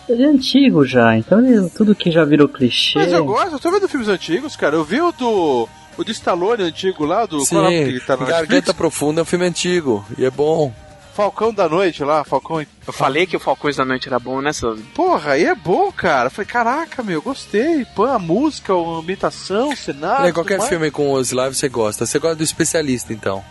S7: ele é antigo já, então ele- tudo que já virou clichê.
S5: Mas eu gosto, eu tô vendo filmes antigos, cara. Eu vi o do. O do Stallone antigo lá, do. qual é o nome que tá na
S4: Garganta
S5: Netflix?
S4: Profunda é um filme antigo e é bom.
S5: Falcão da Noite lá, Falcão.
S6: Eu falei que o Falcões da Noite era bom, né, Souza?
S5: Porra, aí é bom, cara. Eu falei, caraca, meu, gostei. Pô, a música, a ambientação, o cenário.
S4: Lê,
S5: Ah, tudo
S4: qualquer
S5: mais.
S4: filme com os lives você gosta. Você gosta do especialista, então.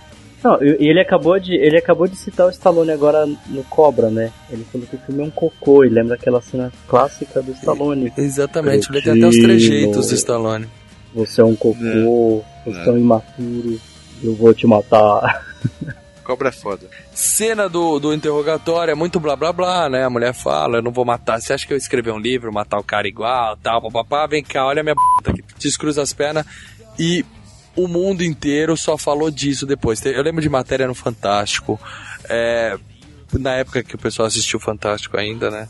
S7: Não, e e ele acabou de ele acabou de citar o Stallone agora no Cobra, né? Ele falou que o filme é um cocô e lembra aquela cena clássica do Stallone.
S4: Exatamente. Ele tem até
S7: Cretino.
S4: os trejeitos do Stallone.
S7: Você é um cocô, você é um imaturo, eu vou te matar.
S5: Cobra é foda.
S4: Cena do, do interrogatório é muito blá blá blá, né? A mulher fala, eu não vou matar. Você acha que eu escrever um livro, matar o cara igual, tal, papapá? Vem cá, olha a minha b****, que descruza as pernas. E o mundo inteiro só falou disso depois. Eu lembro de matéria no Fantástico. É, na época que o pessoal assistiu Fantástico ainda, né?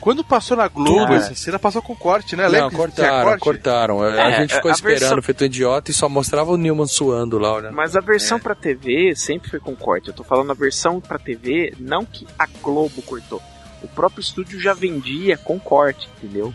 S5: Quando passou na Globo,
S6: Cara.
S5: essa cena passou com corte, né?
S4: Não,
S5: Lembra que tinha
S4: cortaram,
S5: corte?
S4: cortaram. A
S6: É,
S4: gente ficou
S6: a
S4: esperando,
S6: versão-
S4: feito um idiota, e só mostrava o Newman suando lá, olha.
S6: Mas a versão pra TV sempre foi com corte. Eu tô falando a versão pra TV, não que a Globo cortou. O próprio estúdio já vendia com corte, entendeu?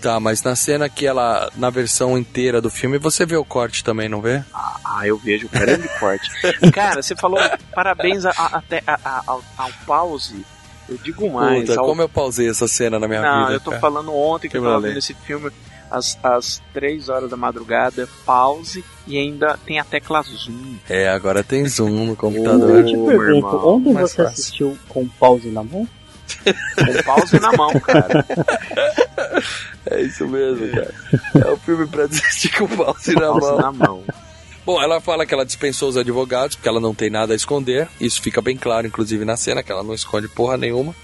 S4: Tá, mas na cena que ela, na versão inteira do filme, você vê o corte também, não vê?
S6: Ah, eu vejo um grande corte. Cara, você falou parabéns a- a- até a- a- ao, ao pause. Eu digo mais.
S4: Puta,
S6: ao
S4: como eu pausei essa cena na minha
S6: Não,
S4: vida.
S6: eu tô
S4: cara.
S6: falando ontem que,
S4: Que
S6: eu tava
S4: valeu.
S6: vendo esse filme às, às 3 horas da madrugada, pause, e ainda tem a tecla zoom.
S4: É, agora tem zoom no
S7: eu
S4: computador.
S7: te
S6: meu
S7: pergunto,
S6: irmão,
S7: ontem
S4: mais
S7: você
S4: fácil.
S7: assistiu com pause na mão?
S6: Com pause na mão, cara.
S4: é isso mesmo, cara. É o filme pra desistir com o pause na
S6: Pause
S4: mão.
S6: na mão.
S4: Bom, ela fala que ela dispensou os advogados porque ela não tem nada a esconder. Isso fica bem claro, inclusive, na cena, que ela não esconde porra nenhuma.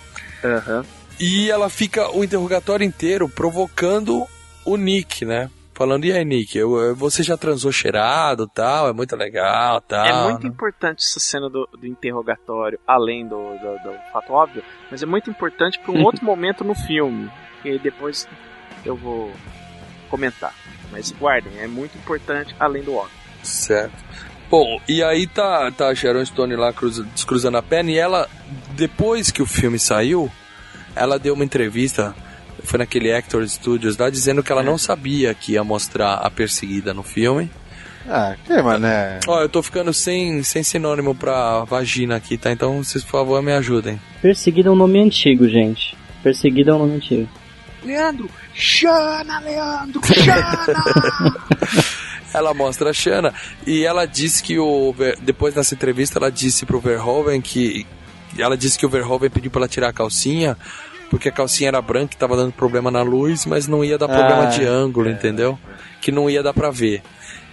S6: Aham.
S4: E ela fica o interrogatório inteiro provocando o Nick, né? Falando, e aí, Nick, eu- eu- você já transou cheirado tal? É muito legal tal.
S6: é muito
S4: né?
S6: importante essa cena do, do interrogatório, além do, do, do fato óbvio, mas é muito importante pra um outro momento no filme, que depois eu vou comentar. Mas guardem, é muito importante além do óbvio.
S4: Certo. Bom, e aí tá, tá a Sharon Stone lá cruza- descruzando a perna e ela, depois que o filme saiu, ela deu uma entrevista, foi naquele Actor Studios lá, dizendo que ela não sabia que ia mostrar a perseguida no filme.
S5: Ah, que mané.
S4: Ó, eu tô ficando sem, sem sinônimo pra vagina aqui, tá? Então vocês, por favor, me ajudem.
S7: Perseguido é um nome antigo, gente. Perseguido é um nome antigo.
S6: Leandro! Chana, Leandro! Chana!
S4: Ela mostra a Xana e ela disse que o. Ver- Depois dessa entrevista, ela disse pro Verhoeven que. Ela disse que o Verhoeven pediu pra ela tirar a calcinha, porque a calcinha era branca e tava dando problema na luz, mas não ia dar problema
S5: Ah,
S4: de ângulo, entendeu? Que não ia dar pra ver.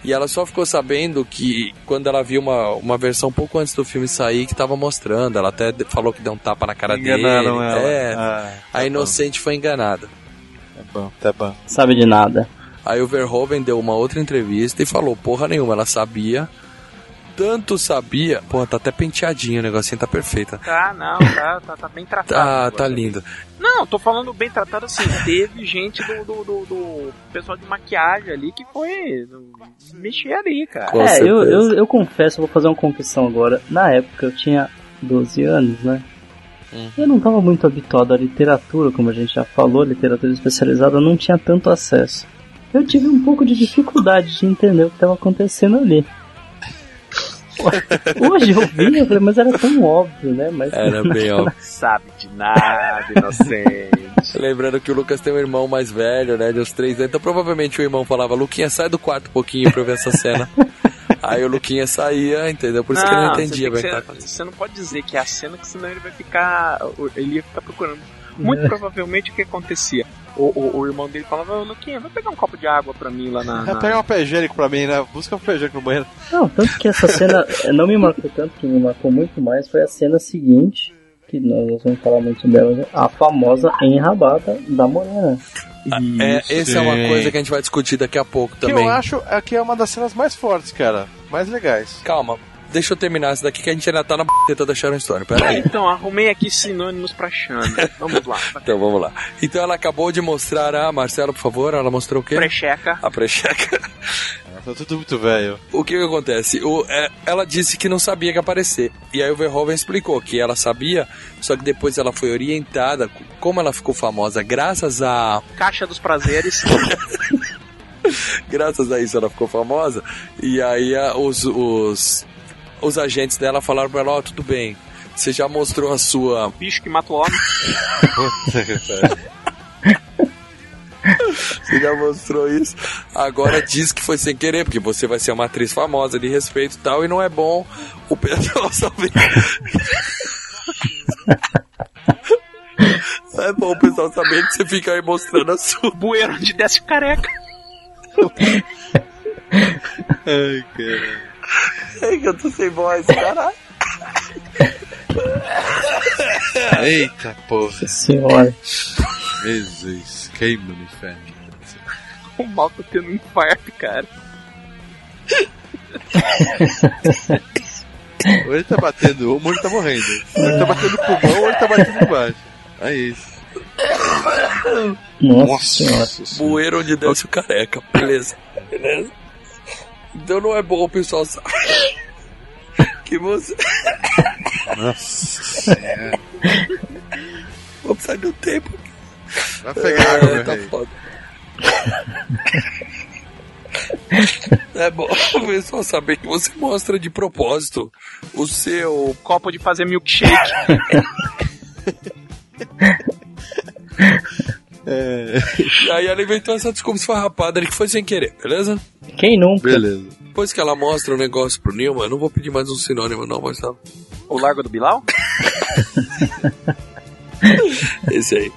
S4: E ela só ficou sabendo que quando ela viu uma, uma versão pouco antes do filme sair que tava mostrando, ela até de- falou que deu um tapa na cara
S5: Enganaram
S4: dele.
S5: ela.
S4: É,
S5: Ah,
S4: a inocente foi enganada.
S5: tá bom, tá bom.
S7: Sabe de nada.
S4: Aí o Verhoeven deu uma outra entrevista e falou porra nenhuma, ela sabia. Tanto sabia. Porra, tá até penteadinho o negocinho, tá perfeito.
S6: Tá, não, tá, tá, tá bem tratado.
S4: Tá,
S6: agora.
S4: tá lindo.
S6: Não, tô falando bem tratado assim. Teve gente do, do, do, do pessoal de maquiagem ali que foi mexer ali, cara.
S4: Com
S7: é, eu,
S4: certeza.
S7: eu, eu confesso, eu vou fazer uma confissão agora. Na época eu tinha 12 anos, né?
S4: Hum.
S7: Eu não estava muito habituado à literatura, como a gente já falou, literatura especializada, eu não tinha tanto acesso. Eu tive um pouco de dificuldade de entender o que estava acontecendo ali. Hoje eu vi, eu falei, mas era tão óbvio, né? Mas
S4: Era bem óbvio.
S6: Sabe de nada, inocente.
S4: Lembrando que o Lucas tem um irmão mais velho, né? De uns três anos. Então provavelmente o irmão falava, Luquinha, sai do quarto um pouquinho pra eu ver essa cena. Aí o Luquinha saía, entendeu? Por isso que ele não
S6: Ah, você
S4: entendia
S6: tem que
S4: bem o que tá
S6: ser-
S4: acontecendo.
S6: Você não pode dizer que é a cena que senão ele vai ficar. Ele ia ficar procurando muito provavelmente o que acontecia? O, o, o irmão dele falava, "Ô, Luquinha, vai pegar um copo de água pra mim lá na.
S5: Ah,
S6: na...
S5: Pega um papel higiênico pra mim, né? Busca um papel higiênico no banheiro.
S7: Não, tanto que essa cena eh, não me marcou tanto, que me marcou muito mais foi a cena seguinte, que nós vamos falar muito dela, já, a famosa enrabada da Morena.
S4: É, essa é uma coisa que a gente vai discutir daqui a pouco
S5: Que
S4: também.
S5: eu acho é que é uma das cenas mais fortes, cara. Mais legais.
S4: Calma, deixa eu terminar isso daqui que a gente ainda tá na b****eta da Sharon Stone, peraí.
S6: Então, arrumei aqui sinônimos pra Xana. Vamos lá.
S4: Então vamos lá. Então ela acabou de mostrar a Marcelo, por favor. Ela mostrou o quê?
S6: Precheca.
S4: A precheca.
S5: Tá tudo muito velho.
S4: O que, que acontece? O- é, ela disse que não sabia que ia aparecer. E aí o Verhoeven explicou que ela sabia, só que depois ela foi orientada. Como ela ficou famosa graças a
S6: Caixa dos prazeres.
S4: graças a isso ela ficou famosa. E aí a- os, os, os agentes dela falaram pra ela, ó, tudo bem, você já mostrou a sua.
S6: Bicho que mata o homem.
S4: Você já mostrou isso. Agora diz que foi sem querer, porque você vai ser uma atriz famosa de respeito e tal, e não é bom o pessoal saber. Não É bom o pessoal saber que você fica aí mostrando a sua.
S6: Bueiro onde desce o careca.
S5: Ai, cara.
S4: que eu tô sem voz, caralho.
S5: Eita porra.
S7: Senhora.
S5: Jesus, queima no inferno. cara.
S6: O mal tá tendo um infarto, cara.
S5: Ou ele tá batendo uma, ou ele tá morrendo. Ou ele tá batendo no pulmão, ou ele tá batendo embaixo. É isso.
S7: Nossa, senhora.
S5: senhora.
S4: Bueiro onde desce o careca, beleza. Beleza? Então não é bom o pessoal saber que você.
S5: Nossa senhora.
S4: Vou precisar de um tempo.
S5: Vai pegar água,
S4: É,
S5: meu
S4: tá
S5: rei.
S4: foda. É bom o pessoal saber que você mostra de propósito o seu.
S6: Copo de fazer milkshake.
S4: E aí ela inventou essa desculpa esfarrapada ali que foi sem querer, beleza?
S7: Quem nunca?
S5: Beleza.
S4: Depois que ela mostra o negócio pro Nilma, eu não vou pedir mais um sinônimo, não, Marcelo.
S6: O Largo do Bilal?
S4: Esse aí.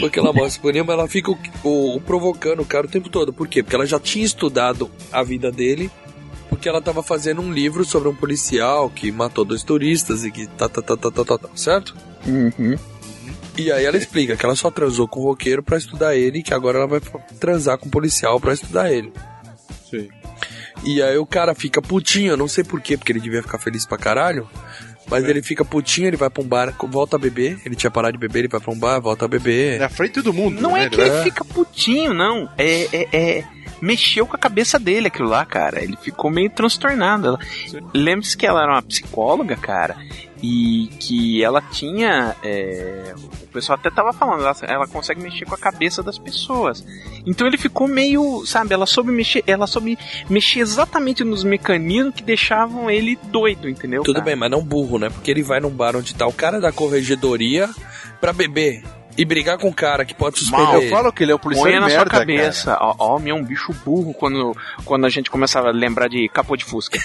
S4: Porque ela mostra pro Nilma, ela fica o, o- o provocando o cara o tempo todo. Por quê? Porque ela já tinha estudado a vida dele, porque ela tava fazendo um livro sobre um policial que matou dois turistas e que tá, tá, tá, tá, tá, tá, tá certo?
S6: Uhum.
S4: E aí ela explica que ela só transou com o roqueiro pra estudar ele e que agora ela vai transar com o policial pra estudar ele.
S5: Sim.
S4: E aí o cara fica putinho, eu não sei porquê, porque ele devia ficar feliz pra caralho. Mas ele fica putinho, ele vai pra um bar, volta a beber. Ele tinha parado de beber, ele vai pra um bar, volta a beber.
S5: Na frente de todo mundo.
S6: Não
S5: né?
S6: é que ele fica putinho, não. É, é, é- Mexeu com a cabeça dele aquilo lá, cara. Ele ficou meio transtornado. Ela- Lembre-se que ela era uma psicóloga, cara. E que ela tinha. é, O pessoal até tava falando, ela, ela consegue mexer com a cabeça das pessoas. Então ele ficou meio. Sabe, ela soube mexer. Ela soube mexer exatamente nos mecanismos que deixavam ele doido, entendeu?
S4: Tudo
S6: cara?
S4: bem, mas não burro, né? Porque ele vai num bar onde tá o cara da corregedoria pra beber e brigar com o cara que pode suspender.
S5: Eu
S4: ele.
S5: falo que ele é um policial
S6: Põe na
S5: merda,
S6: sua
S5: cara.
S6: cabeça. Ó, homem é um bicho burro quando, quando a gente começava a lembrar de capô de fusca.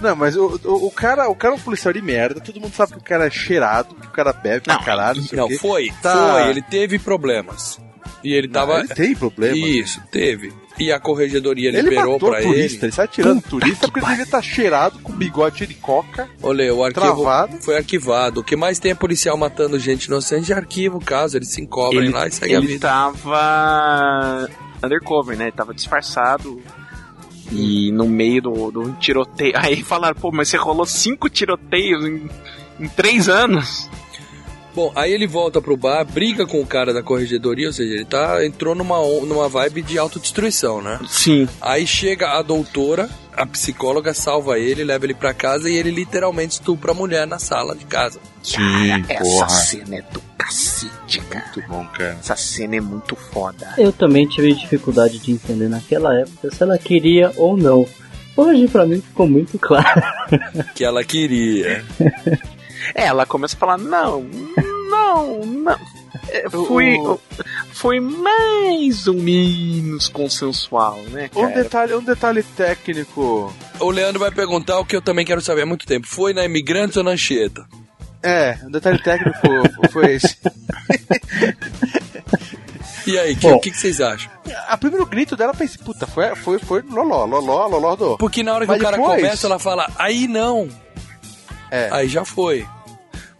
S5: Não, mas o, o, o cara, o cara é um policial de merda, todo mundo sabe que o cara é cheirado, que o cara bebe pra
S6: Não,
S5: caralho, não sei
S4: Não,
S5: o quê.
S4: foi,
S5: Tá.
S4: foi, ele teve problemas. E ele tava.
S5: Ele tem problema.
S4: Isso, teve. E a corregedoria
S5: Ele,
S4: liberou
S5: matou
S4: pra
S5: turista, ele,
S4: ele.
S5: sai tirando turista porque ele devia estar cheirado com bigode de coca,
S4: Olha, o arquivo
S5: travado.
S4: foi arquivado. O que mais tem é policial matando gente inocente, arquiva o caso, eles se encobrem
S6: Ele-
S4: lá e seguem a
S6: Ele tá-
S4: vida.
S6: tava undercover, né? Ele tava disfarçado. E no meio do, do tiroteio. Aí falaram, pô, mas você rolou cinco tiroteios em, em três anos.
S4: Bom, aí ele volta pro bar, briga com o cara da corregedoria, ou seja, ele tá, entrou numa, on- numa vibe de autodestruição, né?
S6: Sim.
S4: Aí chega a doutora, a psicóloga salva ele, leva ele pra casa e ele literalmente estupra a mulher na sala de casa.
S5: Sim,
S6: Essa cena é do cacete, cara.
S5: Muito bom, cara.
S6: Essa cena é muito foda.
S7: Eu também tive dificuldade de entender naquela época se ela queria ou não. Hoje pra mim ficou muito claro.
S4: Que ela queria.
S6: É, ela começa a falar, não, não, não. É, Foi, foi mais ou menos consensual, né?
S5: Um
S6: Cara?
S5: detalhe, um detalhe técnico.
S4: O Leandro vai perguntar o que eu também quero saber há muito tempo. Foi na Imigrantes ou na Anchieta?
S5: É, o detalhe técnico foi- foi esse.
S4: E aí, o que,
S5: Bom.
S4: que, que vocês acham?
S5: A primeiro grito dela, eu pensei, puta, foi, foi, foi loló, loló, loló do.
S4: Porque na hora que
S5: Mas
S4: o cara
S5: depois-
S4: começa, ela fala, aí não.
S5: É.
S4: Aí já foi.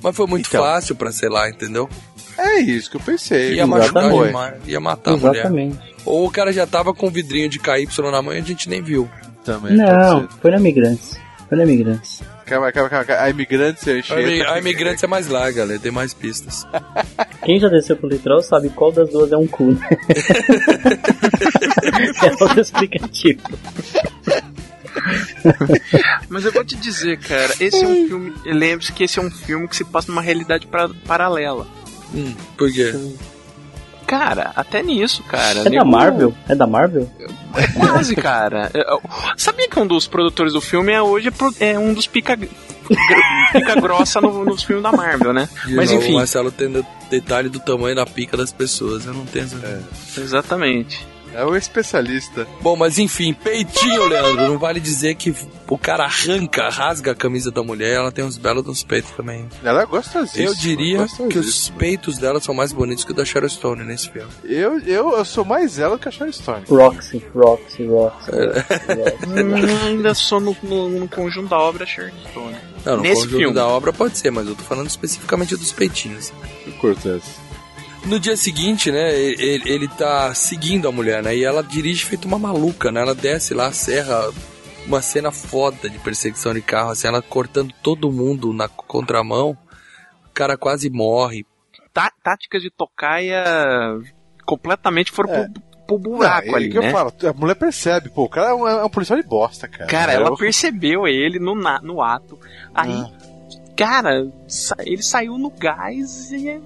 S4: Mas foi
S5: Então.
S4: muito fácil pra sei lá, entendeu?
S5: É isso que eu pensei.
S4: Ia machucar
S5: Exatamente.
S4: demais, ia matar a mulher. né, Ou o cara já tava com o vidrinho de KY na mão e a gente nem viu.
S5: Também.
S7: Não, foi na Migrantes. Foi na Migrantes.
S5: Calma, calma, calma. calma. A imigrante eu
S4: A imi-
S5: achei.
S4: a imigrante é mais larga, galera, tem mais pistas.
S7: Quem já desceu pro litoral sabe qual das duas é um cu, né? é outro explicativo.
S6: Mas eu vou te dizer, cara, esse é um filme. Lembre-se que esse é um filme que se passa numa realidade pra- paralela.
S4: Hum, por quê?
S6: Cara, até nisso, cara.
S7: É da
S6: nego-
S7: Marvel? É da Marvel?
S6: É quase, cara. É, é, Sabia que um dos produtores do filme é hoje pro- é um dos pica, pica grossa no- nos filmes da Marvel, né?
S4: De
S6: Mas
S4: novo, O
S6: enfim,
S4: Marcelo tem de- detalhe do tamanho da pica das pessoas, eu não tenho essa...
S6: É. exatamente.
S5: É um especialista.
S4: Bom, mas enfim, peitinho, Leandro. Não vale dizer que o cara arranca, rasga a camisa da mulher ela tem uns belos dos peitos também.
S5: Ela é gostosíssima.
S4: Eu diria
S6: é
S5: gostosíssima.
S4: que os peitos dela são mais bonitos que o da Sharon Stone nesse filme.
S5: Eu, eu, eu sou mais ela que a Sharon Stone.
S7: Roxy, Roxy, Roxy.
S6: Hum, ainda só no, no- no conjunto da obra Sharon Stone.
S4: Não, no
S6: Nesse
S4: conjunto
S6: filme.
S4: da obra pode ser, mas eu tô falando especificamente dos peitinhos.
S5: Que curto é essa.
S4: No dia seguinte, né, ele, ele tá seguindo a mulher, né, e ela dirige feito uma maluca, né, ela desce lá, a serra, uma cena foda de perseguição de carro, assim, ela cortando todo mundo na contramão, o cara quase morre.
S6: Tá- táticas de tocaia completamente foram pro, pro buraco
S5: Não, é
S6: ali,
S5: que eu
S6: né?
S5: falo, a mulher percebe, pô, o cara é um, é um policial de bosta, cara.
S6: Cara,
S5: É,
S6: ela
S5: eu-
S6: percebeu ele no, na- no ato. Aí, cara, sa- ele saiu no gás e é-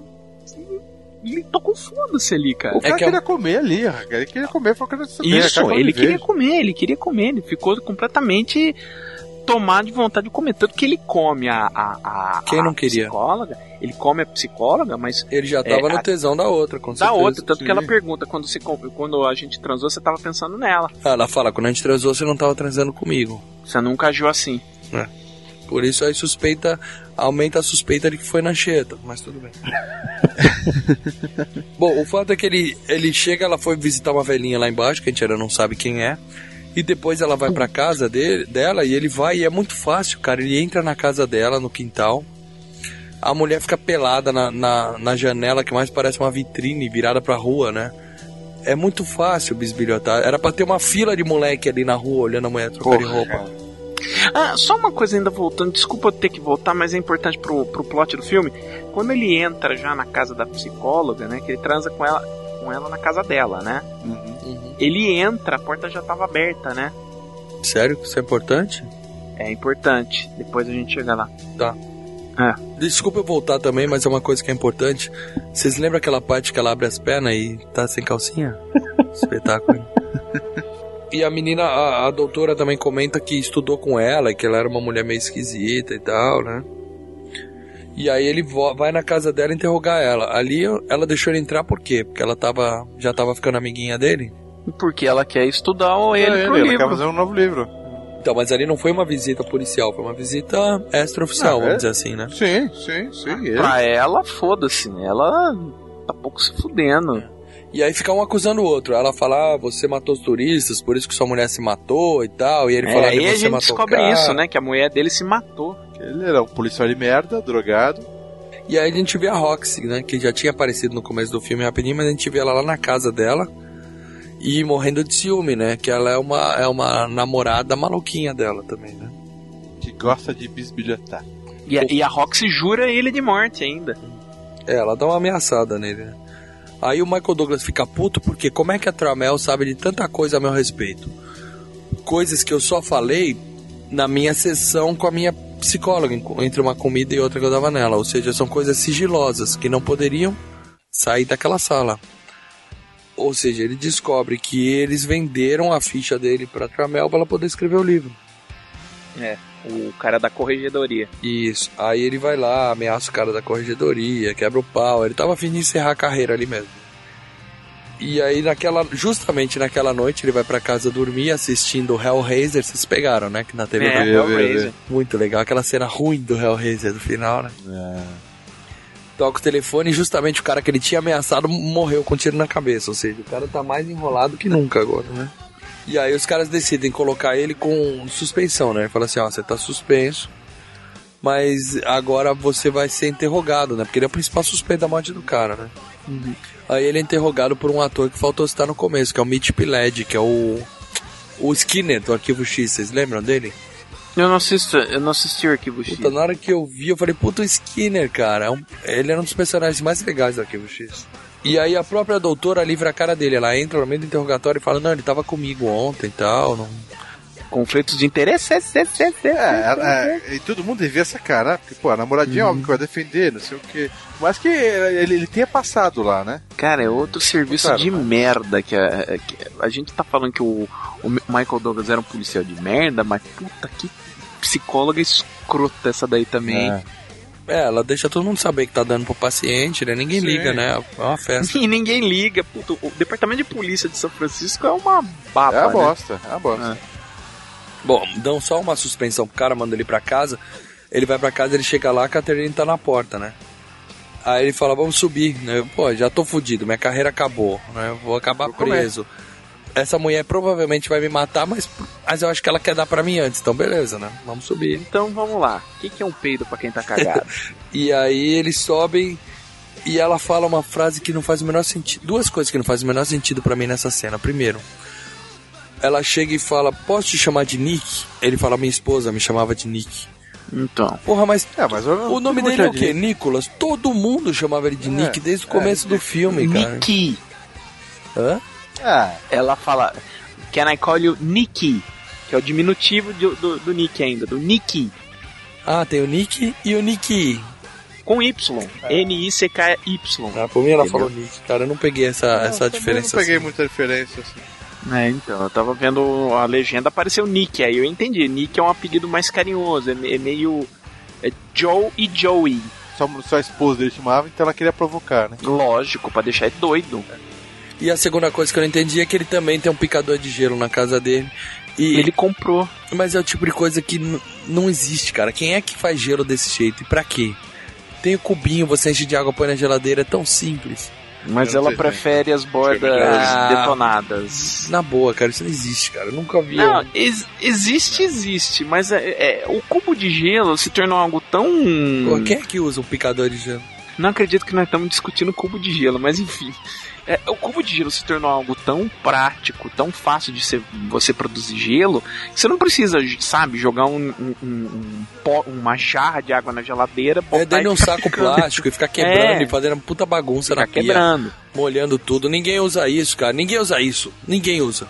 S6: ele tocou foda-se ali, cara.
S5: O cara
S4: é que é um-
S5: queria comer ali, cara. Ele queria comer, falou que não sabia.
S6: Isso,
S5: cara, come
S6: ele queria
S5: veja.
S6: comer, ele queria comer, ele ficou completamente tomado de vontade de comer. Tanto que ele come a, a, a-
S4: Quem
S6: a
S4: não queria?
S6: psicóloga, ele come a psicóloga, mas
S4: Ele já tava
S6: É,
S4: no
S6: a-
S4: tesão da outra, com
S6: da
S4: certeza.
S6: outra. Tanto que
S5: sim.
S6: ela pergunta, quando, se, quando a gente transou, você tava pensando nela.
S4: Ah, Ela fala, quando a gente transou, você não tava transando comigo.
S6: Você nunca agiu assim.
S4: Por isso aí suspeita, aumenta a suspeita de que foi na cheta, mas tudo bem. Bom, o fato é que ele, ele chega, ela foi visitar uma velhinha lá embaixo, que a gente ainda não sabe quem é. E depois ela vai pra casa dele, dela e ele vai, e é muito fácil, cara. Ele entra na casa dela, no quintal. A mulher fica pelada na, na, na janela, que mais parece uma vitrine virada pra rua, né? É muito fácil bisbilhotar. Era pra ter uma fila de moleque ali na rua olhando a mulher trocar de
S5: Porra,
S4: roupa.
S6: Ah, só uma coisa ainda voltando, desculpa eu ter que voltar, mas é importante pro, pro plot do filme. Quando ele entra já na casa da psicóloga, né, que ele transa com ela, com ela na casa dela, né?
S4: Uhum.
S6: Ele entra, a porta já tava aberta, né?
S4: Sério que isso é importante?
S6: É importante. Depois a gente chega lá.
S4: Desculpa eu voltar também, mas é uma coisa que é importante. Vocês lembram aquela parte que ela abre as pernas e tá sem calcinha? Espetáculo. hein? E a menina, a, a doutora também comenta que estudou com ela, e que ela era uma mulher meio esquisita e tal, né? E aí ele vo- vai na casa dela interrogar ela. Ali eu- ela deixou ele entrar por quê? Porque ela tava, já tava ficando amiguinha dele?
S6: Porque ela quer estudar ou
S5: É,
S6: ele
S5: ele,
S6: pro
S5: ela
S6: livro.
S5: quer fazer um novo livro.
S4: Então, mas ali não foi uma visita policial, foi uma visita extraoficial,
S5: Ah, é?
S4: vamos dizer assim, né?
S5: Sim, sim, sim. ele.
S6: Pra ela, foda-se, né? Ela tá pouco se fudendo.
S4: E aí fica um acusando o outro. Ela fala, ah, você matou os turistas, por isso que sua mulher se matou e tal. E ele fala,
S6: É, aí
S4: "Ah,
S6: a
S4: você
S6: gente
S4: matou
S6: descobre
S4: o cara."
S6: isso, né? Que a mulher dele se matou.
S5: Ele era um policial de merda, drogado.
S4: E aí a gente vê a Roxy, né? Que já tinha aparecido no começo do filme rapidinho, mas a gente vê ela lá na casa dela. E morrendo de ciúme, né? Que ela é uma, é uma namorada maluquinha dela também, né?
S5: Que gosta de bisbilhotar.
S6: E a, e a Roxy jura ele de morte ainda.
S4: É, ela dá uma ameaçada nele, né? Aí o Michael Douglas fica puto porque como é que a Tramel sabe de tanta coisa a meu respeito? Coisas que eu só falei na minha sessão com a minha psicóloga, en- entre uma comida e outra que eu dava nela. Ou seja, são coisas sigilosas que não poderiam sair daquela sala. Ou seja, ele descobre que eles venderam a ficha dele pra Tramel pra ela poder escrever o livro.
S6: O cara da corregedoria.
S4: Isso. Aí ele vai lá, ameaça o cara da corregedoria, quebra o pau. Ele tava afim de encerrar a carreira ali mesmo. E aí naquela, justamente naquela noite ele vai pra casa dormir assistindo Hellraiser, vocês pegaram, né, que na TV
S6: É,
S4: dava.
S6: Hellraiser.
S4: Muito legal aquela cena ruim do Hellraiser do final, né?
S6: É.
S4: Toca o telefone e justamente o cara que ele tinha ameaçado morreu com um tiro na cabeça, ou seja, o cara tá mais enrolado que nunca agora, né? E aí os caras decidem colocar ele com suspensão, né? Fala assim, ó, você tá suspenso, mas agora você vai ser interrogado, né? Porque ele é o principal suspeito da morte do cara, né? Aí ele é interrogado por um ator que faltou citar no começo, que é o Mitch Pileggi, que é o o Skinner do Arquivo X, vocês lembram dele?
S6: Eu não assisto, eu não assisti o arquivo X.
S4: Puta, na hora que eu vi, eu falei, puta, o Skinner, cara, é um- ele era um dos personagens mais legais do Arquivo X. E aí a própria doutora livra a cara dele, ela entra no meio do interrogatório e fala, não, ele tava comigo ontem e tal, não...
S6: Conflitos de interesse, é, é, é,
S5: É, é, e todo mundo devia essa cara, né? porque, pô, a namoradinha óbvio que vai defender, não sei o quê. Mas que ele, ele tenha passado lá, né?
S6: Cara, é outro serviço
S5: Cara,
S6: de merda que a, que a gente tá falando que o, o Michael Douglas era um policial de merda, mas puta que psicóloga escrota essa daí também.
S4: É, ela deixa todo mundo saber que tá dando pro paciente, né? Ninguém liga, né? É uma festa.
S6: E ninguém liga, puto, o departamento de polícia de São Francisco é uma baba,
S5: É a
S6: né?
S5: bosta, é a bosta.
S4: Bom, dão só uma suspensão pro cara, mandam ele pra casa. Ele vai pra casa, ele chega lá, a Catherine tá na porta, né? Aí ele fala, vamos subir, né? Pô, já tô fudido, minha carreira acabou, né? Eu Vou acabar preso. Essa mulher provavelmente vai me matar, mas, mas eu acho que ela quer dar pra mim antes, então beleza, né? Vamos subir.
S6: Então vamos lá, o que, que é um peido pra quem tá cagado?
S4: E aí eles sobem e ela fala uma frase que não faz o menor sentido. Duas coisas que não fazem o menor sentido pra mim nessa cena. Primeiro, ela chega e fala: Posso te chamar de Nick? Ele fala: Minha esposa me chamava de Nick.
S6: então,
S4: Porra, mas
S5: É, mas eu não-
S4: o nome
S5: todo mundo
S4: dele é o
S5: já
S4: quê?
S5: disse.
S4: Nicolas? Todo mundo chamava ele de Nick desde o começo do filme, cara.
S6: Nicky,
S4: Hã?
S5: Ah,
S6: ela fala, can I call you Nicky? Que é o diminutivo de- do, do Nick ainda, do Nicky,
S4: Ah, tem o Nick e o Nick.
S6: com Y,
S5: É.
S6: N-I-C-K-Y.
S4: Ah, por mim ela
S6: Entendeu?
S4: falou Nick, cara. Eu não peguei essa, essa
S5: eu também
S4: diferença.
S5: Não peguei
S4: assim.
S5: muita diferença, assim.
S6: É, então, eu tava vendo a legenda, apareceu Nick, aí eu entendi. Nick é um apelido mais carinhoso, é, me- é meio. É Joe e Joey.
S5: Só, só a esposa dele chamava, então ela queria provocar, né?
S6: Lógico, pra deixar ele doido.
S4: assim. E a segunda coisa que eu não entendi é que ele também tem um picador de gelo na casa dele. E
S6: Ele comprou.
S4: Mas é o tipo de coisa que n- não existe, cara. Quem é que faz gelo desse jeito e pra quê? Tem o cubinho, você enche de água, põe na geladeira, é tão simples.
S6: Mas
S5: Eu não
S6: ela
S5: sei, né?
S6: prefere as bordas
S4: Ah.
S6: detonadas.
S4: Na boa, cara, isso não existe, cara. Eu nunca vi.
S6: Não,
S4: um-
S6: ex- existe, existe, mas é, é- o cubo de gelo se tornou algo tão.
S4: Pô, Quem é que usa um picador de gelo?
S6: Não acredito que nós estamos discutindo cubo de gelo, mas enfim. É, o cubo de gelo se tornou algo tão prático, tão fácil de ser- você produzir gelo, que você não precisa, sabe, jogar um, um- um- um pó- uma jarra de água na geladeira, botar
S4: É dele
S6: e
S4: um
S6: ficar
S4: saco
S6: ficando-
S4: plástico e ficar quebrando
S6: É.
S4: e fazendo uma puta bagunça
S6: ficar
S4: na pia,
S6: quebrando.
S4: molhando tudo. Ninguém usa isso, cara. Ninguém usa isso. Ninguém usa.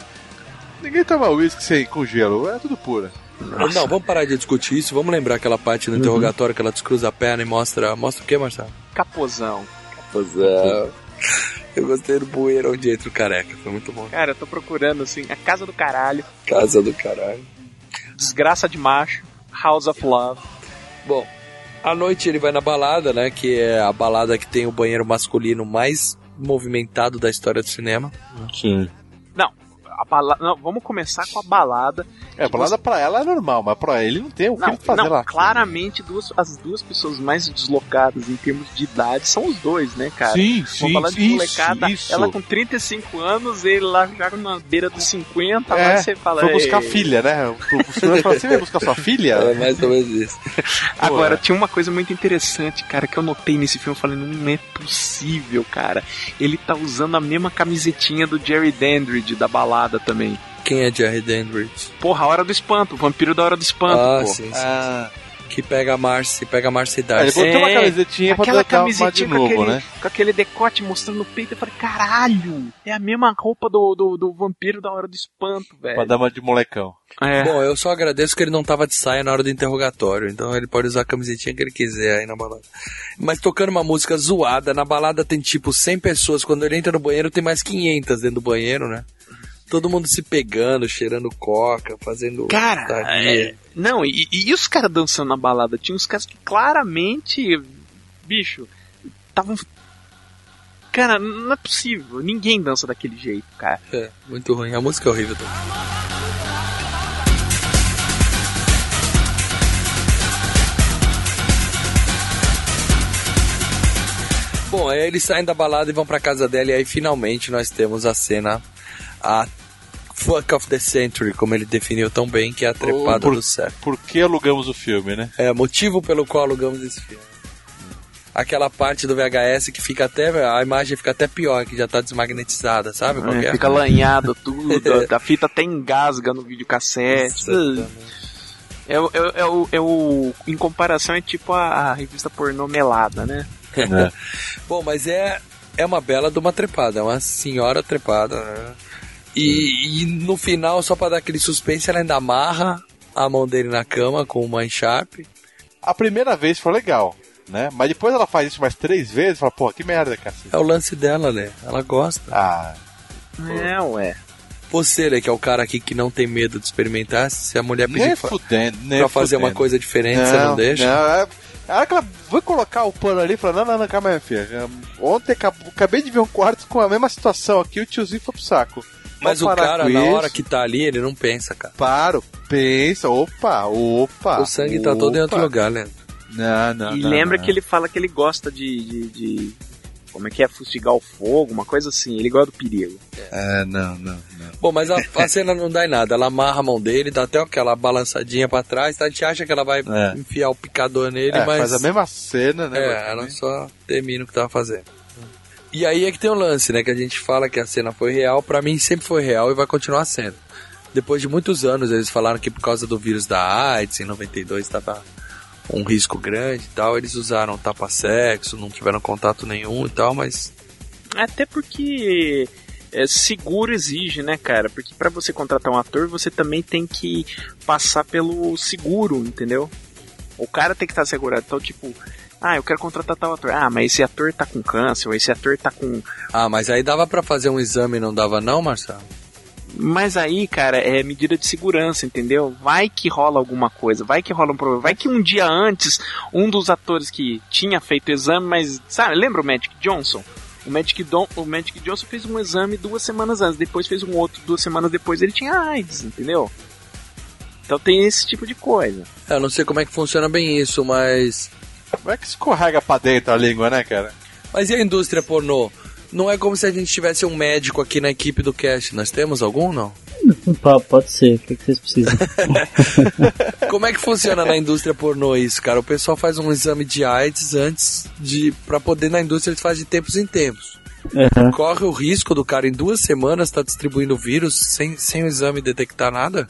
S5: Ninguém toma uísque sem com gelo, é tudo pura.
S4: Não, vamos parar de discutir isso. Vamos lembrar aquela parte do interrogatório que ela descruza a perna e mostra. Mostra o que, Marcelo?
S6: Capozão.
S4: é. Capuzão. Eu gostei do bueiro onde entra o careca. Foi muito bom.
S6: Cara, eu tô procurando assim, a casa do caralho,
S4: Casa do caralho.
S6: desgraça de macho, House of Love.
S4: Bom, à noite ele vai na balada, né? Que é a balada que tem o banheiro masculino mais movimentado da história do cinema.
S5: Sim.
S6: A bala... Não, vamos começar com a balada.
S5: É, a balada pra ela é normal, mas pra ele não tem o que
S6: Não,
S5: ele fazer
S6: não,
S5: lá.
S6: claramente duas, as duas pessoas mais deslocadas em termos de idade são os dois, né, cara?
S5: Sim,
S6: Vamos falar de
S5: isso,
S6: molecada,
S5: isso.
S6: ela com 35 anos, ele lá já na beira dos 50,
S5: É,
S6: lá você fala.
S5: Foi buscar a
S6: "Ei". É.
S5: filha, né? O senhor falou, você vai buscar sua filha?
S4: É, mais ou menos isso.
S6: Agora, tinha uma coisa muito interessante, cara, que eu notei nesse filme, eu falei, não é possível, cara. Ele tá usando a mesma camisetinha do Jerry Dandridge da balada também.
S4: Quem é Jerry Dandridge?
S6: Porra, a hora do espanto, o vampiro da hora do espanto,
S4: ah,
S6: pô.
S4: sim, sim.
S5: Ah,
S4: Que pega a Marcy, pega a Marcy
S5: aí ele
S4: Darcy.
S5: botou uma
S6: É,
S5: camisetinha pra
S6: Aquela
S5: botar uma de
S6: camisetinha com,
S5: novo,
S6: aquele,
S5: né?
S6: com aquele decote mostrando o peito, eu falei, caralho, é a mesma roupa do, do, do vampiro da hora do espanto,
S5: Pra
S6: velho.
S5: dar uma de molecão.
S6: É.
S4: Bom, eu só agradeço que ele não tava de saia na hora do interrogatório, então ele pode usar a camisetinha que ele quiser aí na balada. Mas tocando uma música zoada, na balada tem tipo 100 pessoas, quando ele entra no banheiro tem mais 500 dentro do banheiro, né? Todo mundo se pegando, cheirando coca, fazendo...
S6: Cara,
S4: putaria.
S6: é, não, e, e- e os caras dançando na balada? Tinha uns caras que claramente, bicho, estavam Cara, não é possível. Ninguém dança daquele jeito, cara.
S4: É, muito ruim. A música é horrível também. Bom, aí eles saem da balada e vão pra casa dela, e aí finalmente nós temos a cena, a Fuck of the Century, como ele definiu tão bem, que é a trepada
S5: por-
S4: do século.
S5: Por que alugamos o filme, né?
S4: É, motivo pelo qual alugamos esse filme. Aquela parte do VHS que fica até. A imagem fica até pior, que já tá desmagnetizada, sabe? qual que
S6: É,
S4: é?
S6: fica lanhado tudo, a- a fita até engasga no videocassete. É, o- é, o- é, o, é o. Em comparação, é tipo a, a revista pornô melada, né?
S4: Bom, mas é, é uma bela de uma trepada, é uma senhora trepada.
S5: É.
S4: né? E, e no final, só pra dar aquele suspense, ela ainda amarra a mão dele na cama com uma encharpe.
S5: A primeira vez foi legal, né? Mas depois ela faz isso mais três vezes e fala, pô, que merda, cacete.
S4: É o lance dela, né? Ela gosta.
S5: Ah,
S6: É, ué.
S4: Você, né, que é o cara aqui que não tem medo de experimentar, se a mulher
S5: nem
S4: pedir fa-
S5: fudendo, nem
S4: pra fazer uma
S5: fudendo.
S4: coisa diferente, você não deixa?
S5: Não, é... A hora que ela vai colocar o pano ali, fala, não, não, não, calma aí, filha. Já- Ontem acab- acabei de ver um quarto com a mesma situação aqui, o tiozinho foi pro saco.
S4: Mas o
S5: Vamos parar
S4: cara,
S5: com
S4: na
S5: isso.
S4: hora que tá ali, ele não pensa, cara.
S5: Paro, pensa, opa, opa.
S4: o sangue tá todo em outro
S5: Ah, opa.
S4: lugar, né?
S5: Não, não,
S6: e
S5: não,
S6: lembra
S5: não.
S6: que ele fala que ele gosta de, de, de- Como é que é? Fustigar o fogo, uma coisa assim. Ele gosta do perigo.
S5: É, não, não, não.
S4: Bom, mas a, a cena não dá em nada. Ela amarra a mão dele, dá até aquela balançadinha pra trás, tá? a gente acha que ela vai
S5: É.
S4: enfiar o picador nele,
S5: É,
S4: mas.
S5: Faz a mesma cena, né?
S4: É, ela
S5: basicamente.
S4: só termina o que tava fazendo. E aí é que tem o lance, né? Que a gente fala que a cena foi real, pra mim sempre foi real e vai continuar sendo. Depois de muitos anos, eles falaram que por causa do vírus da AIDS, em 92 tava um risco grande e tal, eles usaram tapa-sexo, não tiveram contato nenhum e tal, mas
S6: Até porque é, seguro exige, né, cara? Porque pra você contratar um ator, você também tem que passar pelo seguro, entendeu? O cara tem que estar segurado. Então, tipo, ah, eu quero contratar tal ator. Ah, mas esse ator tá com câncer, ou esse ator tá com.
S4: Ah, mas aí dava pra fazer um exame e não dava não, Marcelo?
S6: Mas aí, cara, é medida de segurança, entendeu? Vai que rola alguma coisa, vai que rola um problema. Vai que um dia antes, um dos atores que tinha feito o exame, mas. Sabe, lembra o Magic Johnson? O Magic, Don, o Magic Johnson fez um exame duas semanas antes, depois fez um outro duas semanas depois, ele tinha AIDS, entendeu? Então tem esse tipo de coisa.
S4: Eu não sei como é que funciona bem isso, mas...
S5: Como é que escorrega pra dentro a língua, né, cara?
S4: Mas e a indústria pornô? Não é como se a gente tivesse um médico aqui na equipe do cast. Nós temos algum, não?
S7: Opa, pode ser, o que, que vocês precisam?
S4: Como é que funciona na indústria pornô isso, cara? O pessoal faz um exame de AIDS antes de... Pra poder na indústria eles fazem de tempos em tempos.
S7: Aham.
S4: Corre o risco do cara em duas semanas estar distribuindo o vírus sem, sem o exame detectar nada?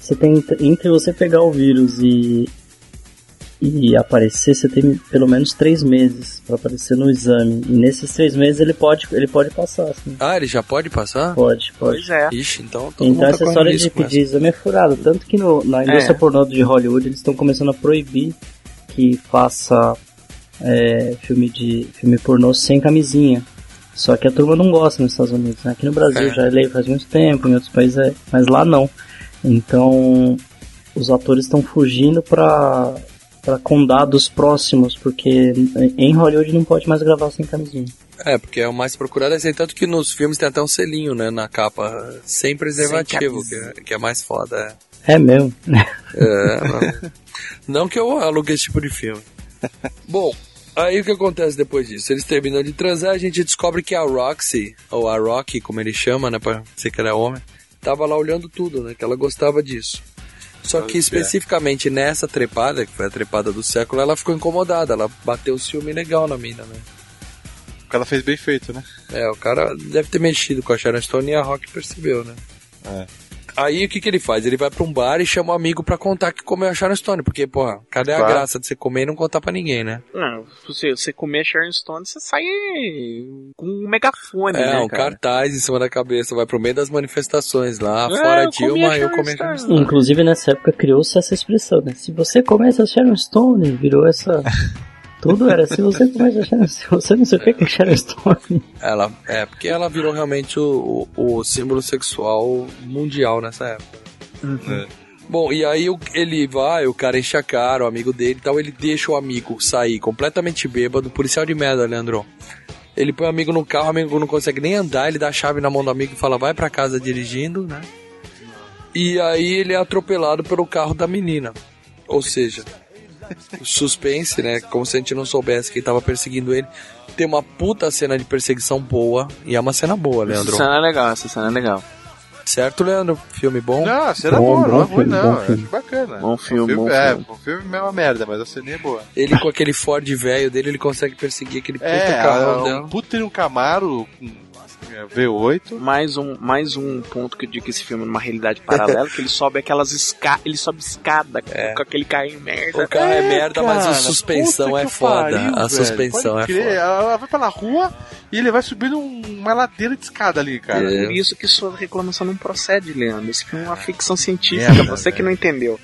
S7: Você tem entre você pegar o vírus e e aparecer, você tem pelo menos três meses pra aparecer no exame. E nesses três meses ele pode ele pode passar, assim.
S4: Ah, ele já pode passar?
S7: Pode, pode.
S6: Pois é.
S4: Ixi, então todo
S7: Então
S4: mundo
S7: essa
S4: tá correndo
S7: história de
S4: risco com É.
S7: pedir exame é furada. Tanto que no- na indústria pornô de Hollywood eles estão começando a proibir que faça é, filme, de, filme pornô sem camisinha. Só que a turma não gosta nos Estados Unidos. né? Aqui no Brasil
S4: É.
S7: já é lei faz muito tempo, em outros países é, mas lá não. Então os atores estão fugindo pra, pra condados próximos, porque em Hollywood não pode mais gravar sem camisinha.
S4: É, porque é o mais procurado, assim, tanto que nos filmes tem até um selinho, né, na capa, sem preservativo, que é, que é mais foda.
S7: É mesmo.
S4: É, É, não, não que eu alugue esse tipo de filme. Bom, aí o que acontece depois disso? Eles terminam de transar, a gente descobre que a Roxy, ou a Rocky, como ele chama, né, pra ser que era homem, tava lá olhando tudo, né, que ela gostava disso. Só que especificamente nessa trepada, que foi a trepada do século, ela ficou incomodada, ela bateu o ciúme legal na mina, né.
S5: Porque ela fez bem feito, né?
S4: É, o cara deve ter mexido com a Sharon Stone e a Rock percebeu, né?
S5: É.
S4: Aí o que, que ele faz? Ele vai pra um bar e chama um amigo pra contar que comeu a Sharon Stone, porque, porra, cadê a
S5: Claro.
S4: graça de você comer e não contar pra ninguém, né?
S6: Não, você, você comer Sharon Stone, você sai com um megafone,
S4: É,
S6: né,
S4: um
S6: cara?
S4: cartaz em cima da cabeça, vai pro meio das manifestações lá,
S6: É,
S4: fora
S6: eu comi a
S4: Dilma, eu
S6: Sharon
S4: comi a Sharon
S6: Stone.
S4: Stone.
S7: Inclusive nessa época criou-se essa expressão, né? Se você começa a Sharon Stone, virou essa. Tudo era se você começa a Sharon Stone, você não sei o que que é Sharon Stone.
S4: Ela, é, porque ela virou realmente o, o, o símbolo sexual mundial nessa época. Bom, e aí o- ele vai, o cara enche a cara, o amigo dele e tal, ele deixa o amigo sair completamente bêbado, policial de merda, Leandro. Ele põe o amigo no carro, o amigo não consegue nem andar, ele dá a chave na mão do amigo e fala, vai pra casa dirigindo, né? E aí ele é atropelado pelo carro da menina. Ou seja, suspense, né? Como se a gente não soubesse quem tava perseguindo ele. Tem uma puta cena de perseguição boa. E é uma cena boa, Leandro.
S6: Essa cena é legal, essa cena é legal.
S4: Certo, Leandro? Filme bom?
S5: Não, a cena é
S6: Bom,
S5: boa,
S6: bom
S5: não é ruim,
S6: filme,
S5: não.
S6: bom
S5: Eu
S6: filme.
S5: acho bacana.
S6: Bom filme,
S5: o
S6: bom
S5: é,
S6: filme.
S5: o filme é uma merda, mas a cena é boa.
S4: Ele com aquele Ford velho dele, ele consegue perseguir aquele puta
S5: É,
S4: carro
S5: a-
S4: dela.
S5: um puta e um Camaro com é, V8.
S6: Mais um, mais um ponto que eu digo que esse filme é numa realidade paralela, que ele sobe aquelas escadas, ele sobe escada com- com aquele carrinho merda.
S4: O carro é, merda, mas a
S5: É. cara,
S4: suspensão
S5: puta
S4: é
S5: que
S4: foda.
S5: pariu,
S4: a
S5: velho.
S4: suspensão
S5: Pode
S4: é
S5: crer,
S4: foda.
S5: Ela vai pela rua e ele vai subindo um- uma ladeira de escada ali, cara.
S4: É.
S6: Por isso que sua reclamação não procede, Leandro. Esse filme é uma ficção científica,
S5: Merda,
S6: você que
S5: velho.
S6: não entendeu.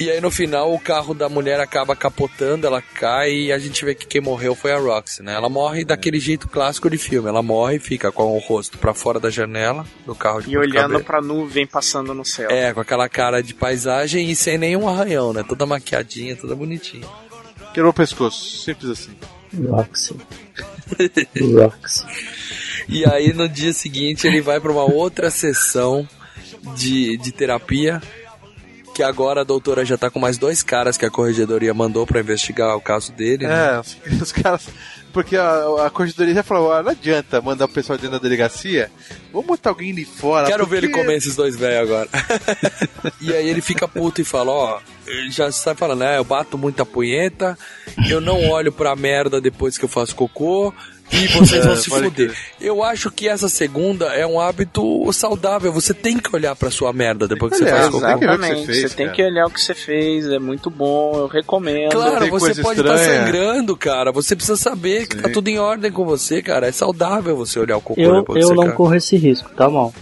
S4: E aí no final o carro da mulher acaba capotando, ela cai e a gente vê que quem morreu foi a Roxy, né? Ela
S5: É.
S4: morre daquele jeito clássico de filme. Ela morre e fica com o rosto pra fora da janela do carro de
S6: E olhando
S4: cabe-
S6: pra nuvem passando no céu.
S4: É, com aquela cara de paisagem e sem nenhum arranhão, né? Toda maquiadinha, toda bonitinha.
S5: Quebrou o pescoço, simples assim.
S7: Roxy. Roxy.
S4: E aí no dia seguinte ele vai pra uma outra sessão de, de terapia. Que agora a doutora já tá com mais dois caras que a corregedoria mandou pra investigar o caso dele. né?
S5: É, os, os caras. Porque a, a corregedoria já falou: "Ah, não adianta mandar o pessoal dentro da delegacia, vamos botar alguém ali fora.
S4: Quero ver ele
S5: É, porque-
S4: comer esses dois velhos agora. e aí ele fica puto e fala, ó, ele já sai falando, né? Eu bato muita punheta, eu não olho pra merda depois que eu faço cocô. E vocês vão
S5: É,
S4: se
S5: pode
S4: fuder.
S5: crer.
S4: Eu acho que essa segunda é um hábito saudável. Você tem que olhar pra sua merda depois que você
S5: olhar,
S4: faz
S5: exato.
S4: cocô.
S5: tem que ver é o que você
S6: Exatamente.
S5: fez,
S6: Você tem
S5: cara.
S6: que olhar o que você fez, é muito bom, eu recomendo.
S4: Claro,
S5: tem
S4: você
S5: coisa
S4: pode estar
S5: estranha.
S4: sangrando, cara. Você precisa saber que
S5: Sim.
S4: tá tudo em ordem com você, cara. É saudável você olhar o cocô
S7: Eu,
S4: depois que
S7: eu
S4: você
S7: não
S4: caga.
S7: corro esse risco, tá mal?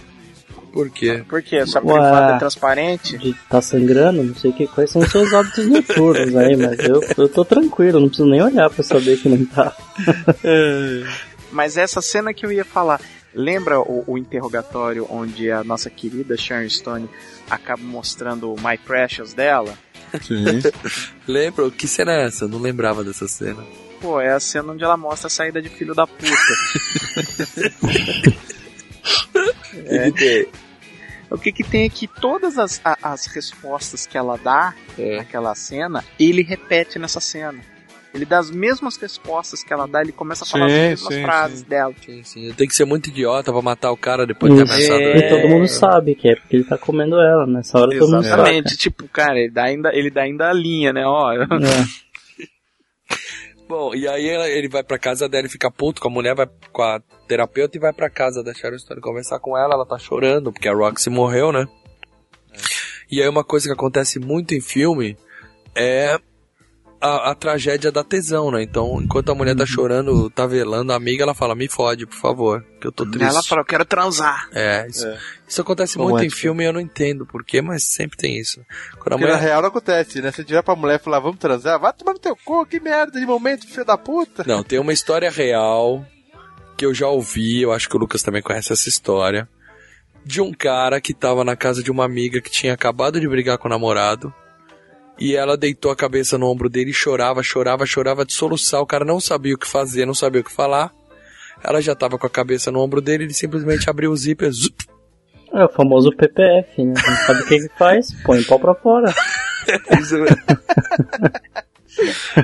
S4: Por quê?
S6: Por quê? Sua
S7: Ué.
S6: privada é transparente?
S7: De tá sangrando, não sei o que, quais são os seus hábitos noturnos aí, mas eu, eu tô tranquilo, não preciso nem olhar pra saber que não tá.
S6: Mas essa cena que eu ia falar, lembra o, o interrogatório onde a nossa querida Sharon Stone acaba mostrando o My Precious dela?
S4: Lembra? Que cena é essa? Eu não lembrava dessa cena.
S6: Pô, é a cena onde ela mostra a saída de filho da puta.
S4: É.
S6: o que que tem é que todas as, a- as respostas que ela dá naquela cena, ele repete nessa cena. Ele dá as mesmas respostas que ela dá, ele começa a falar
S5: Sim,
S6: as mesmas
S5: sim,
S6: frases dela.
S4: Sim, sim. Tem que ser muito idiota pra matar o cara depois de ter
S7: Isso.
S4: ameaçado
S6: É.
S7: Hum, E
S4: ele.
S7: todo mundo sabe que é porque ele tá comendo ela, nessa hora todo mundo sabe.
S6: Exatamente, tipo, cara, ele dá ainda, ele dá ainda a linha, né? Ó,
S7: É.
S4: Bom, e aí ela- ele vai pra casa dela e fica puto com a mulher, vai com a terapeuta e vai pra casa da Sharon Stone conversar com ela. Ela tá chorando porque a Roxy morreu, né?
S5: É.
S4: E aí uma coisa que acontece muito em filme é a, a tragédia da tesão, né? Então, enquanto a mulher
S5: Uhum.
S4: tá chorando, tá velando a amiga, ela fala, me fode, por favor, que eu tô triste.
S6: ela fala, eu quero transar.
S4: É, isso,
S5: É.
S4: isso acontece muito em
S5: Romântico.
S4: filme e eu não entendo porquê, mas sempre tem isso. Quando a
S5: Porque na
S4: mulher...
S5: real não acontece, né? Você tiver pra mulher e falar, vamos transar, vai tomar no teu cu, que merda de momento, filho da puta.
S4: Não, tem uma história real que eu já ouvi, eu acho que o Lucas também conhece essa história, de um cara que tava na casa de uma amiga que tinha acabado de brigar com o namorado. E ela deitou a cabeça no ombro dele e chorava, chorava, chorava de soluçar. O cara não sabia o que fazer, não sabia o que falar. Ela já tava com a cabeça no ombro dele, ele simplesmente abriu o zíper, zup,
S7: É o famoso PPF, né? Não sabe o que que faz, põe o pau pra fora.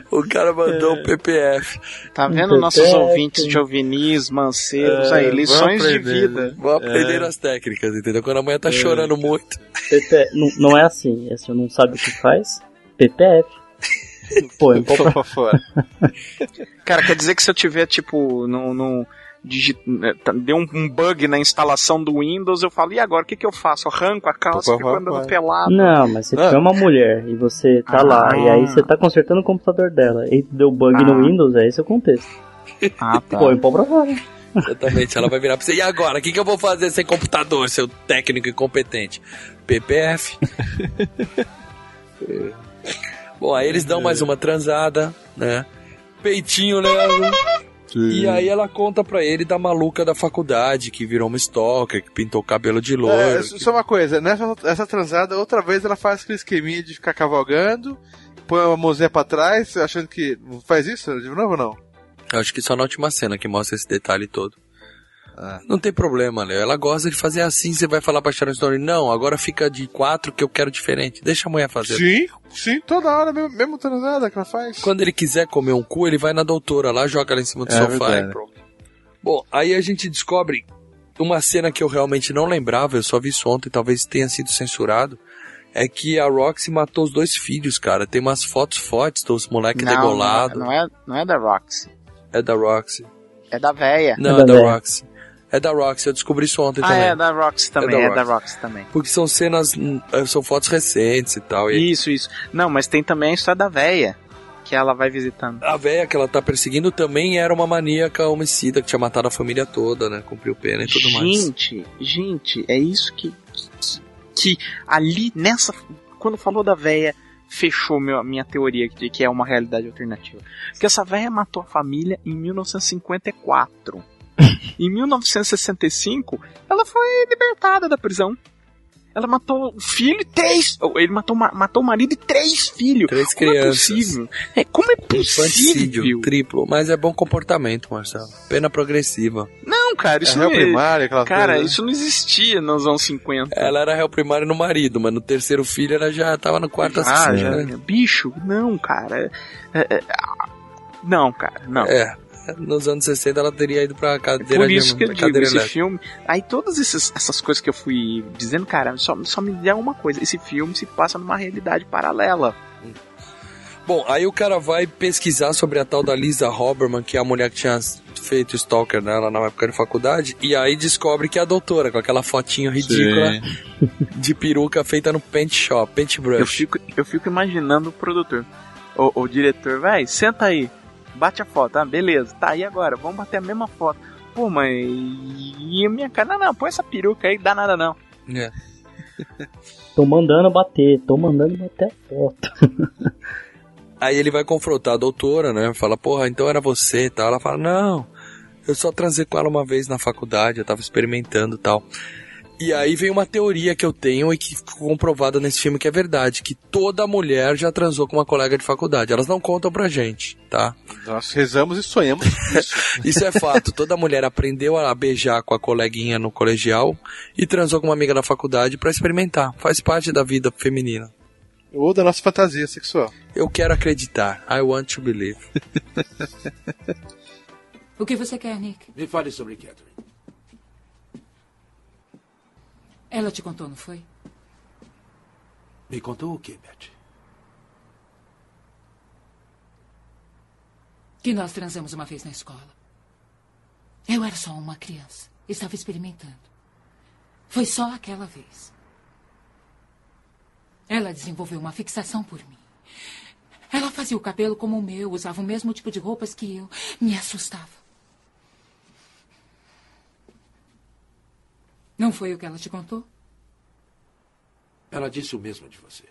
S4: o cara mandou um o PPF.
S6: Tá vendo
S7: Então,
S6: nossos
S7: é,
S6: ouvintes
S7: sim.
S6: jovenis, manceiros,
S5: É,
S6: aí, lições
S5: vão
S6: de
S5: aprender,
S6: vida.
S4: Vou aprender as técnicas, entendeu? Quando a mulher tá chorando muito.
S7: PPF, não, não é assim, é assim, não sabe o que faz, PPF. Põe o pau pra
S5: Pô, pra fora.
S6: Cara, quer dizer que se eu tiver, tipo, num. num digi- eh, tá- Deu um, um bug na instalação do Windows, eu falo, e agora o que, que eu faço? Arranco a calça e
S5: Opa,
S6: fico
S5: vai,
S6: andando
S5: vai.
S6: pelado.
S7: Não, mas se
S5: Ah.
S7: tiver uma mulher e você tá
S6: Ah.
S7: lá, e aí você tá consertando o computador dela, e deu bug
S6: Ah.
S7: no Windows, é esse o contexto.
S6: Ah, tá.
S7: Põe o pau pra fora.
S4: Exatamente, ela vai virar pra você. E agora? O que, que eu vou fazer sem computador, seu técnico incompetente? PPF. É. Bom, aí eles dão mais uma transada, né? Peitinho, Leandro. E aí ela conta pra ele da maluca da faculdade, que virou uma stalker, que pintou o cabelo de
S5: É,
S4: loiro.
S5: só só uma coisa, nessa essa transada, outra vez ela faz aquele esqueminha de ficar cavalgando, põe uma mãozinha pra trás, achando que. Faz isso de novo ou não?
S4: Eu acho que só na última cena que mostra esse detalhe todo. Não tem problema, Léo. Ela gosta de fazer assim, você vai falar pra Sharon Stone, não, agora fica de quatro que eu quero diferente. Deixa a mulher fazer.
S5: Sim, sim, toda hora, mesmo, mesmo transada que ela faz.
S4: Quando ele quiser comer um cu, ele vai na doutora lá, joga ela em
S5: É
S4: cima do sofá e pronto. Bom, aí a gente descobre uma cena que eu realmente não lembrava, eu só vi isso ontem, talvez tenha sido censurado. É que a Roxy matou os dois filhos, cara. Tem umas fotos fortes dos moleques
S6: Não,
S4: degolados.
S6: Não, é, não é da Roxy.
S4: É da Roxy.
S6: É da véia.
S4: Não, é da Roxy. É da Roxy, eu descobri isso ontem
S6: Ah,
S4: também.
S6: é da Roxy também, é da Roxy também.
S4: Porque são cenas, hum, eh, são fotos recentes e tal. E
S6: Isso, isso. Não, mas tem também a história da véia, que ela vai visitando.
S4: A véia que ela tá perseguindo também era uma maníaca homicida que tinha matado a família toda, né? Cumpriu pena e tudo mais.
S6: Gente, gente, é isso que, que, que ali nessa. Quando falou da véia, fechou meu, minha teoria de que é uma realidade alternativa. Porque essa véia matou a família em 1954. em 1965, ela foi libertada da prisão. Ela matou o filho e três. ou Ele matou, ma- matou o marido e três filhos.
S4: Três
S6: Como é
S4: crianças.
S6: possível? É, como é possível?
S4: Infanticídio triplo, mas é bom comportamento, Marcelo. Pena progressiva.
S6: Não, cara, isso
S5: É réu
S6: não
S5: primário, aquela
S6: Cara,
S5: coisa, né?
S6: isso não existia nos anos 50.
S4: Ela era réu primário no marido, mas no terceiro filho ela já tava no quarto
S6: Ah,
S4: assassino,
S6: já,
S4: né?
S6: bicho, não, cara. É, é, ah, não, cara, não.
S4: É. Nos anos 60 ela teria ido pra cadeira
S6: Por isso
S4: de
S6: que eu digo,
S4: cadeira
S6: esse
S4: elétrica.
S6: filme. Aí todas essas, essas coisas que eu fui dizendo, cara, só, só me dá uma coisa: esse filme se passa numa realidade paralela.
S4: Bom, aí o cara vai pesquisar sobre a tal da Lisa Roberman, que é a mulher que tinha feito stalker nela na época de faculdade, e aí descobre que é a doutora, com aquela fotinho
S5: é
S4: ridícula
S5: né?
S4: de peruca feita no paint shop, paint
S6: Eu
S4: brush.
S6: fico, eu fico imaginando o produtor. O, o diretor, vai, senta aí, bate a foto, ah, beleza, tá, e agora? Vamos bater a mesma foto. Pô, mãe, e a minha cara? Não, não, põe essa peruca aí, dá nada não.
S4: É.
S7: Tô mandando bater, tô mandando bater a foto.
S4: Aí ele vai confrontar a doutora, né? Fala, porra, então era você e tal. Ela fala, não, eu só transei com ela uma vez na faculdade, eu tava experimentando e tal. E aí vem uma teoria que eu tenho e que ficou comprovada nesse filme que é verdade, que toda mulher já transou com uma colega de faculdade. Elas não contam pra gente, tá?
S5: Nós rezamos e sonhamos.
S4: Isso é fato. Toda mulher aprendeu a beijar com a coleguinha no colegial e transou com uma amiga da faculdade pra experimentar. Faz parte da vida feminina.
S5: Ou da nossa fantasia sexual.
S4: Eu quero acreditar. I want to believe.
S10: O que você quer, Nick?
S9: Me fale sobre Catherine.
S10: Ela te contou, não foi?
S9: Me contou o que, Beth?
S10: Que nós transamos uma vez na escola. Eu era só uma criança. Estava experimentando. Foi só aquela vez. Ela desenvolveu uma fixação por mim. Ela fazia o cabelo como o meu, usava o mesmo tipo de roupas que eu. Me assustava. Não foi o que ela te contou?
S9: Ela disse o mesmo de você.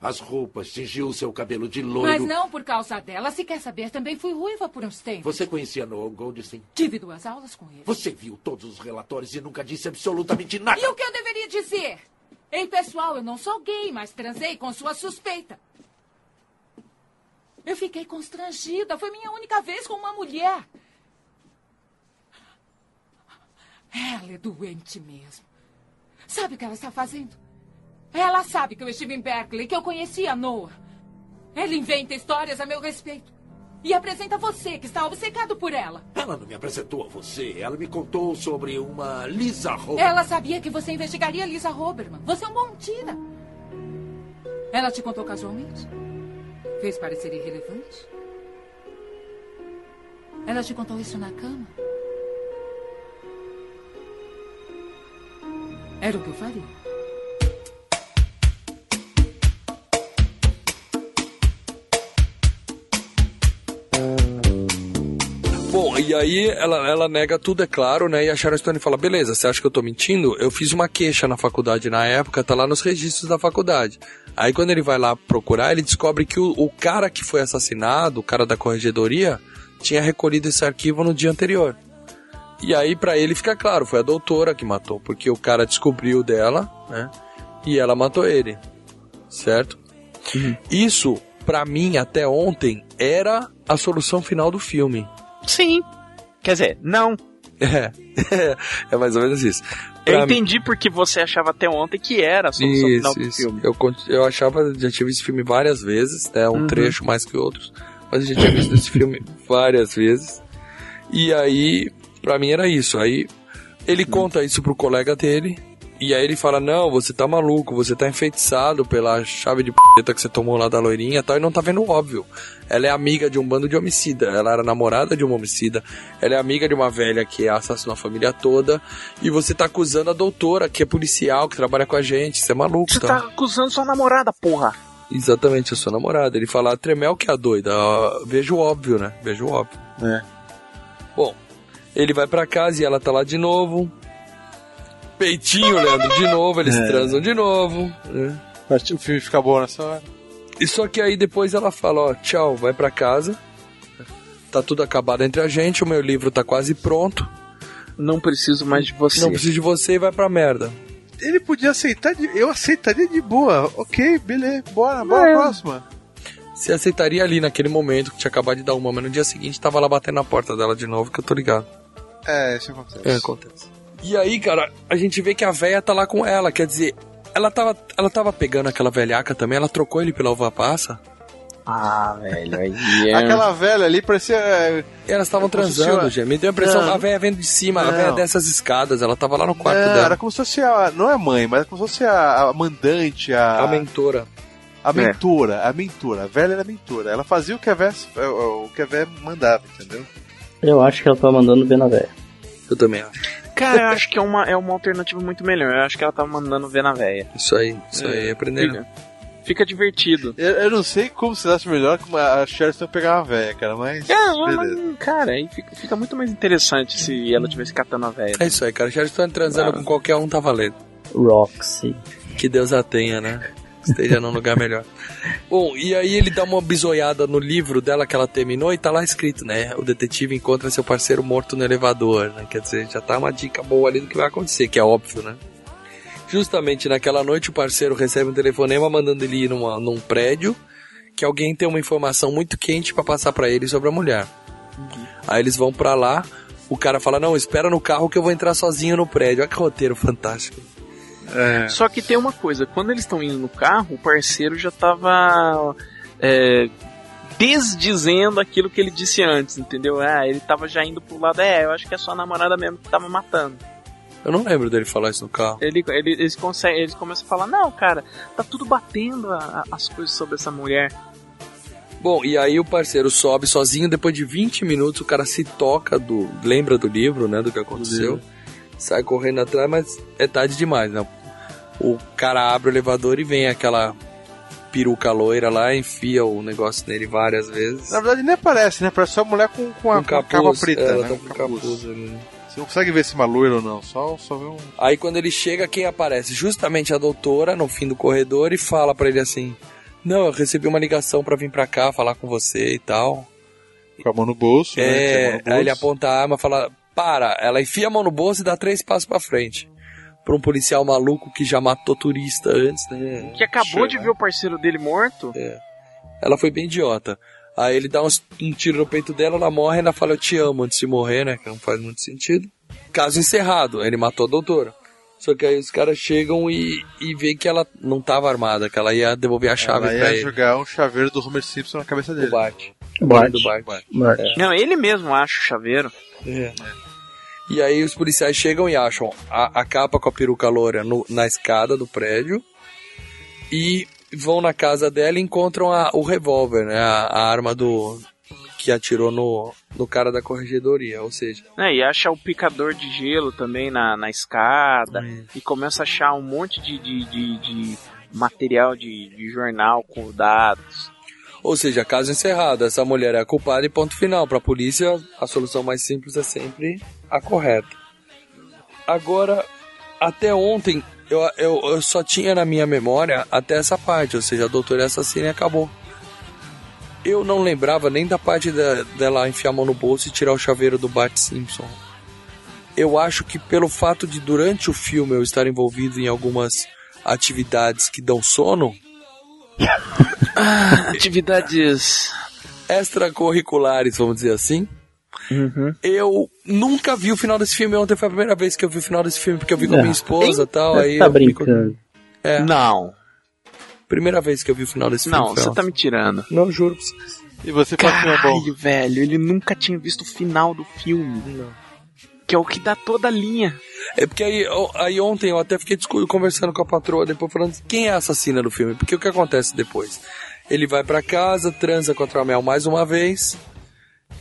S9: As roupas, tingiu o seu cabelo de
S10: Mas
S9: loiro.
S10: não por causa dela. Se quer saber, também fui ruiva por uns tempos.
S9: Você conhecia Noel Goldstein?
S10: Tive duas aulas com ele.
S9: Você viu todos os relatórios e nunca disse absolutamente nada.
S10: E o que eu deveria dizer? Ei, pessoal, eu não sou gay, mas transei com sua suspeita. Eu fiquei constrangida. Foi minha única vez com uma mulher. Ela é doente mesmo. Sabe o que ela está fazendo? Ela sabe que eu estive em Berkeley, que eu conhecia Noah. Ela inventa histórias a meu respeito. E apresenta você, que está obcecado por ela.
S9: Ela não me apresentou a você. Ela me contou sobre uma Lisa Roberts.
S10: Ela sabia que você investigaria Lisa Roberman. Você é uma mentira. Ela te contou casualmente? Fez parecer irrelevante? Ela te contou isso na cama? Era o que eu faria.
S4: Bom, e aí ela, ela nega tudo, é claro, né? E a Sharon Stone fala: beleza, você acha que eu tô mentindo? Eu fiz uma queixa na faculdade na época, tá lá nos registros da faculdade. Aí quando ele vai lá procurar, ele descobre que o, o cara que foi assassinado, o cara da corregedoria, tinha recolhido esse arquivo no dia anterior. E aí pra ele fica claro: foi a doutora que matou, porque o cara descobriu dela, né? E ela matou ele, certo? Isso, pra mim, até ontem, era a solução final do filme.
S6: Sim. Quer dizer, não.
S4: É, é mais ou menos isso.
S6: Eu
S4: Pra mim-
S6: entendi porque você achava até ontem que era a solução final do filme.
S4: Eu, con- eu achava, já tive esse filme várias vezes, né? Um
S6: Uhum.
S4: trecho mais que outros. Mas eu já tinha visto esse filme várias vezes. E aí, pra mim era isso. Aí ele
S6: Uhum.
S4: conta isso pro colega dele. E aí ele fala, não, você tá maluco, você tá enfeitiçado pela chave de p***eta que você tomou lá da loirinha e tal, e não tá vendo o óbvio. Ela é amiga de um bando de homicida, ela era namorada de um homicida, ela é amiga de uma velha que assassinou a família toda, e você tá acusando a doutora, que é policial, que trabalha com a gente, você é maluco,
S6: Você tá acusando sua namorada, porra.
S4: Exatamente, eu sou namorada. Ele fala, Tremel que é a doida. ó, Vejo o óbvio, né? Vejo o óbvio.
S5: É.
S4: Bom, ele vai pra casa e ela tá lá de novo. Peitinho, Leandro, de novo. Eles
S5: É.
S4: transam de novo. né?
S5: Mas o filme fica bom nessa hora.
S4: E só que aí depois ela fala, ó, tchau, vai pra casa. Tá tudo acabado entre a gente, o meu livro tá quase pronto.
S6: Não preciso mais de você.
S4: Não preciso de você e vai pra merda.
S5: Ele podia aceitar, de, eu aceitaria de boa. Ok, beleza, bora, bora, próxima.
S4: Você aceitaria ali naquele momento que tinha acabado de dar uma, mas no dia seguinte tava lá batendo na porta dela de novo, que eu tô ligado.
S5: É, isso acontece.
S4: É, acontece. E aí, cara, a gente vê que a véia tá lá com ela, quer dizer, ela tava, ela tava pegando aquela velhaca também, ela trocou ele pela uva passa.
S6: Ah, velho, aí é...
S5: Aquela velha ali parecia. é,
S4: E elas estavam
S5: É como se fosse
S4: transando,
S5: uma-
S4: gente. Me deu a impressão,
S5: Não.
S4: a véia vendo de cima, a
S5: Não.
S4: véia dessas escadas, ela tava lá no quarto
S5: não,
S4: dela.
S5: é, Era como se fosse a. Não é mãe, mas era como se fosse a, a mandante, a. é.
S4: A mentora.
S5: a mentora, a mentora. A velha era a mentora. Ela fazia o que a véia, o que a véia mandava, entendeu?
S7: Eu acho que ela tá mandando bem na véia.
S4: Eu também acho.
S6: Cara, eu acho que é uma, é uma alternativa muito melhor. Eu acho que ela tá mandando ver na véia.
S4: Isso aí, isso aí, aprendendo.
S6: Fica, fica divertido.
S5: Eu, eu não sei como vocês acham melhor que uma- a Sheridan pegar uma véia, cara, mas.
S6: É, mas,
S5: beleza.
S6: cara, aí fica, fica muito mais interessante se ela tivesse catando a véia.
S4: É isso aí, cara. Já estão transando
S6: Ah.
S4: com qualquer um, tá valendo.
S7: Roxy.
S4: Que Deus a tenha, né? Esteja num lugar melhor. Bom, e aí ele dá uma bisoiada no livro dela que ela terminou e tá lá escrito, né? O detetive encontra seu parceiro morto no elevador, né? Quer dizer, já tá uma dica boa ali do que vai acontecer, que é óbvio, né? Justamente naquela noite o parceiro recebe um telefonema mandando ele ir numa- num prédio que alguém tem uma informação muito quente pra passar pra ele sobre a mulher. Aí eles vão pra lá, o cara fala, não, espera no carro que eu vou entrar sozinho no prédio. Olha que roteiro fantástico.
S5: É.
S6: Só que tem uma coisa, quando eles estão indo no carro, o parceiro já tava é, desdizendo aquilo que ele disse antes, entendeu? Ah, ele tava já indo pro lado, é, eu acho que é sua namorada mesmo que tava matando.
S4: Eu não lembro dele falar isso no carro.
S6: Ele, ele- eles, conseguem, eles começam a falar, não, cara, tá tudo batendo a- a- as coisas sobre essa mulher.
S4: Bom, e aí o parceiro sobe sozinho, depois de 20 minutos o cara se toca do. lembra do livro, né? Do que aconteceu. Sai correndo atrás, mas é tarde demais, né? O cara abre o elevador e vem aquela peruca loira lá, enfia o negócio nele várias vezes.
S5: Na verdade nem aparece, né? Parece só a mulher com, com, a,
S4: Um
S5: com a É capa preta.
S4: ela
S5: né?
S4: tá
S5: Um
S4: com
S5: capuz.
S4: capuz ali.
S5: Você não consegue ver se é uma loira ou não, só, só vê um.
S4: Aí quando ele chega, quem aparece? Justamente a doutora no fim do corredor e fala pra ele assim: Não, eu recebi uma ligação pra vir pra cá falar com você e tal.
S5: Com a mão no bolso, né?
S4: É,
S5: Tem a mão no
S4: aí ele
S5: bolso.
S4: aponta a arma e fala: Para! Ela enfia a mão no bolso e dá três passos pra frente. Pra um policial maluco que já matou turista antes, né?
S6: Que acabou
S5: Chega.
S6: de ver o parceiro dele morto.
S4: Ela foi bem idiota. Aí ele dá uns- um tiro no peito dela, ela morre e ela fala: Eu te amo antes de morrer, né? Que não faz muito sentido. Caso encerrado, ele matou a doutora. Só que aí os caras chegam e, e veem que ela não tava armada, que ela ia devolver a chave
S5: Ela
S4: pra
S5: ia
S4: ele.
S5: jogar um chaveiro do Homer Simpson na cabeça
S4: O
S5: dele.
S4: Bart.
S7: Bart. É,
S4: Do Bart.
S7: Bart.
S6: Não, ele mesmo acha o chaveiro.
S4: É. E aí os policiais chegam e acham a, a capa com a peruca loura no- na escada do prédio e vão na casa dela e encontram a- o revólver, né? A, a arma do que atirou no, no cara da corregedoria, ou seja,
S6: Né, e acha o picador de gelo também na, na escada. E começa a achar um monte de, de, de- de material de, de jornal com dados.
S4: ou seja, caso encerrado, essa mulher é a culpada e ponto final. Para a polícia, a solução mais simples é sempre a correta. Agora, até ontem eu, eu, eu só tinha na minha memória até essa parte, ou seja, a doutora assassina e acabou. Eu não lembrava nem da parte da- dela enfiar a mão no bolso e tirar o chaveiro do Bart Simpson. Eu acho que pelo fato de durante o filme eu estar envolvido em algumas atividades que dão sono,
S6: Atividades
S4: extracurriculares, vamos dizer assim. Eu nunca vi o final desse filme. Ontem foi a primeira vez que eu vi o final desse filme, porque eu vi com
S7: Ah,
S4: minha esposa e tal.
S7: Você
S4: Aí
S7: tá
S4: eu vi com-
S7: brincando.
S4: É.
S6: Não.
S4: Primeira vez que eu vi o final desse
S6: Não,
S4: filme. foi
S6: você tá
S4: ontem.
S6: me tirando. é
S4: Não, juro.
S5: E você assim, "Ah,
S6: Caralho, velho, ele nunca tinha visto o final do filme. Que é o que dá toda a linha.
S4: É porque aí, ó, aí ontem eu até fiquei discu- conversando com a patroa, depois falando quem é a assassina do filme, porque o que acontece depois? Ele vai pra casa, transa com a Tramel mais uma vez,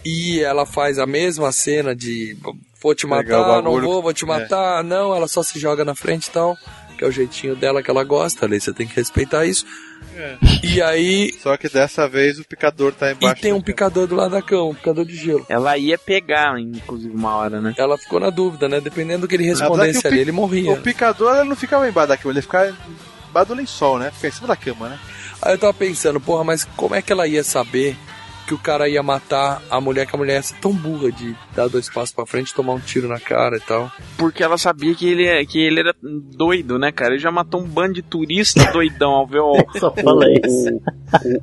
S4: e ela faz a mesma cena de vou te
S5: Pegar o
S4: matar, não
S5: bagulho. é.
S4: vou, vou te matar, não, ela só se joga na frente e tal, que é o jeitinho dela que ela gosta, ali você tem que respeitar isso. E aí
S5: Só que dessa vez o picador tá
S4: e
S5: embaixo.
S4: tem um picador do lado da cama, um picador de gelo.
S6: Ela ia pegar, inclusive, uma hora, né?
S4: Ela ficou na dúvida, né? Dependendo do que ele
S5: Apesar que o
S4: respondesse ali,
S5: pi-
S4: ele morria.
S5: O picador ele não ficava embaixo da cama, ele ficava embaixo do lençol, né? Fica em cima da cama, né?
S4: Aí eu tava pensando, porra, mas como é que ela ia saber que o cara ia matar a mulher, que a mulher ia ser tão burra de dar dois passos pra frente, tomar um tiro na cara e tal.
S6: Porque ela sabia que ele, é, que ele era doido, né, cara? Ele já matou um bando de turista doidão ao ver o,
S7: Só fala isso.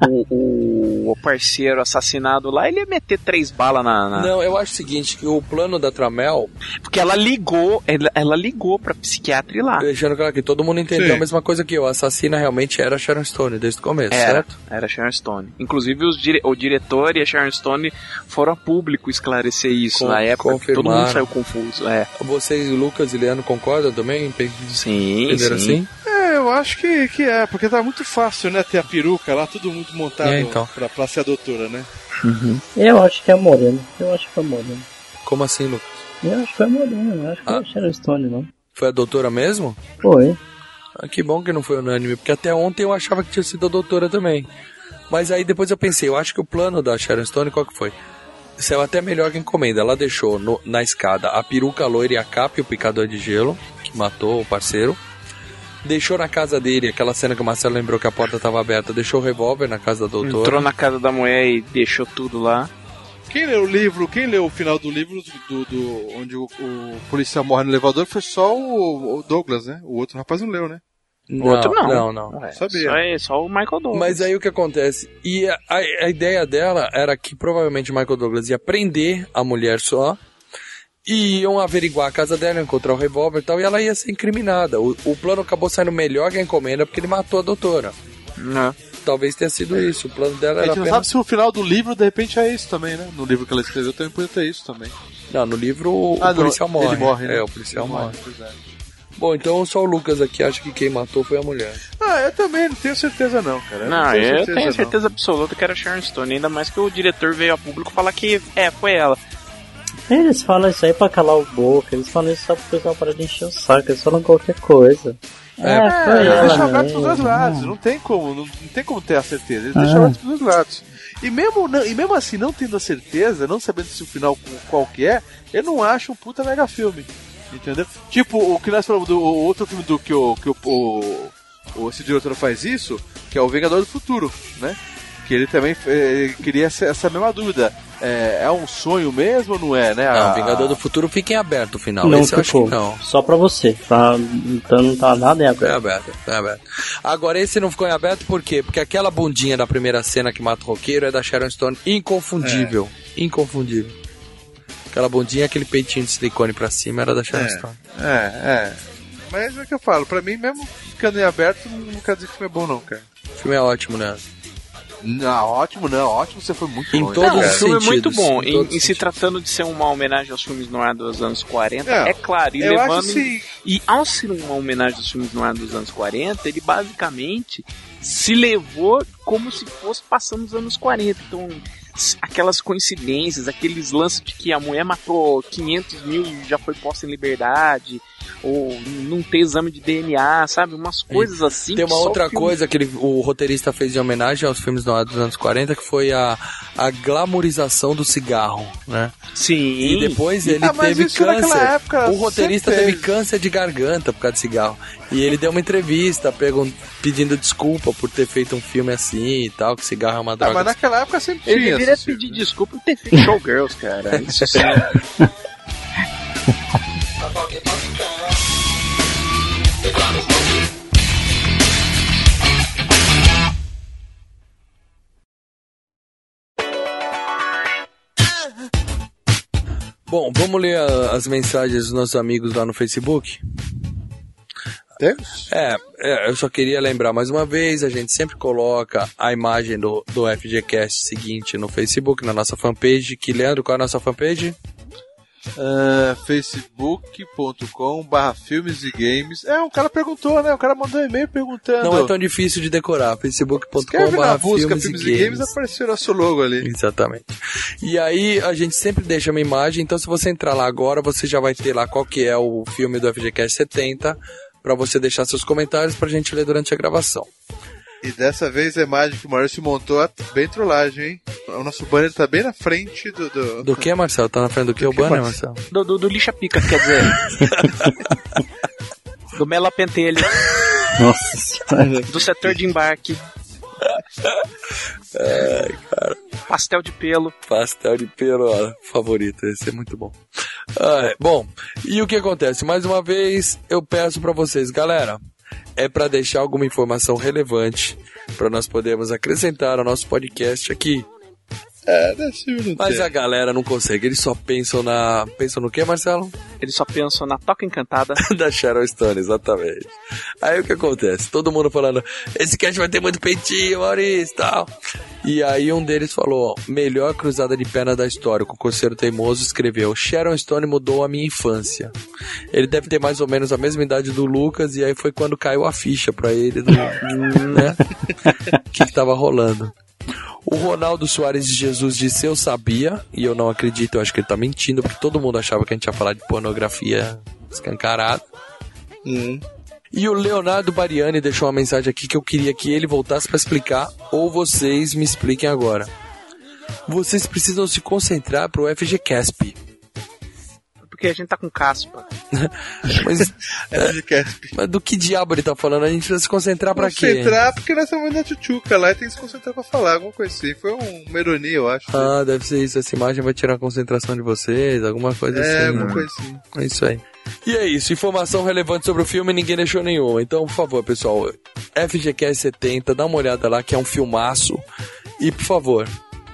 S6: o- o parceiro assassinado lá. Ele ia meter três balas na. na-
S4: Não, eu acho o seguinte, que o plano da Tramel,
S6: Porque ela ligou, ela, ela ligou pra psiquiatra ir lá.
S4: deixando claro que todo mundo entendeu
S5: Sim.
S4: a mesma coisa que eu, a assassina realmente era a Sharon Stone desde o começo,
S6: Era,
S4: certo?
S6: era Sharon Stone. Inclusive, os dire- o diretor e a Sharon Stone foram a público esclarecer isso
S4: Con-
S6: na época. que Todo mundo
S4: confirmaram.
S6: saiu confuso. É,
S4: Vocês, Lucas e Leandro, concordam também? Pen-
S6: sim,
S4: Entenderam
S6: sim.
S4: assim?
S5: É, eu acho que, que é, porque tá muito fácil, né? Ter a peruca lá, todo mundo montado
S4: É, então.
S5: pra, pra ser a doutora, né?
S7: Eu acho que é a Morena. Eu acho que é a Morena.
S4: Como assim, Lucas?
S7: Eu acho que foi a Morena. Eu acho que foi
S4: Ah.
S7: a Sharon Stone, não.
S4: Foi a doutora mesmo?
S7: Foi.
S4: Ah, que bom que não foi unânime, porque até ontem eu achava que tinha sido a doutora também. Mas aí depois eu pensei, eu acho que o plano da Sharon Stone, qual que foi? Saiu até melhor que encomenda. Ela deixou no- na escada a peruca loira e a capa e o picador de gelo, que matou o parceiro. Deixou na casa dele, aquela cena que o Marcelo lembrou que a porta estava aberta, deixou o revólver na casa da doutora.
S6: Entrou na casa da mulher e deixou tudo lá.
S5: Quem leu o livro, quem leu o final do livro do, do- onde o, o policial morre no elevador foi só o, o Douglas, né? O outro rapaz não leu, né?
S4: Não,
S6: O outro não.
S4: Não, não.
S6: É,
S5: Sabia.
S6: Só, é- só o Michael Douglas.
S4: Mas aí o que acontece? E a, a, a ideia dela era que provavelmente o Michael Douglas ia prender a mulher só. E iam averiguar a casa dela, encontrar o revólver e tal, e ela ia ser incriminada. O, o plano acabou saindo melhor que a encomenda porque ele matou a doutora.
S6: Não.
S4: Talvez tenha sido isso. O plano dela
S5: A
S4: era
S5: gente não
S4: apenas...
S5: sabe se o final do livro, de repente, é isso também, né? No livro que ela escreveu também podia ter isso também.
S4: Não, no livro o
S5: Ah, não,
S4: policial morre.
S5: Ele morre, né?
S4: É, o policial
S5: Ele
S4: morre.
S5: pois é.
S4: Bom, então só o Lucas aqui acha que quem matou foi a mulher.
S5: Ah, eu também não tenho certeza não, cara.
S6: Não, eu
S5: tenho
S6: tenho
S5: não.
S6: certeza absoluta que era a Sharon Stone, ainda mais que o diretor veio a público falar que é, foi ela.
S7: Eles falam isso aí pra calar o boca. Eles falam isso só pro pessoal parar de encher o saco. Eles falam qualquer coisa. É,
S5: É,
S7: foi
S5: eles
S7: ela
S5: deixam aberto
S7: mesmo.
S5: pros dois lados, não tem como, não, não Ah. tem como ter a certeza. Eles deixam aberto pros dois lados. E mesmo, não- e mesmo assim, não tendo a certeza, não sabendo se o final qu- qual que é, eu não acho um puta mega filme. Entendeu? Tipo, o que nós falamos do o outro filme do que o. que o, o, o- esse diretor faz isso, que é o Vingador do Futuro, né? Que ele também eh, queria essa, essa mesma dúvida. É, é um sonho mesmo ou não é, né?
S4: Não,
S5: A-
S4: o Vingador do Futuro fica em aberto o final.
S7: Ah, Não
S4: Esse eu acho
S7: ficou.
S4: que não. É,
S7: Só pra você. Tá, então não tá nada em
S4: Foi
S7: aberto.
S4: aberto, foi aberto. Agora, esse não ficou em aberto por quê? Porque aquela bundinha da primeira cena que mata o roqueiro é da Sharon Stone, inconfundível. Inconfundível. Aquela bundinha, aquele peitinho de silicone pra cima era da Sharon Stone.
S5: É, é. Mas é o que eu falo, pra mim mesmo ficando em aberto, não não quer dizer que o filme é bom não, cara.
S4: O filme é ótimo, né?
S5: Não, ótimo não, ótimo você foi muito
S4: Em
S5: longe.
S4: todos
S6: Não, o
S4: os
S5: cara.
S6: filme é muito
S4: sentidos,
S6: bom.
S4: em
S6: Em,
S4: todos os
S6: em se
S4: sentidos.
S6: tratando de ser uma homenagem aos filmes no ar dos anos 40,
S5: É,
S6: é, claro. E
S5: Eu acho
S6: levando
S5: assim,
S6: E ao ser uma homenagem aos filmes do ar dos anos 40, ele basicamente se levou como se fosse passando os anos 40. Então, s- aquelas coincidências, aqueles lances de que a mulher matou 500 mil e já foi posta em liberdade, ou n- não ter exame de DNA, sabe? Umas coisas assim.
S4: Tem
S6: que
S4: uma
S6: só o
S4: outra
S6: filme-
S4: coisa que ele- o roteirista fez em homenagem aos filmes do- dos anos 40, que foi a, a glamorização do cigarro, né?
S6: Sim.
S4: E depois ele
S5: Ah, mas
S4: teve
S5: isso naquela
S4: câncer.
S5: época,
S4: o roteirista
S5: sempre
S4: teve
S5: teve.
S4: câncer de garganta por causa de cigarro. E ele deu uma entrevista pergun- pedindo desculpa por ter feito um filme assim e tal, que cigarro é uma
S5: ah,
S4: droga.
S5: mas naquela época sempre tinha.
S6: Ele deveria
S5: essas coisas.
S6: pedir desculpa por ter feito Showgirls, cara. Isso sim.
S4: Bom, vamos ler a- as mensagens dos nossos amigos lá no Facebook?
S5: Temos?
S4: É, é, eu só queria lembrar mais uma vez, a gente sempre coloca a imagem do, do FGCast seguinte no Facebook, na nossa fanpage, que, Leandro, qual é a nossa fanpage?
S5: Ah, facebook.com barra filmes e games. É, um cara perguntou, né? O cara mandou um e-mail perguntando.
S4: Não é tão difícil de decorar,
S5: Escreve na
S4: facebook.com.br
S5: busca filmes e games, apareceu o nosso logo ali.
S4: Exatamente. E aí a gente sempre deixa uma imagem, então se você entrar lá agora, você já vai ter lá qual que é o filme do FGCast 70, pra você deixar seus comentários pra gente ler durante a gravação.
S5: E dessa vez a imagem que o Maurício montou é bem trollagem, hein? O nosso banner tá bem na frente do. do...
S4: Do que, Marcelo? Tá na frente do que o
S5: que,
S4: banner,
S5: Marcelo?
S4: Marcelo?
S6: Do, do, do lixa pica, quer dizer. do Mela Pentelho.
S7: Nossa senhora.
S6: Do setor de embarque.
S4: É, cara.
S6: Pastel de pelo.
S4: Pastel de perola, favorito, esse é muito bom. Ah, é, bom, e o que acontece? Mais uma vez, eu peço pra vocês, galera, é pra deixar alguma informação relevante pra nós podermos acrescentar ao nosso podcast aqui.
S5: É, desse eu não
S4: Mas
S5: tenho.
S4: a galera não consegue, eles só pensam na. Pensam no que, Marcelo?
S6: Ele só pensou na toca encantada.
S4: da Sharon Stone, exatamente. Aí o que acontece? Todo mundo falando, esse cast vai ter muito peitinho, Maurício e tal. E aí um deles falou, ó, melhor cruzada de perna da história. O concurseiro teimoso escreveu, Sharon Stone mudou a minha infância. Ele deve ter mais ou menos a mesma idade do Lucas, e aí foi quando caiu a ficha pra ele, do, né? O que, que tava rolando. O Ronaldo Soares de Jesus disse eu sabia, e eu não acredito, eu acho que ele tá mentindo, porque todo mundo achava que a gente ia falar de pornografia escancarada.
S5: Hum.
S4: E o Leonardo Bariani deixou uma mensagem aqui que eu queria que ele voltasse pra explicar, ou vocês me expliquem agora. Vocês precisam se concentrar pro FGCasp.
S6: Porque a gente tá com caspa.
S4: Mas, é,
S5: FGCasp.
S4: mas do que diabo ele tá falando? A gente precisa se concentrar pra quê?
S5: concentrar, porque nós estamos na tchutchuca lá e tem que se concentrar pra falar, alguma coisa assim. Foi um- uma ironia, eu acho.
S4: Ah, deve ser isso. Essa imagem vai tirar a concentração de vocês, alguma coisa assim.
S5: é,
S4: né?
S5: alguma coisa assim.
S4: É isso aí. E é isso, informação relevante sobre o filme ninguém deixou nenhuma. Então, por favor, pessoal, FGCast 70, dá uma olhada lá que é um filmaço. E, por favor,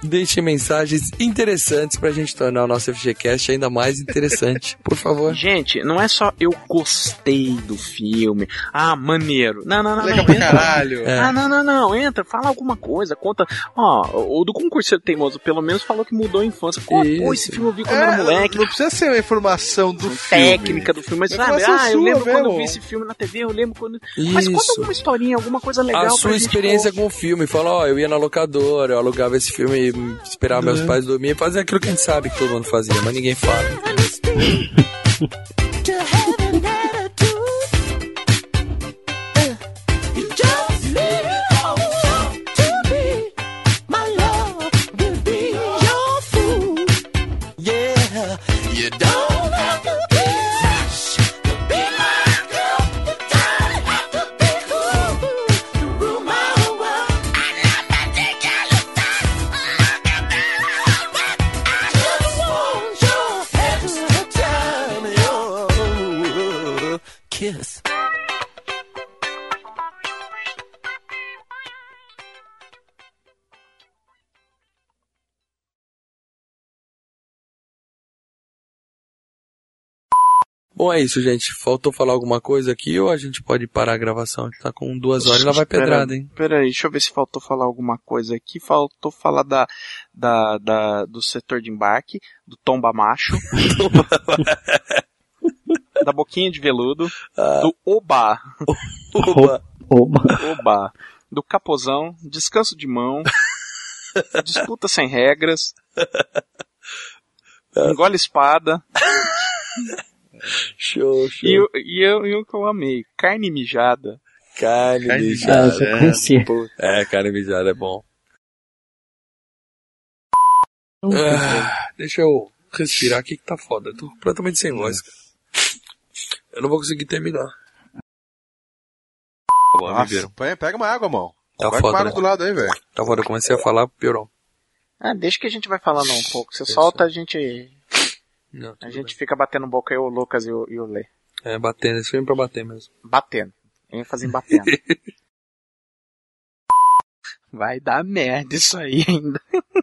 S4: deixe mensagens interessantes pra gente tornar o nosso FGCast ainda mais interessante. Por favor.
S6: Gente, não é só eu gostei do filme. Ah, maneiro. Não, não, não.
S5: Legal
S6: não,
S5: pra
S6: entra.
S5: caralho.
S4: É.
S6: Ah, não, não, não. Entra, fala alguma coisa, conta. Ó, o do concurseiro teimoso, pelo menos, falou que mudou a infância. Pô,
S4: Isso.
S6: pô esse filme eu vi quando
S5: É,
S6: era moleque.
S5: Não precisa ser uma informação do filme.
S6: técnica do filme, mas
S5: É
S4: Então,
S6: sabe,
S5: informação
S6: ah, eu
S5: sua
S6: lembro quando eu
S5: mesmo.
S6: vi esse filme na TV, eu lembro quando. Mas conta
S4: assim, Isso.
S6: alguma historinha, alguma coisa legal.
S4: a
S6: pra
S4: sua
S6: gente
S4: experiência
S6: ouvir.
S4: com o filme. Fala, ó, eu ia na locadora, eu alugava esse filme, esperava meus pais dormir, fazer aquilo que a gente sabe que todo mundo fazia, mas ninguém fala. Bom, é isso, gente. Faltou falar alguma coisa aqui ou a gente pode parar a gravação? A gente tá com duas horas e lá vai
S6: Pera-
S4: pedrada, hein?
S6: Peraí, deixa eu ver se faltou falar alguma coisa aqui. Faltou falar da, da, da- do setor de embarque, do tomba macho. da boquinha de veludo, do oba,
S4: Opa.
S7: Oba.
S6: oba, do capozão, descanso de mão, disputa sem regras,
S4: Tá.
S6: engole espada,
S4: Show, show.
S6: e, o- e, eu, e o que eu amei, carne mijada.
S4: Carne,
S5: Carne
S7: Ah, eu
S4: mijada.
S7: já conhecia.
S4: É, carne mijada é bom. Ah, deixa eu respirar aqui que tá foda. Eu tô completamente sem voz, cara. Eu não vou conseguir terminar. Agora me
S5: Nossa,
S4: viram.
S5: põe- pega uma água, mão.
S4: Tá
S5: Vai
S4: foda,
S5: tomar
S4: né?
S5: do lado aí, velho.
S4: Tá foda, eu comecei a falar, piorou.
S6: Ah, deixa que a gente vai falando um pouco. Você solta, a gente
S4: Não,
S6: A
S4: tudo
S6: gente fica batendo boca, eu, o Lucas e o, e o Lê.
S4: bem. É, batendo, esse filme pra bater mesmo.
S6: Batendo. ênfase em batendo. Vai dar merda isso aí ainda.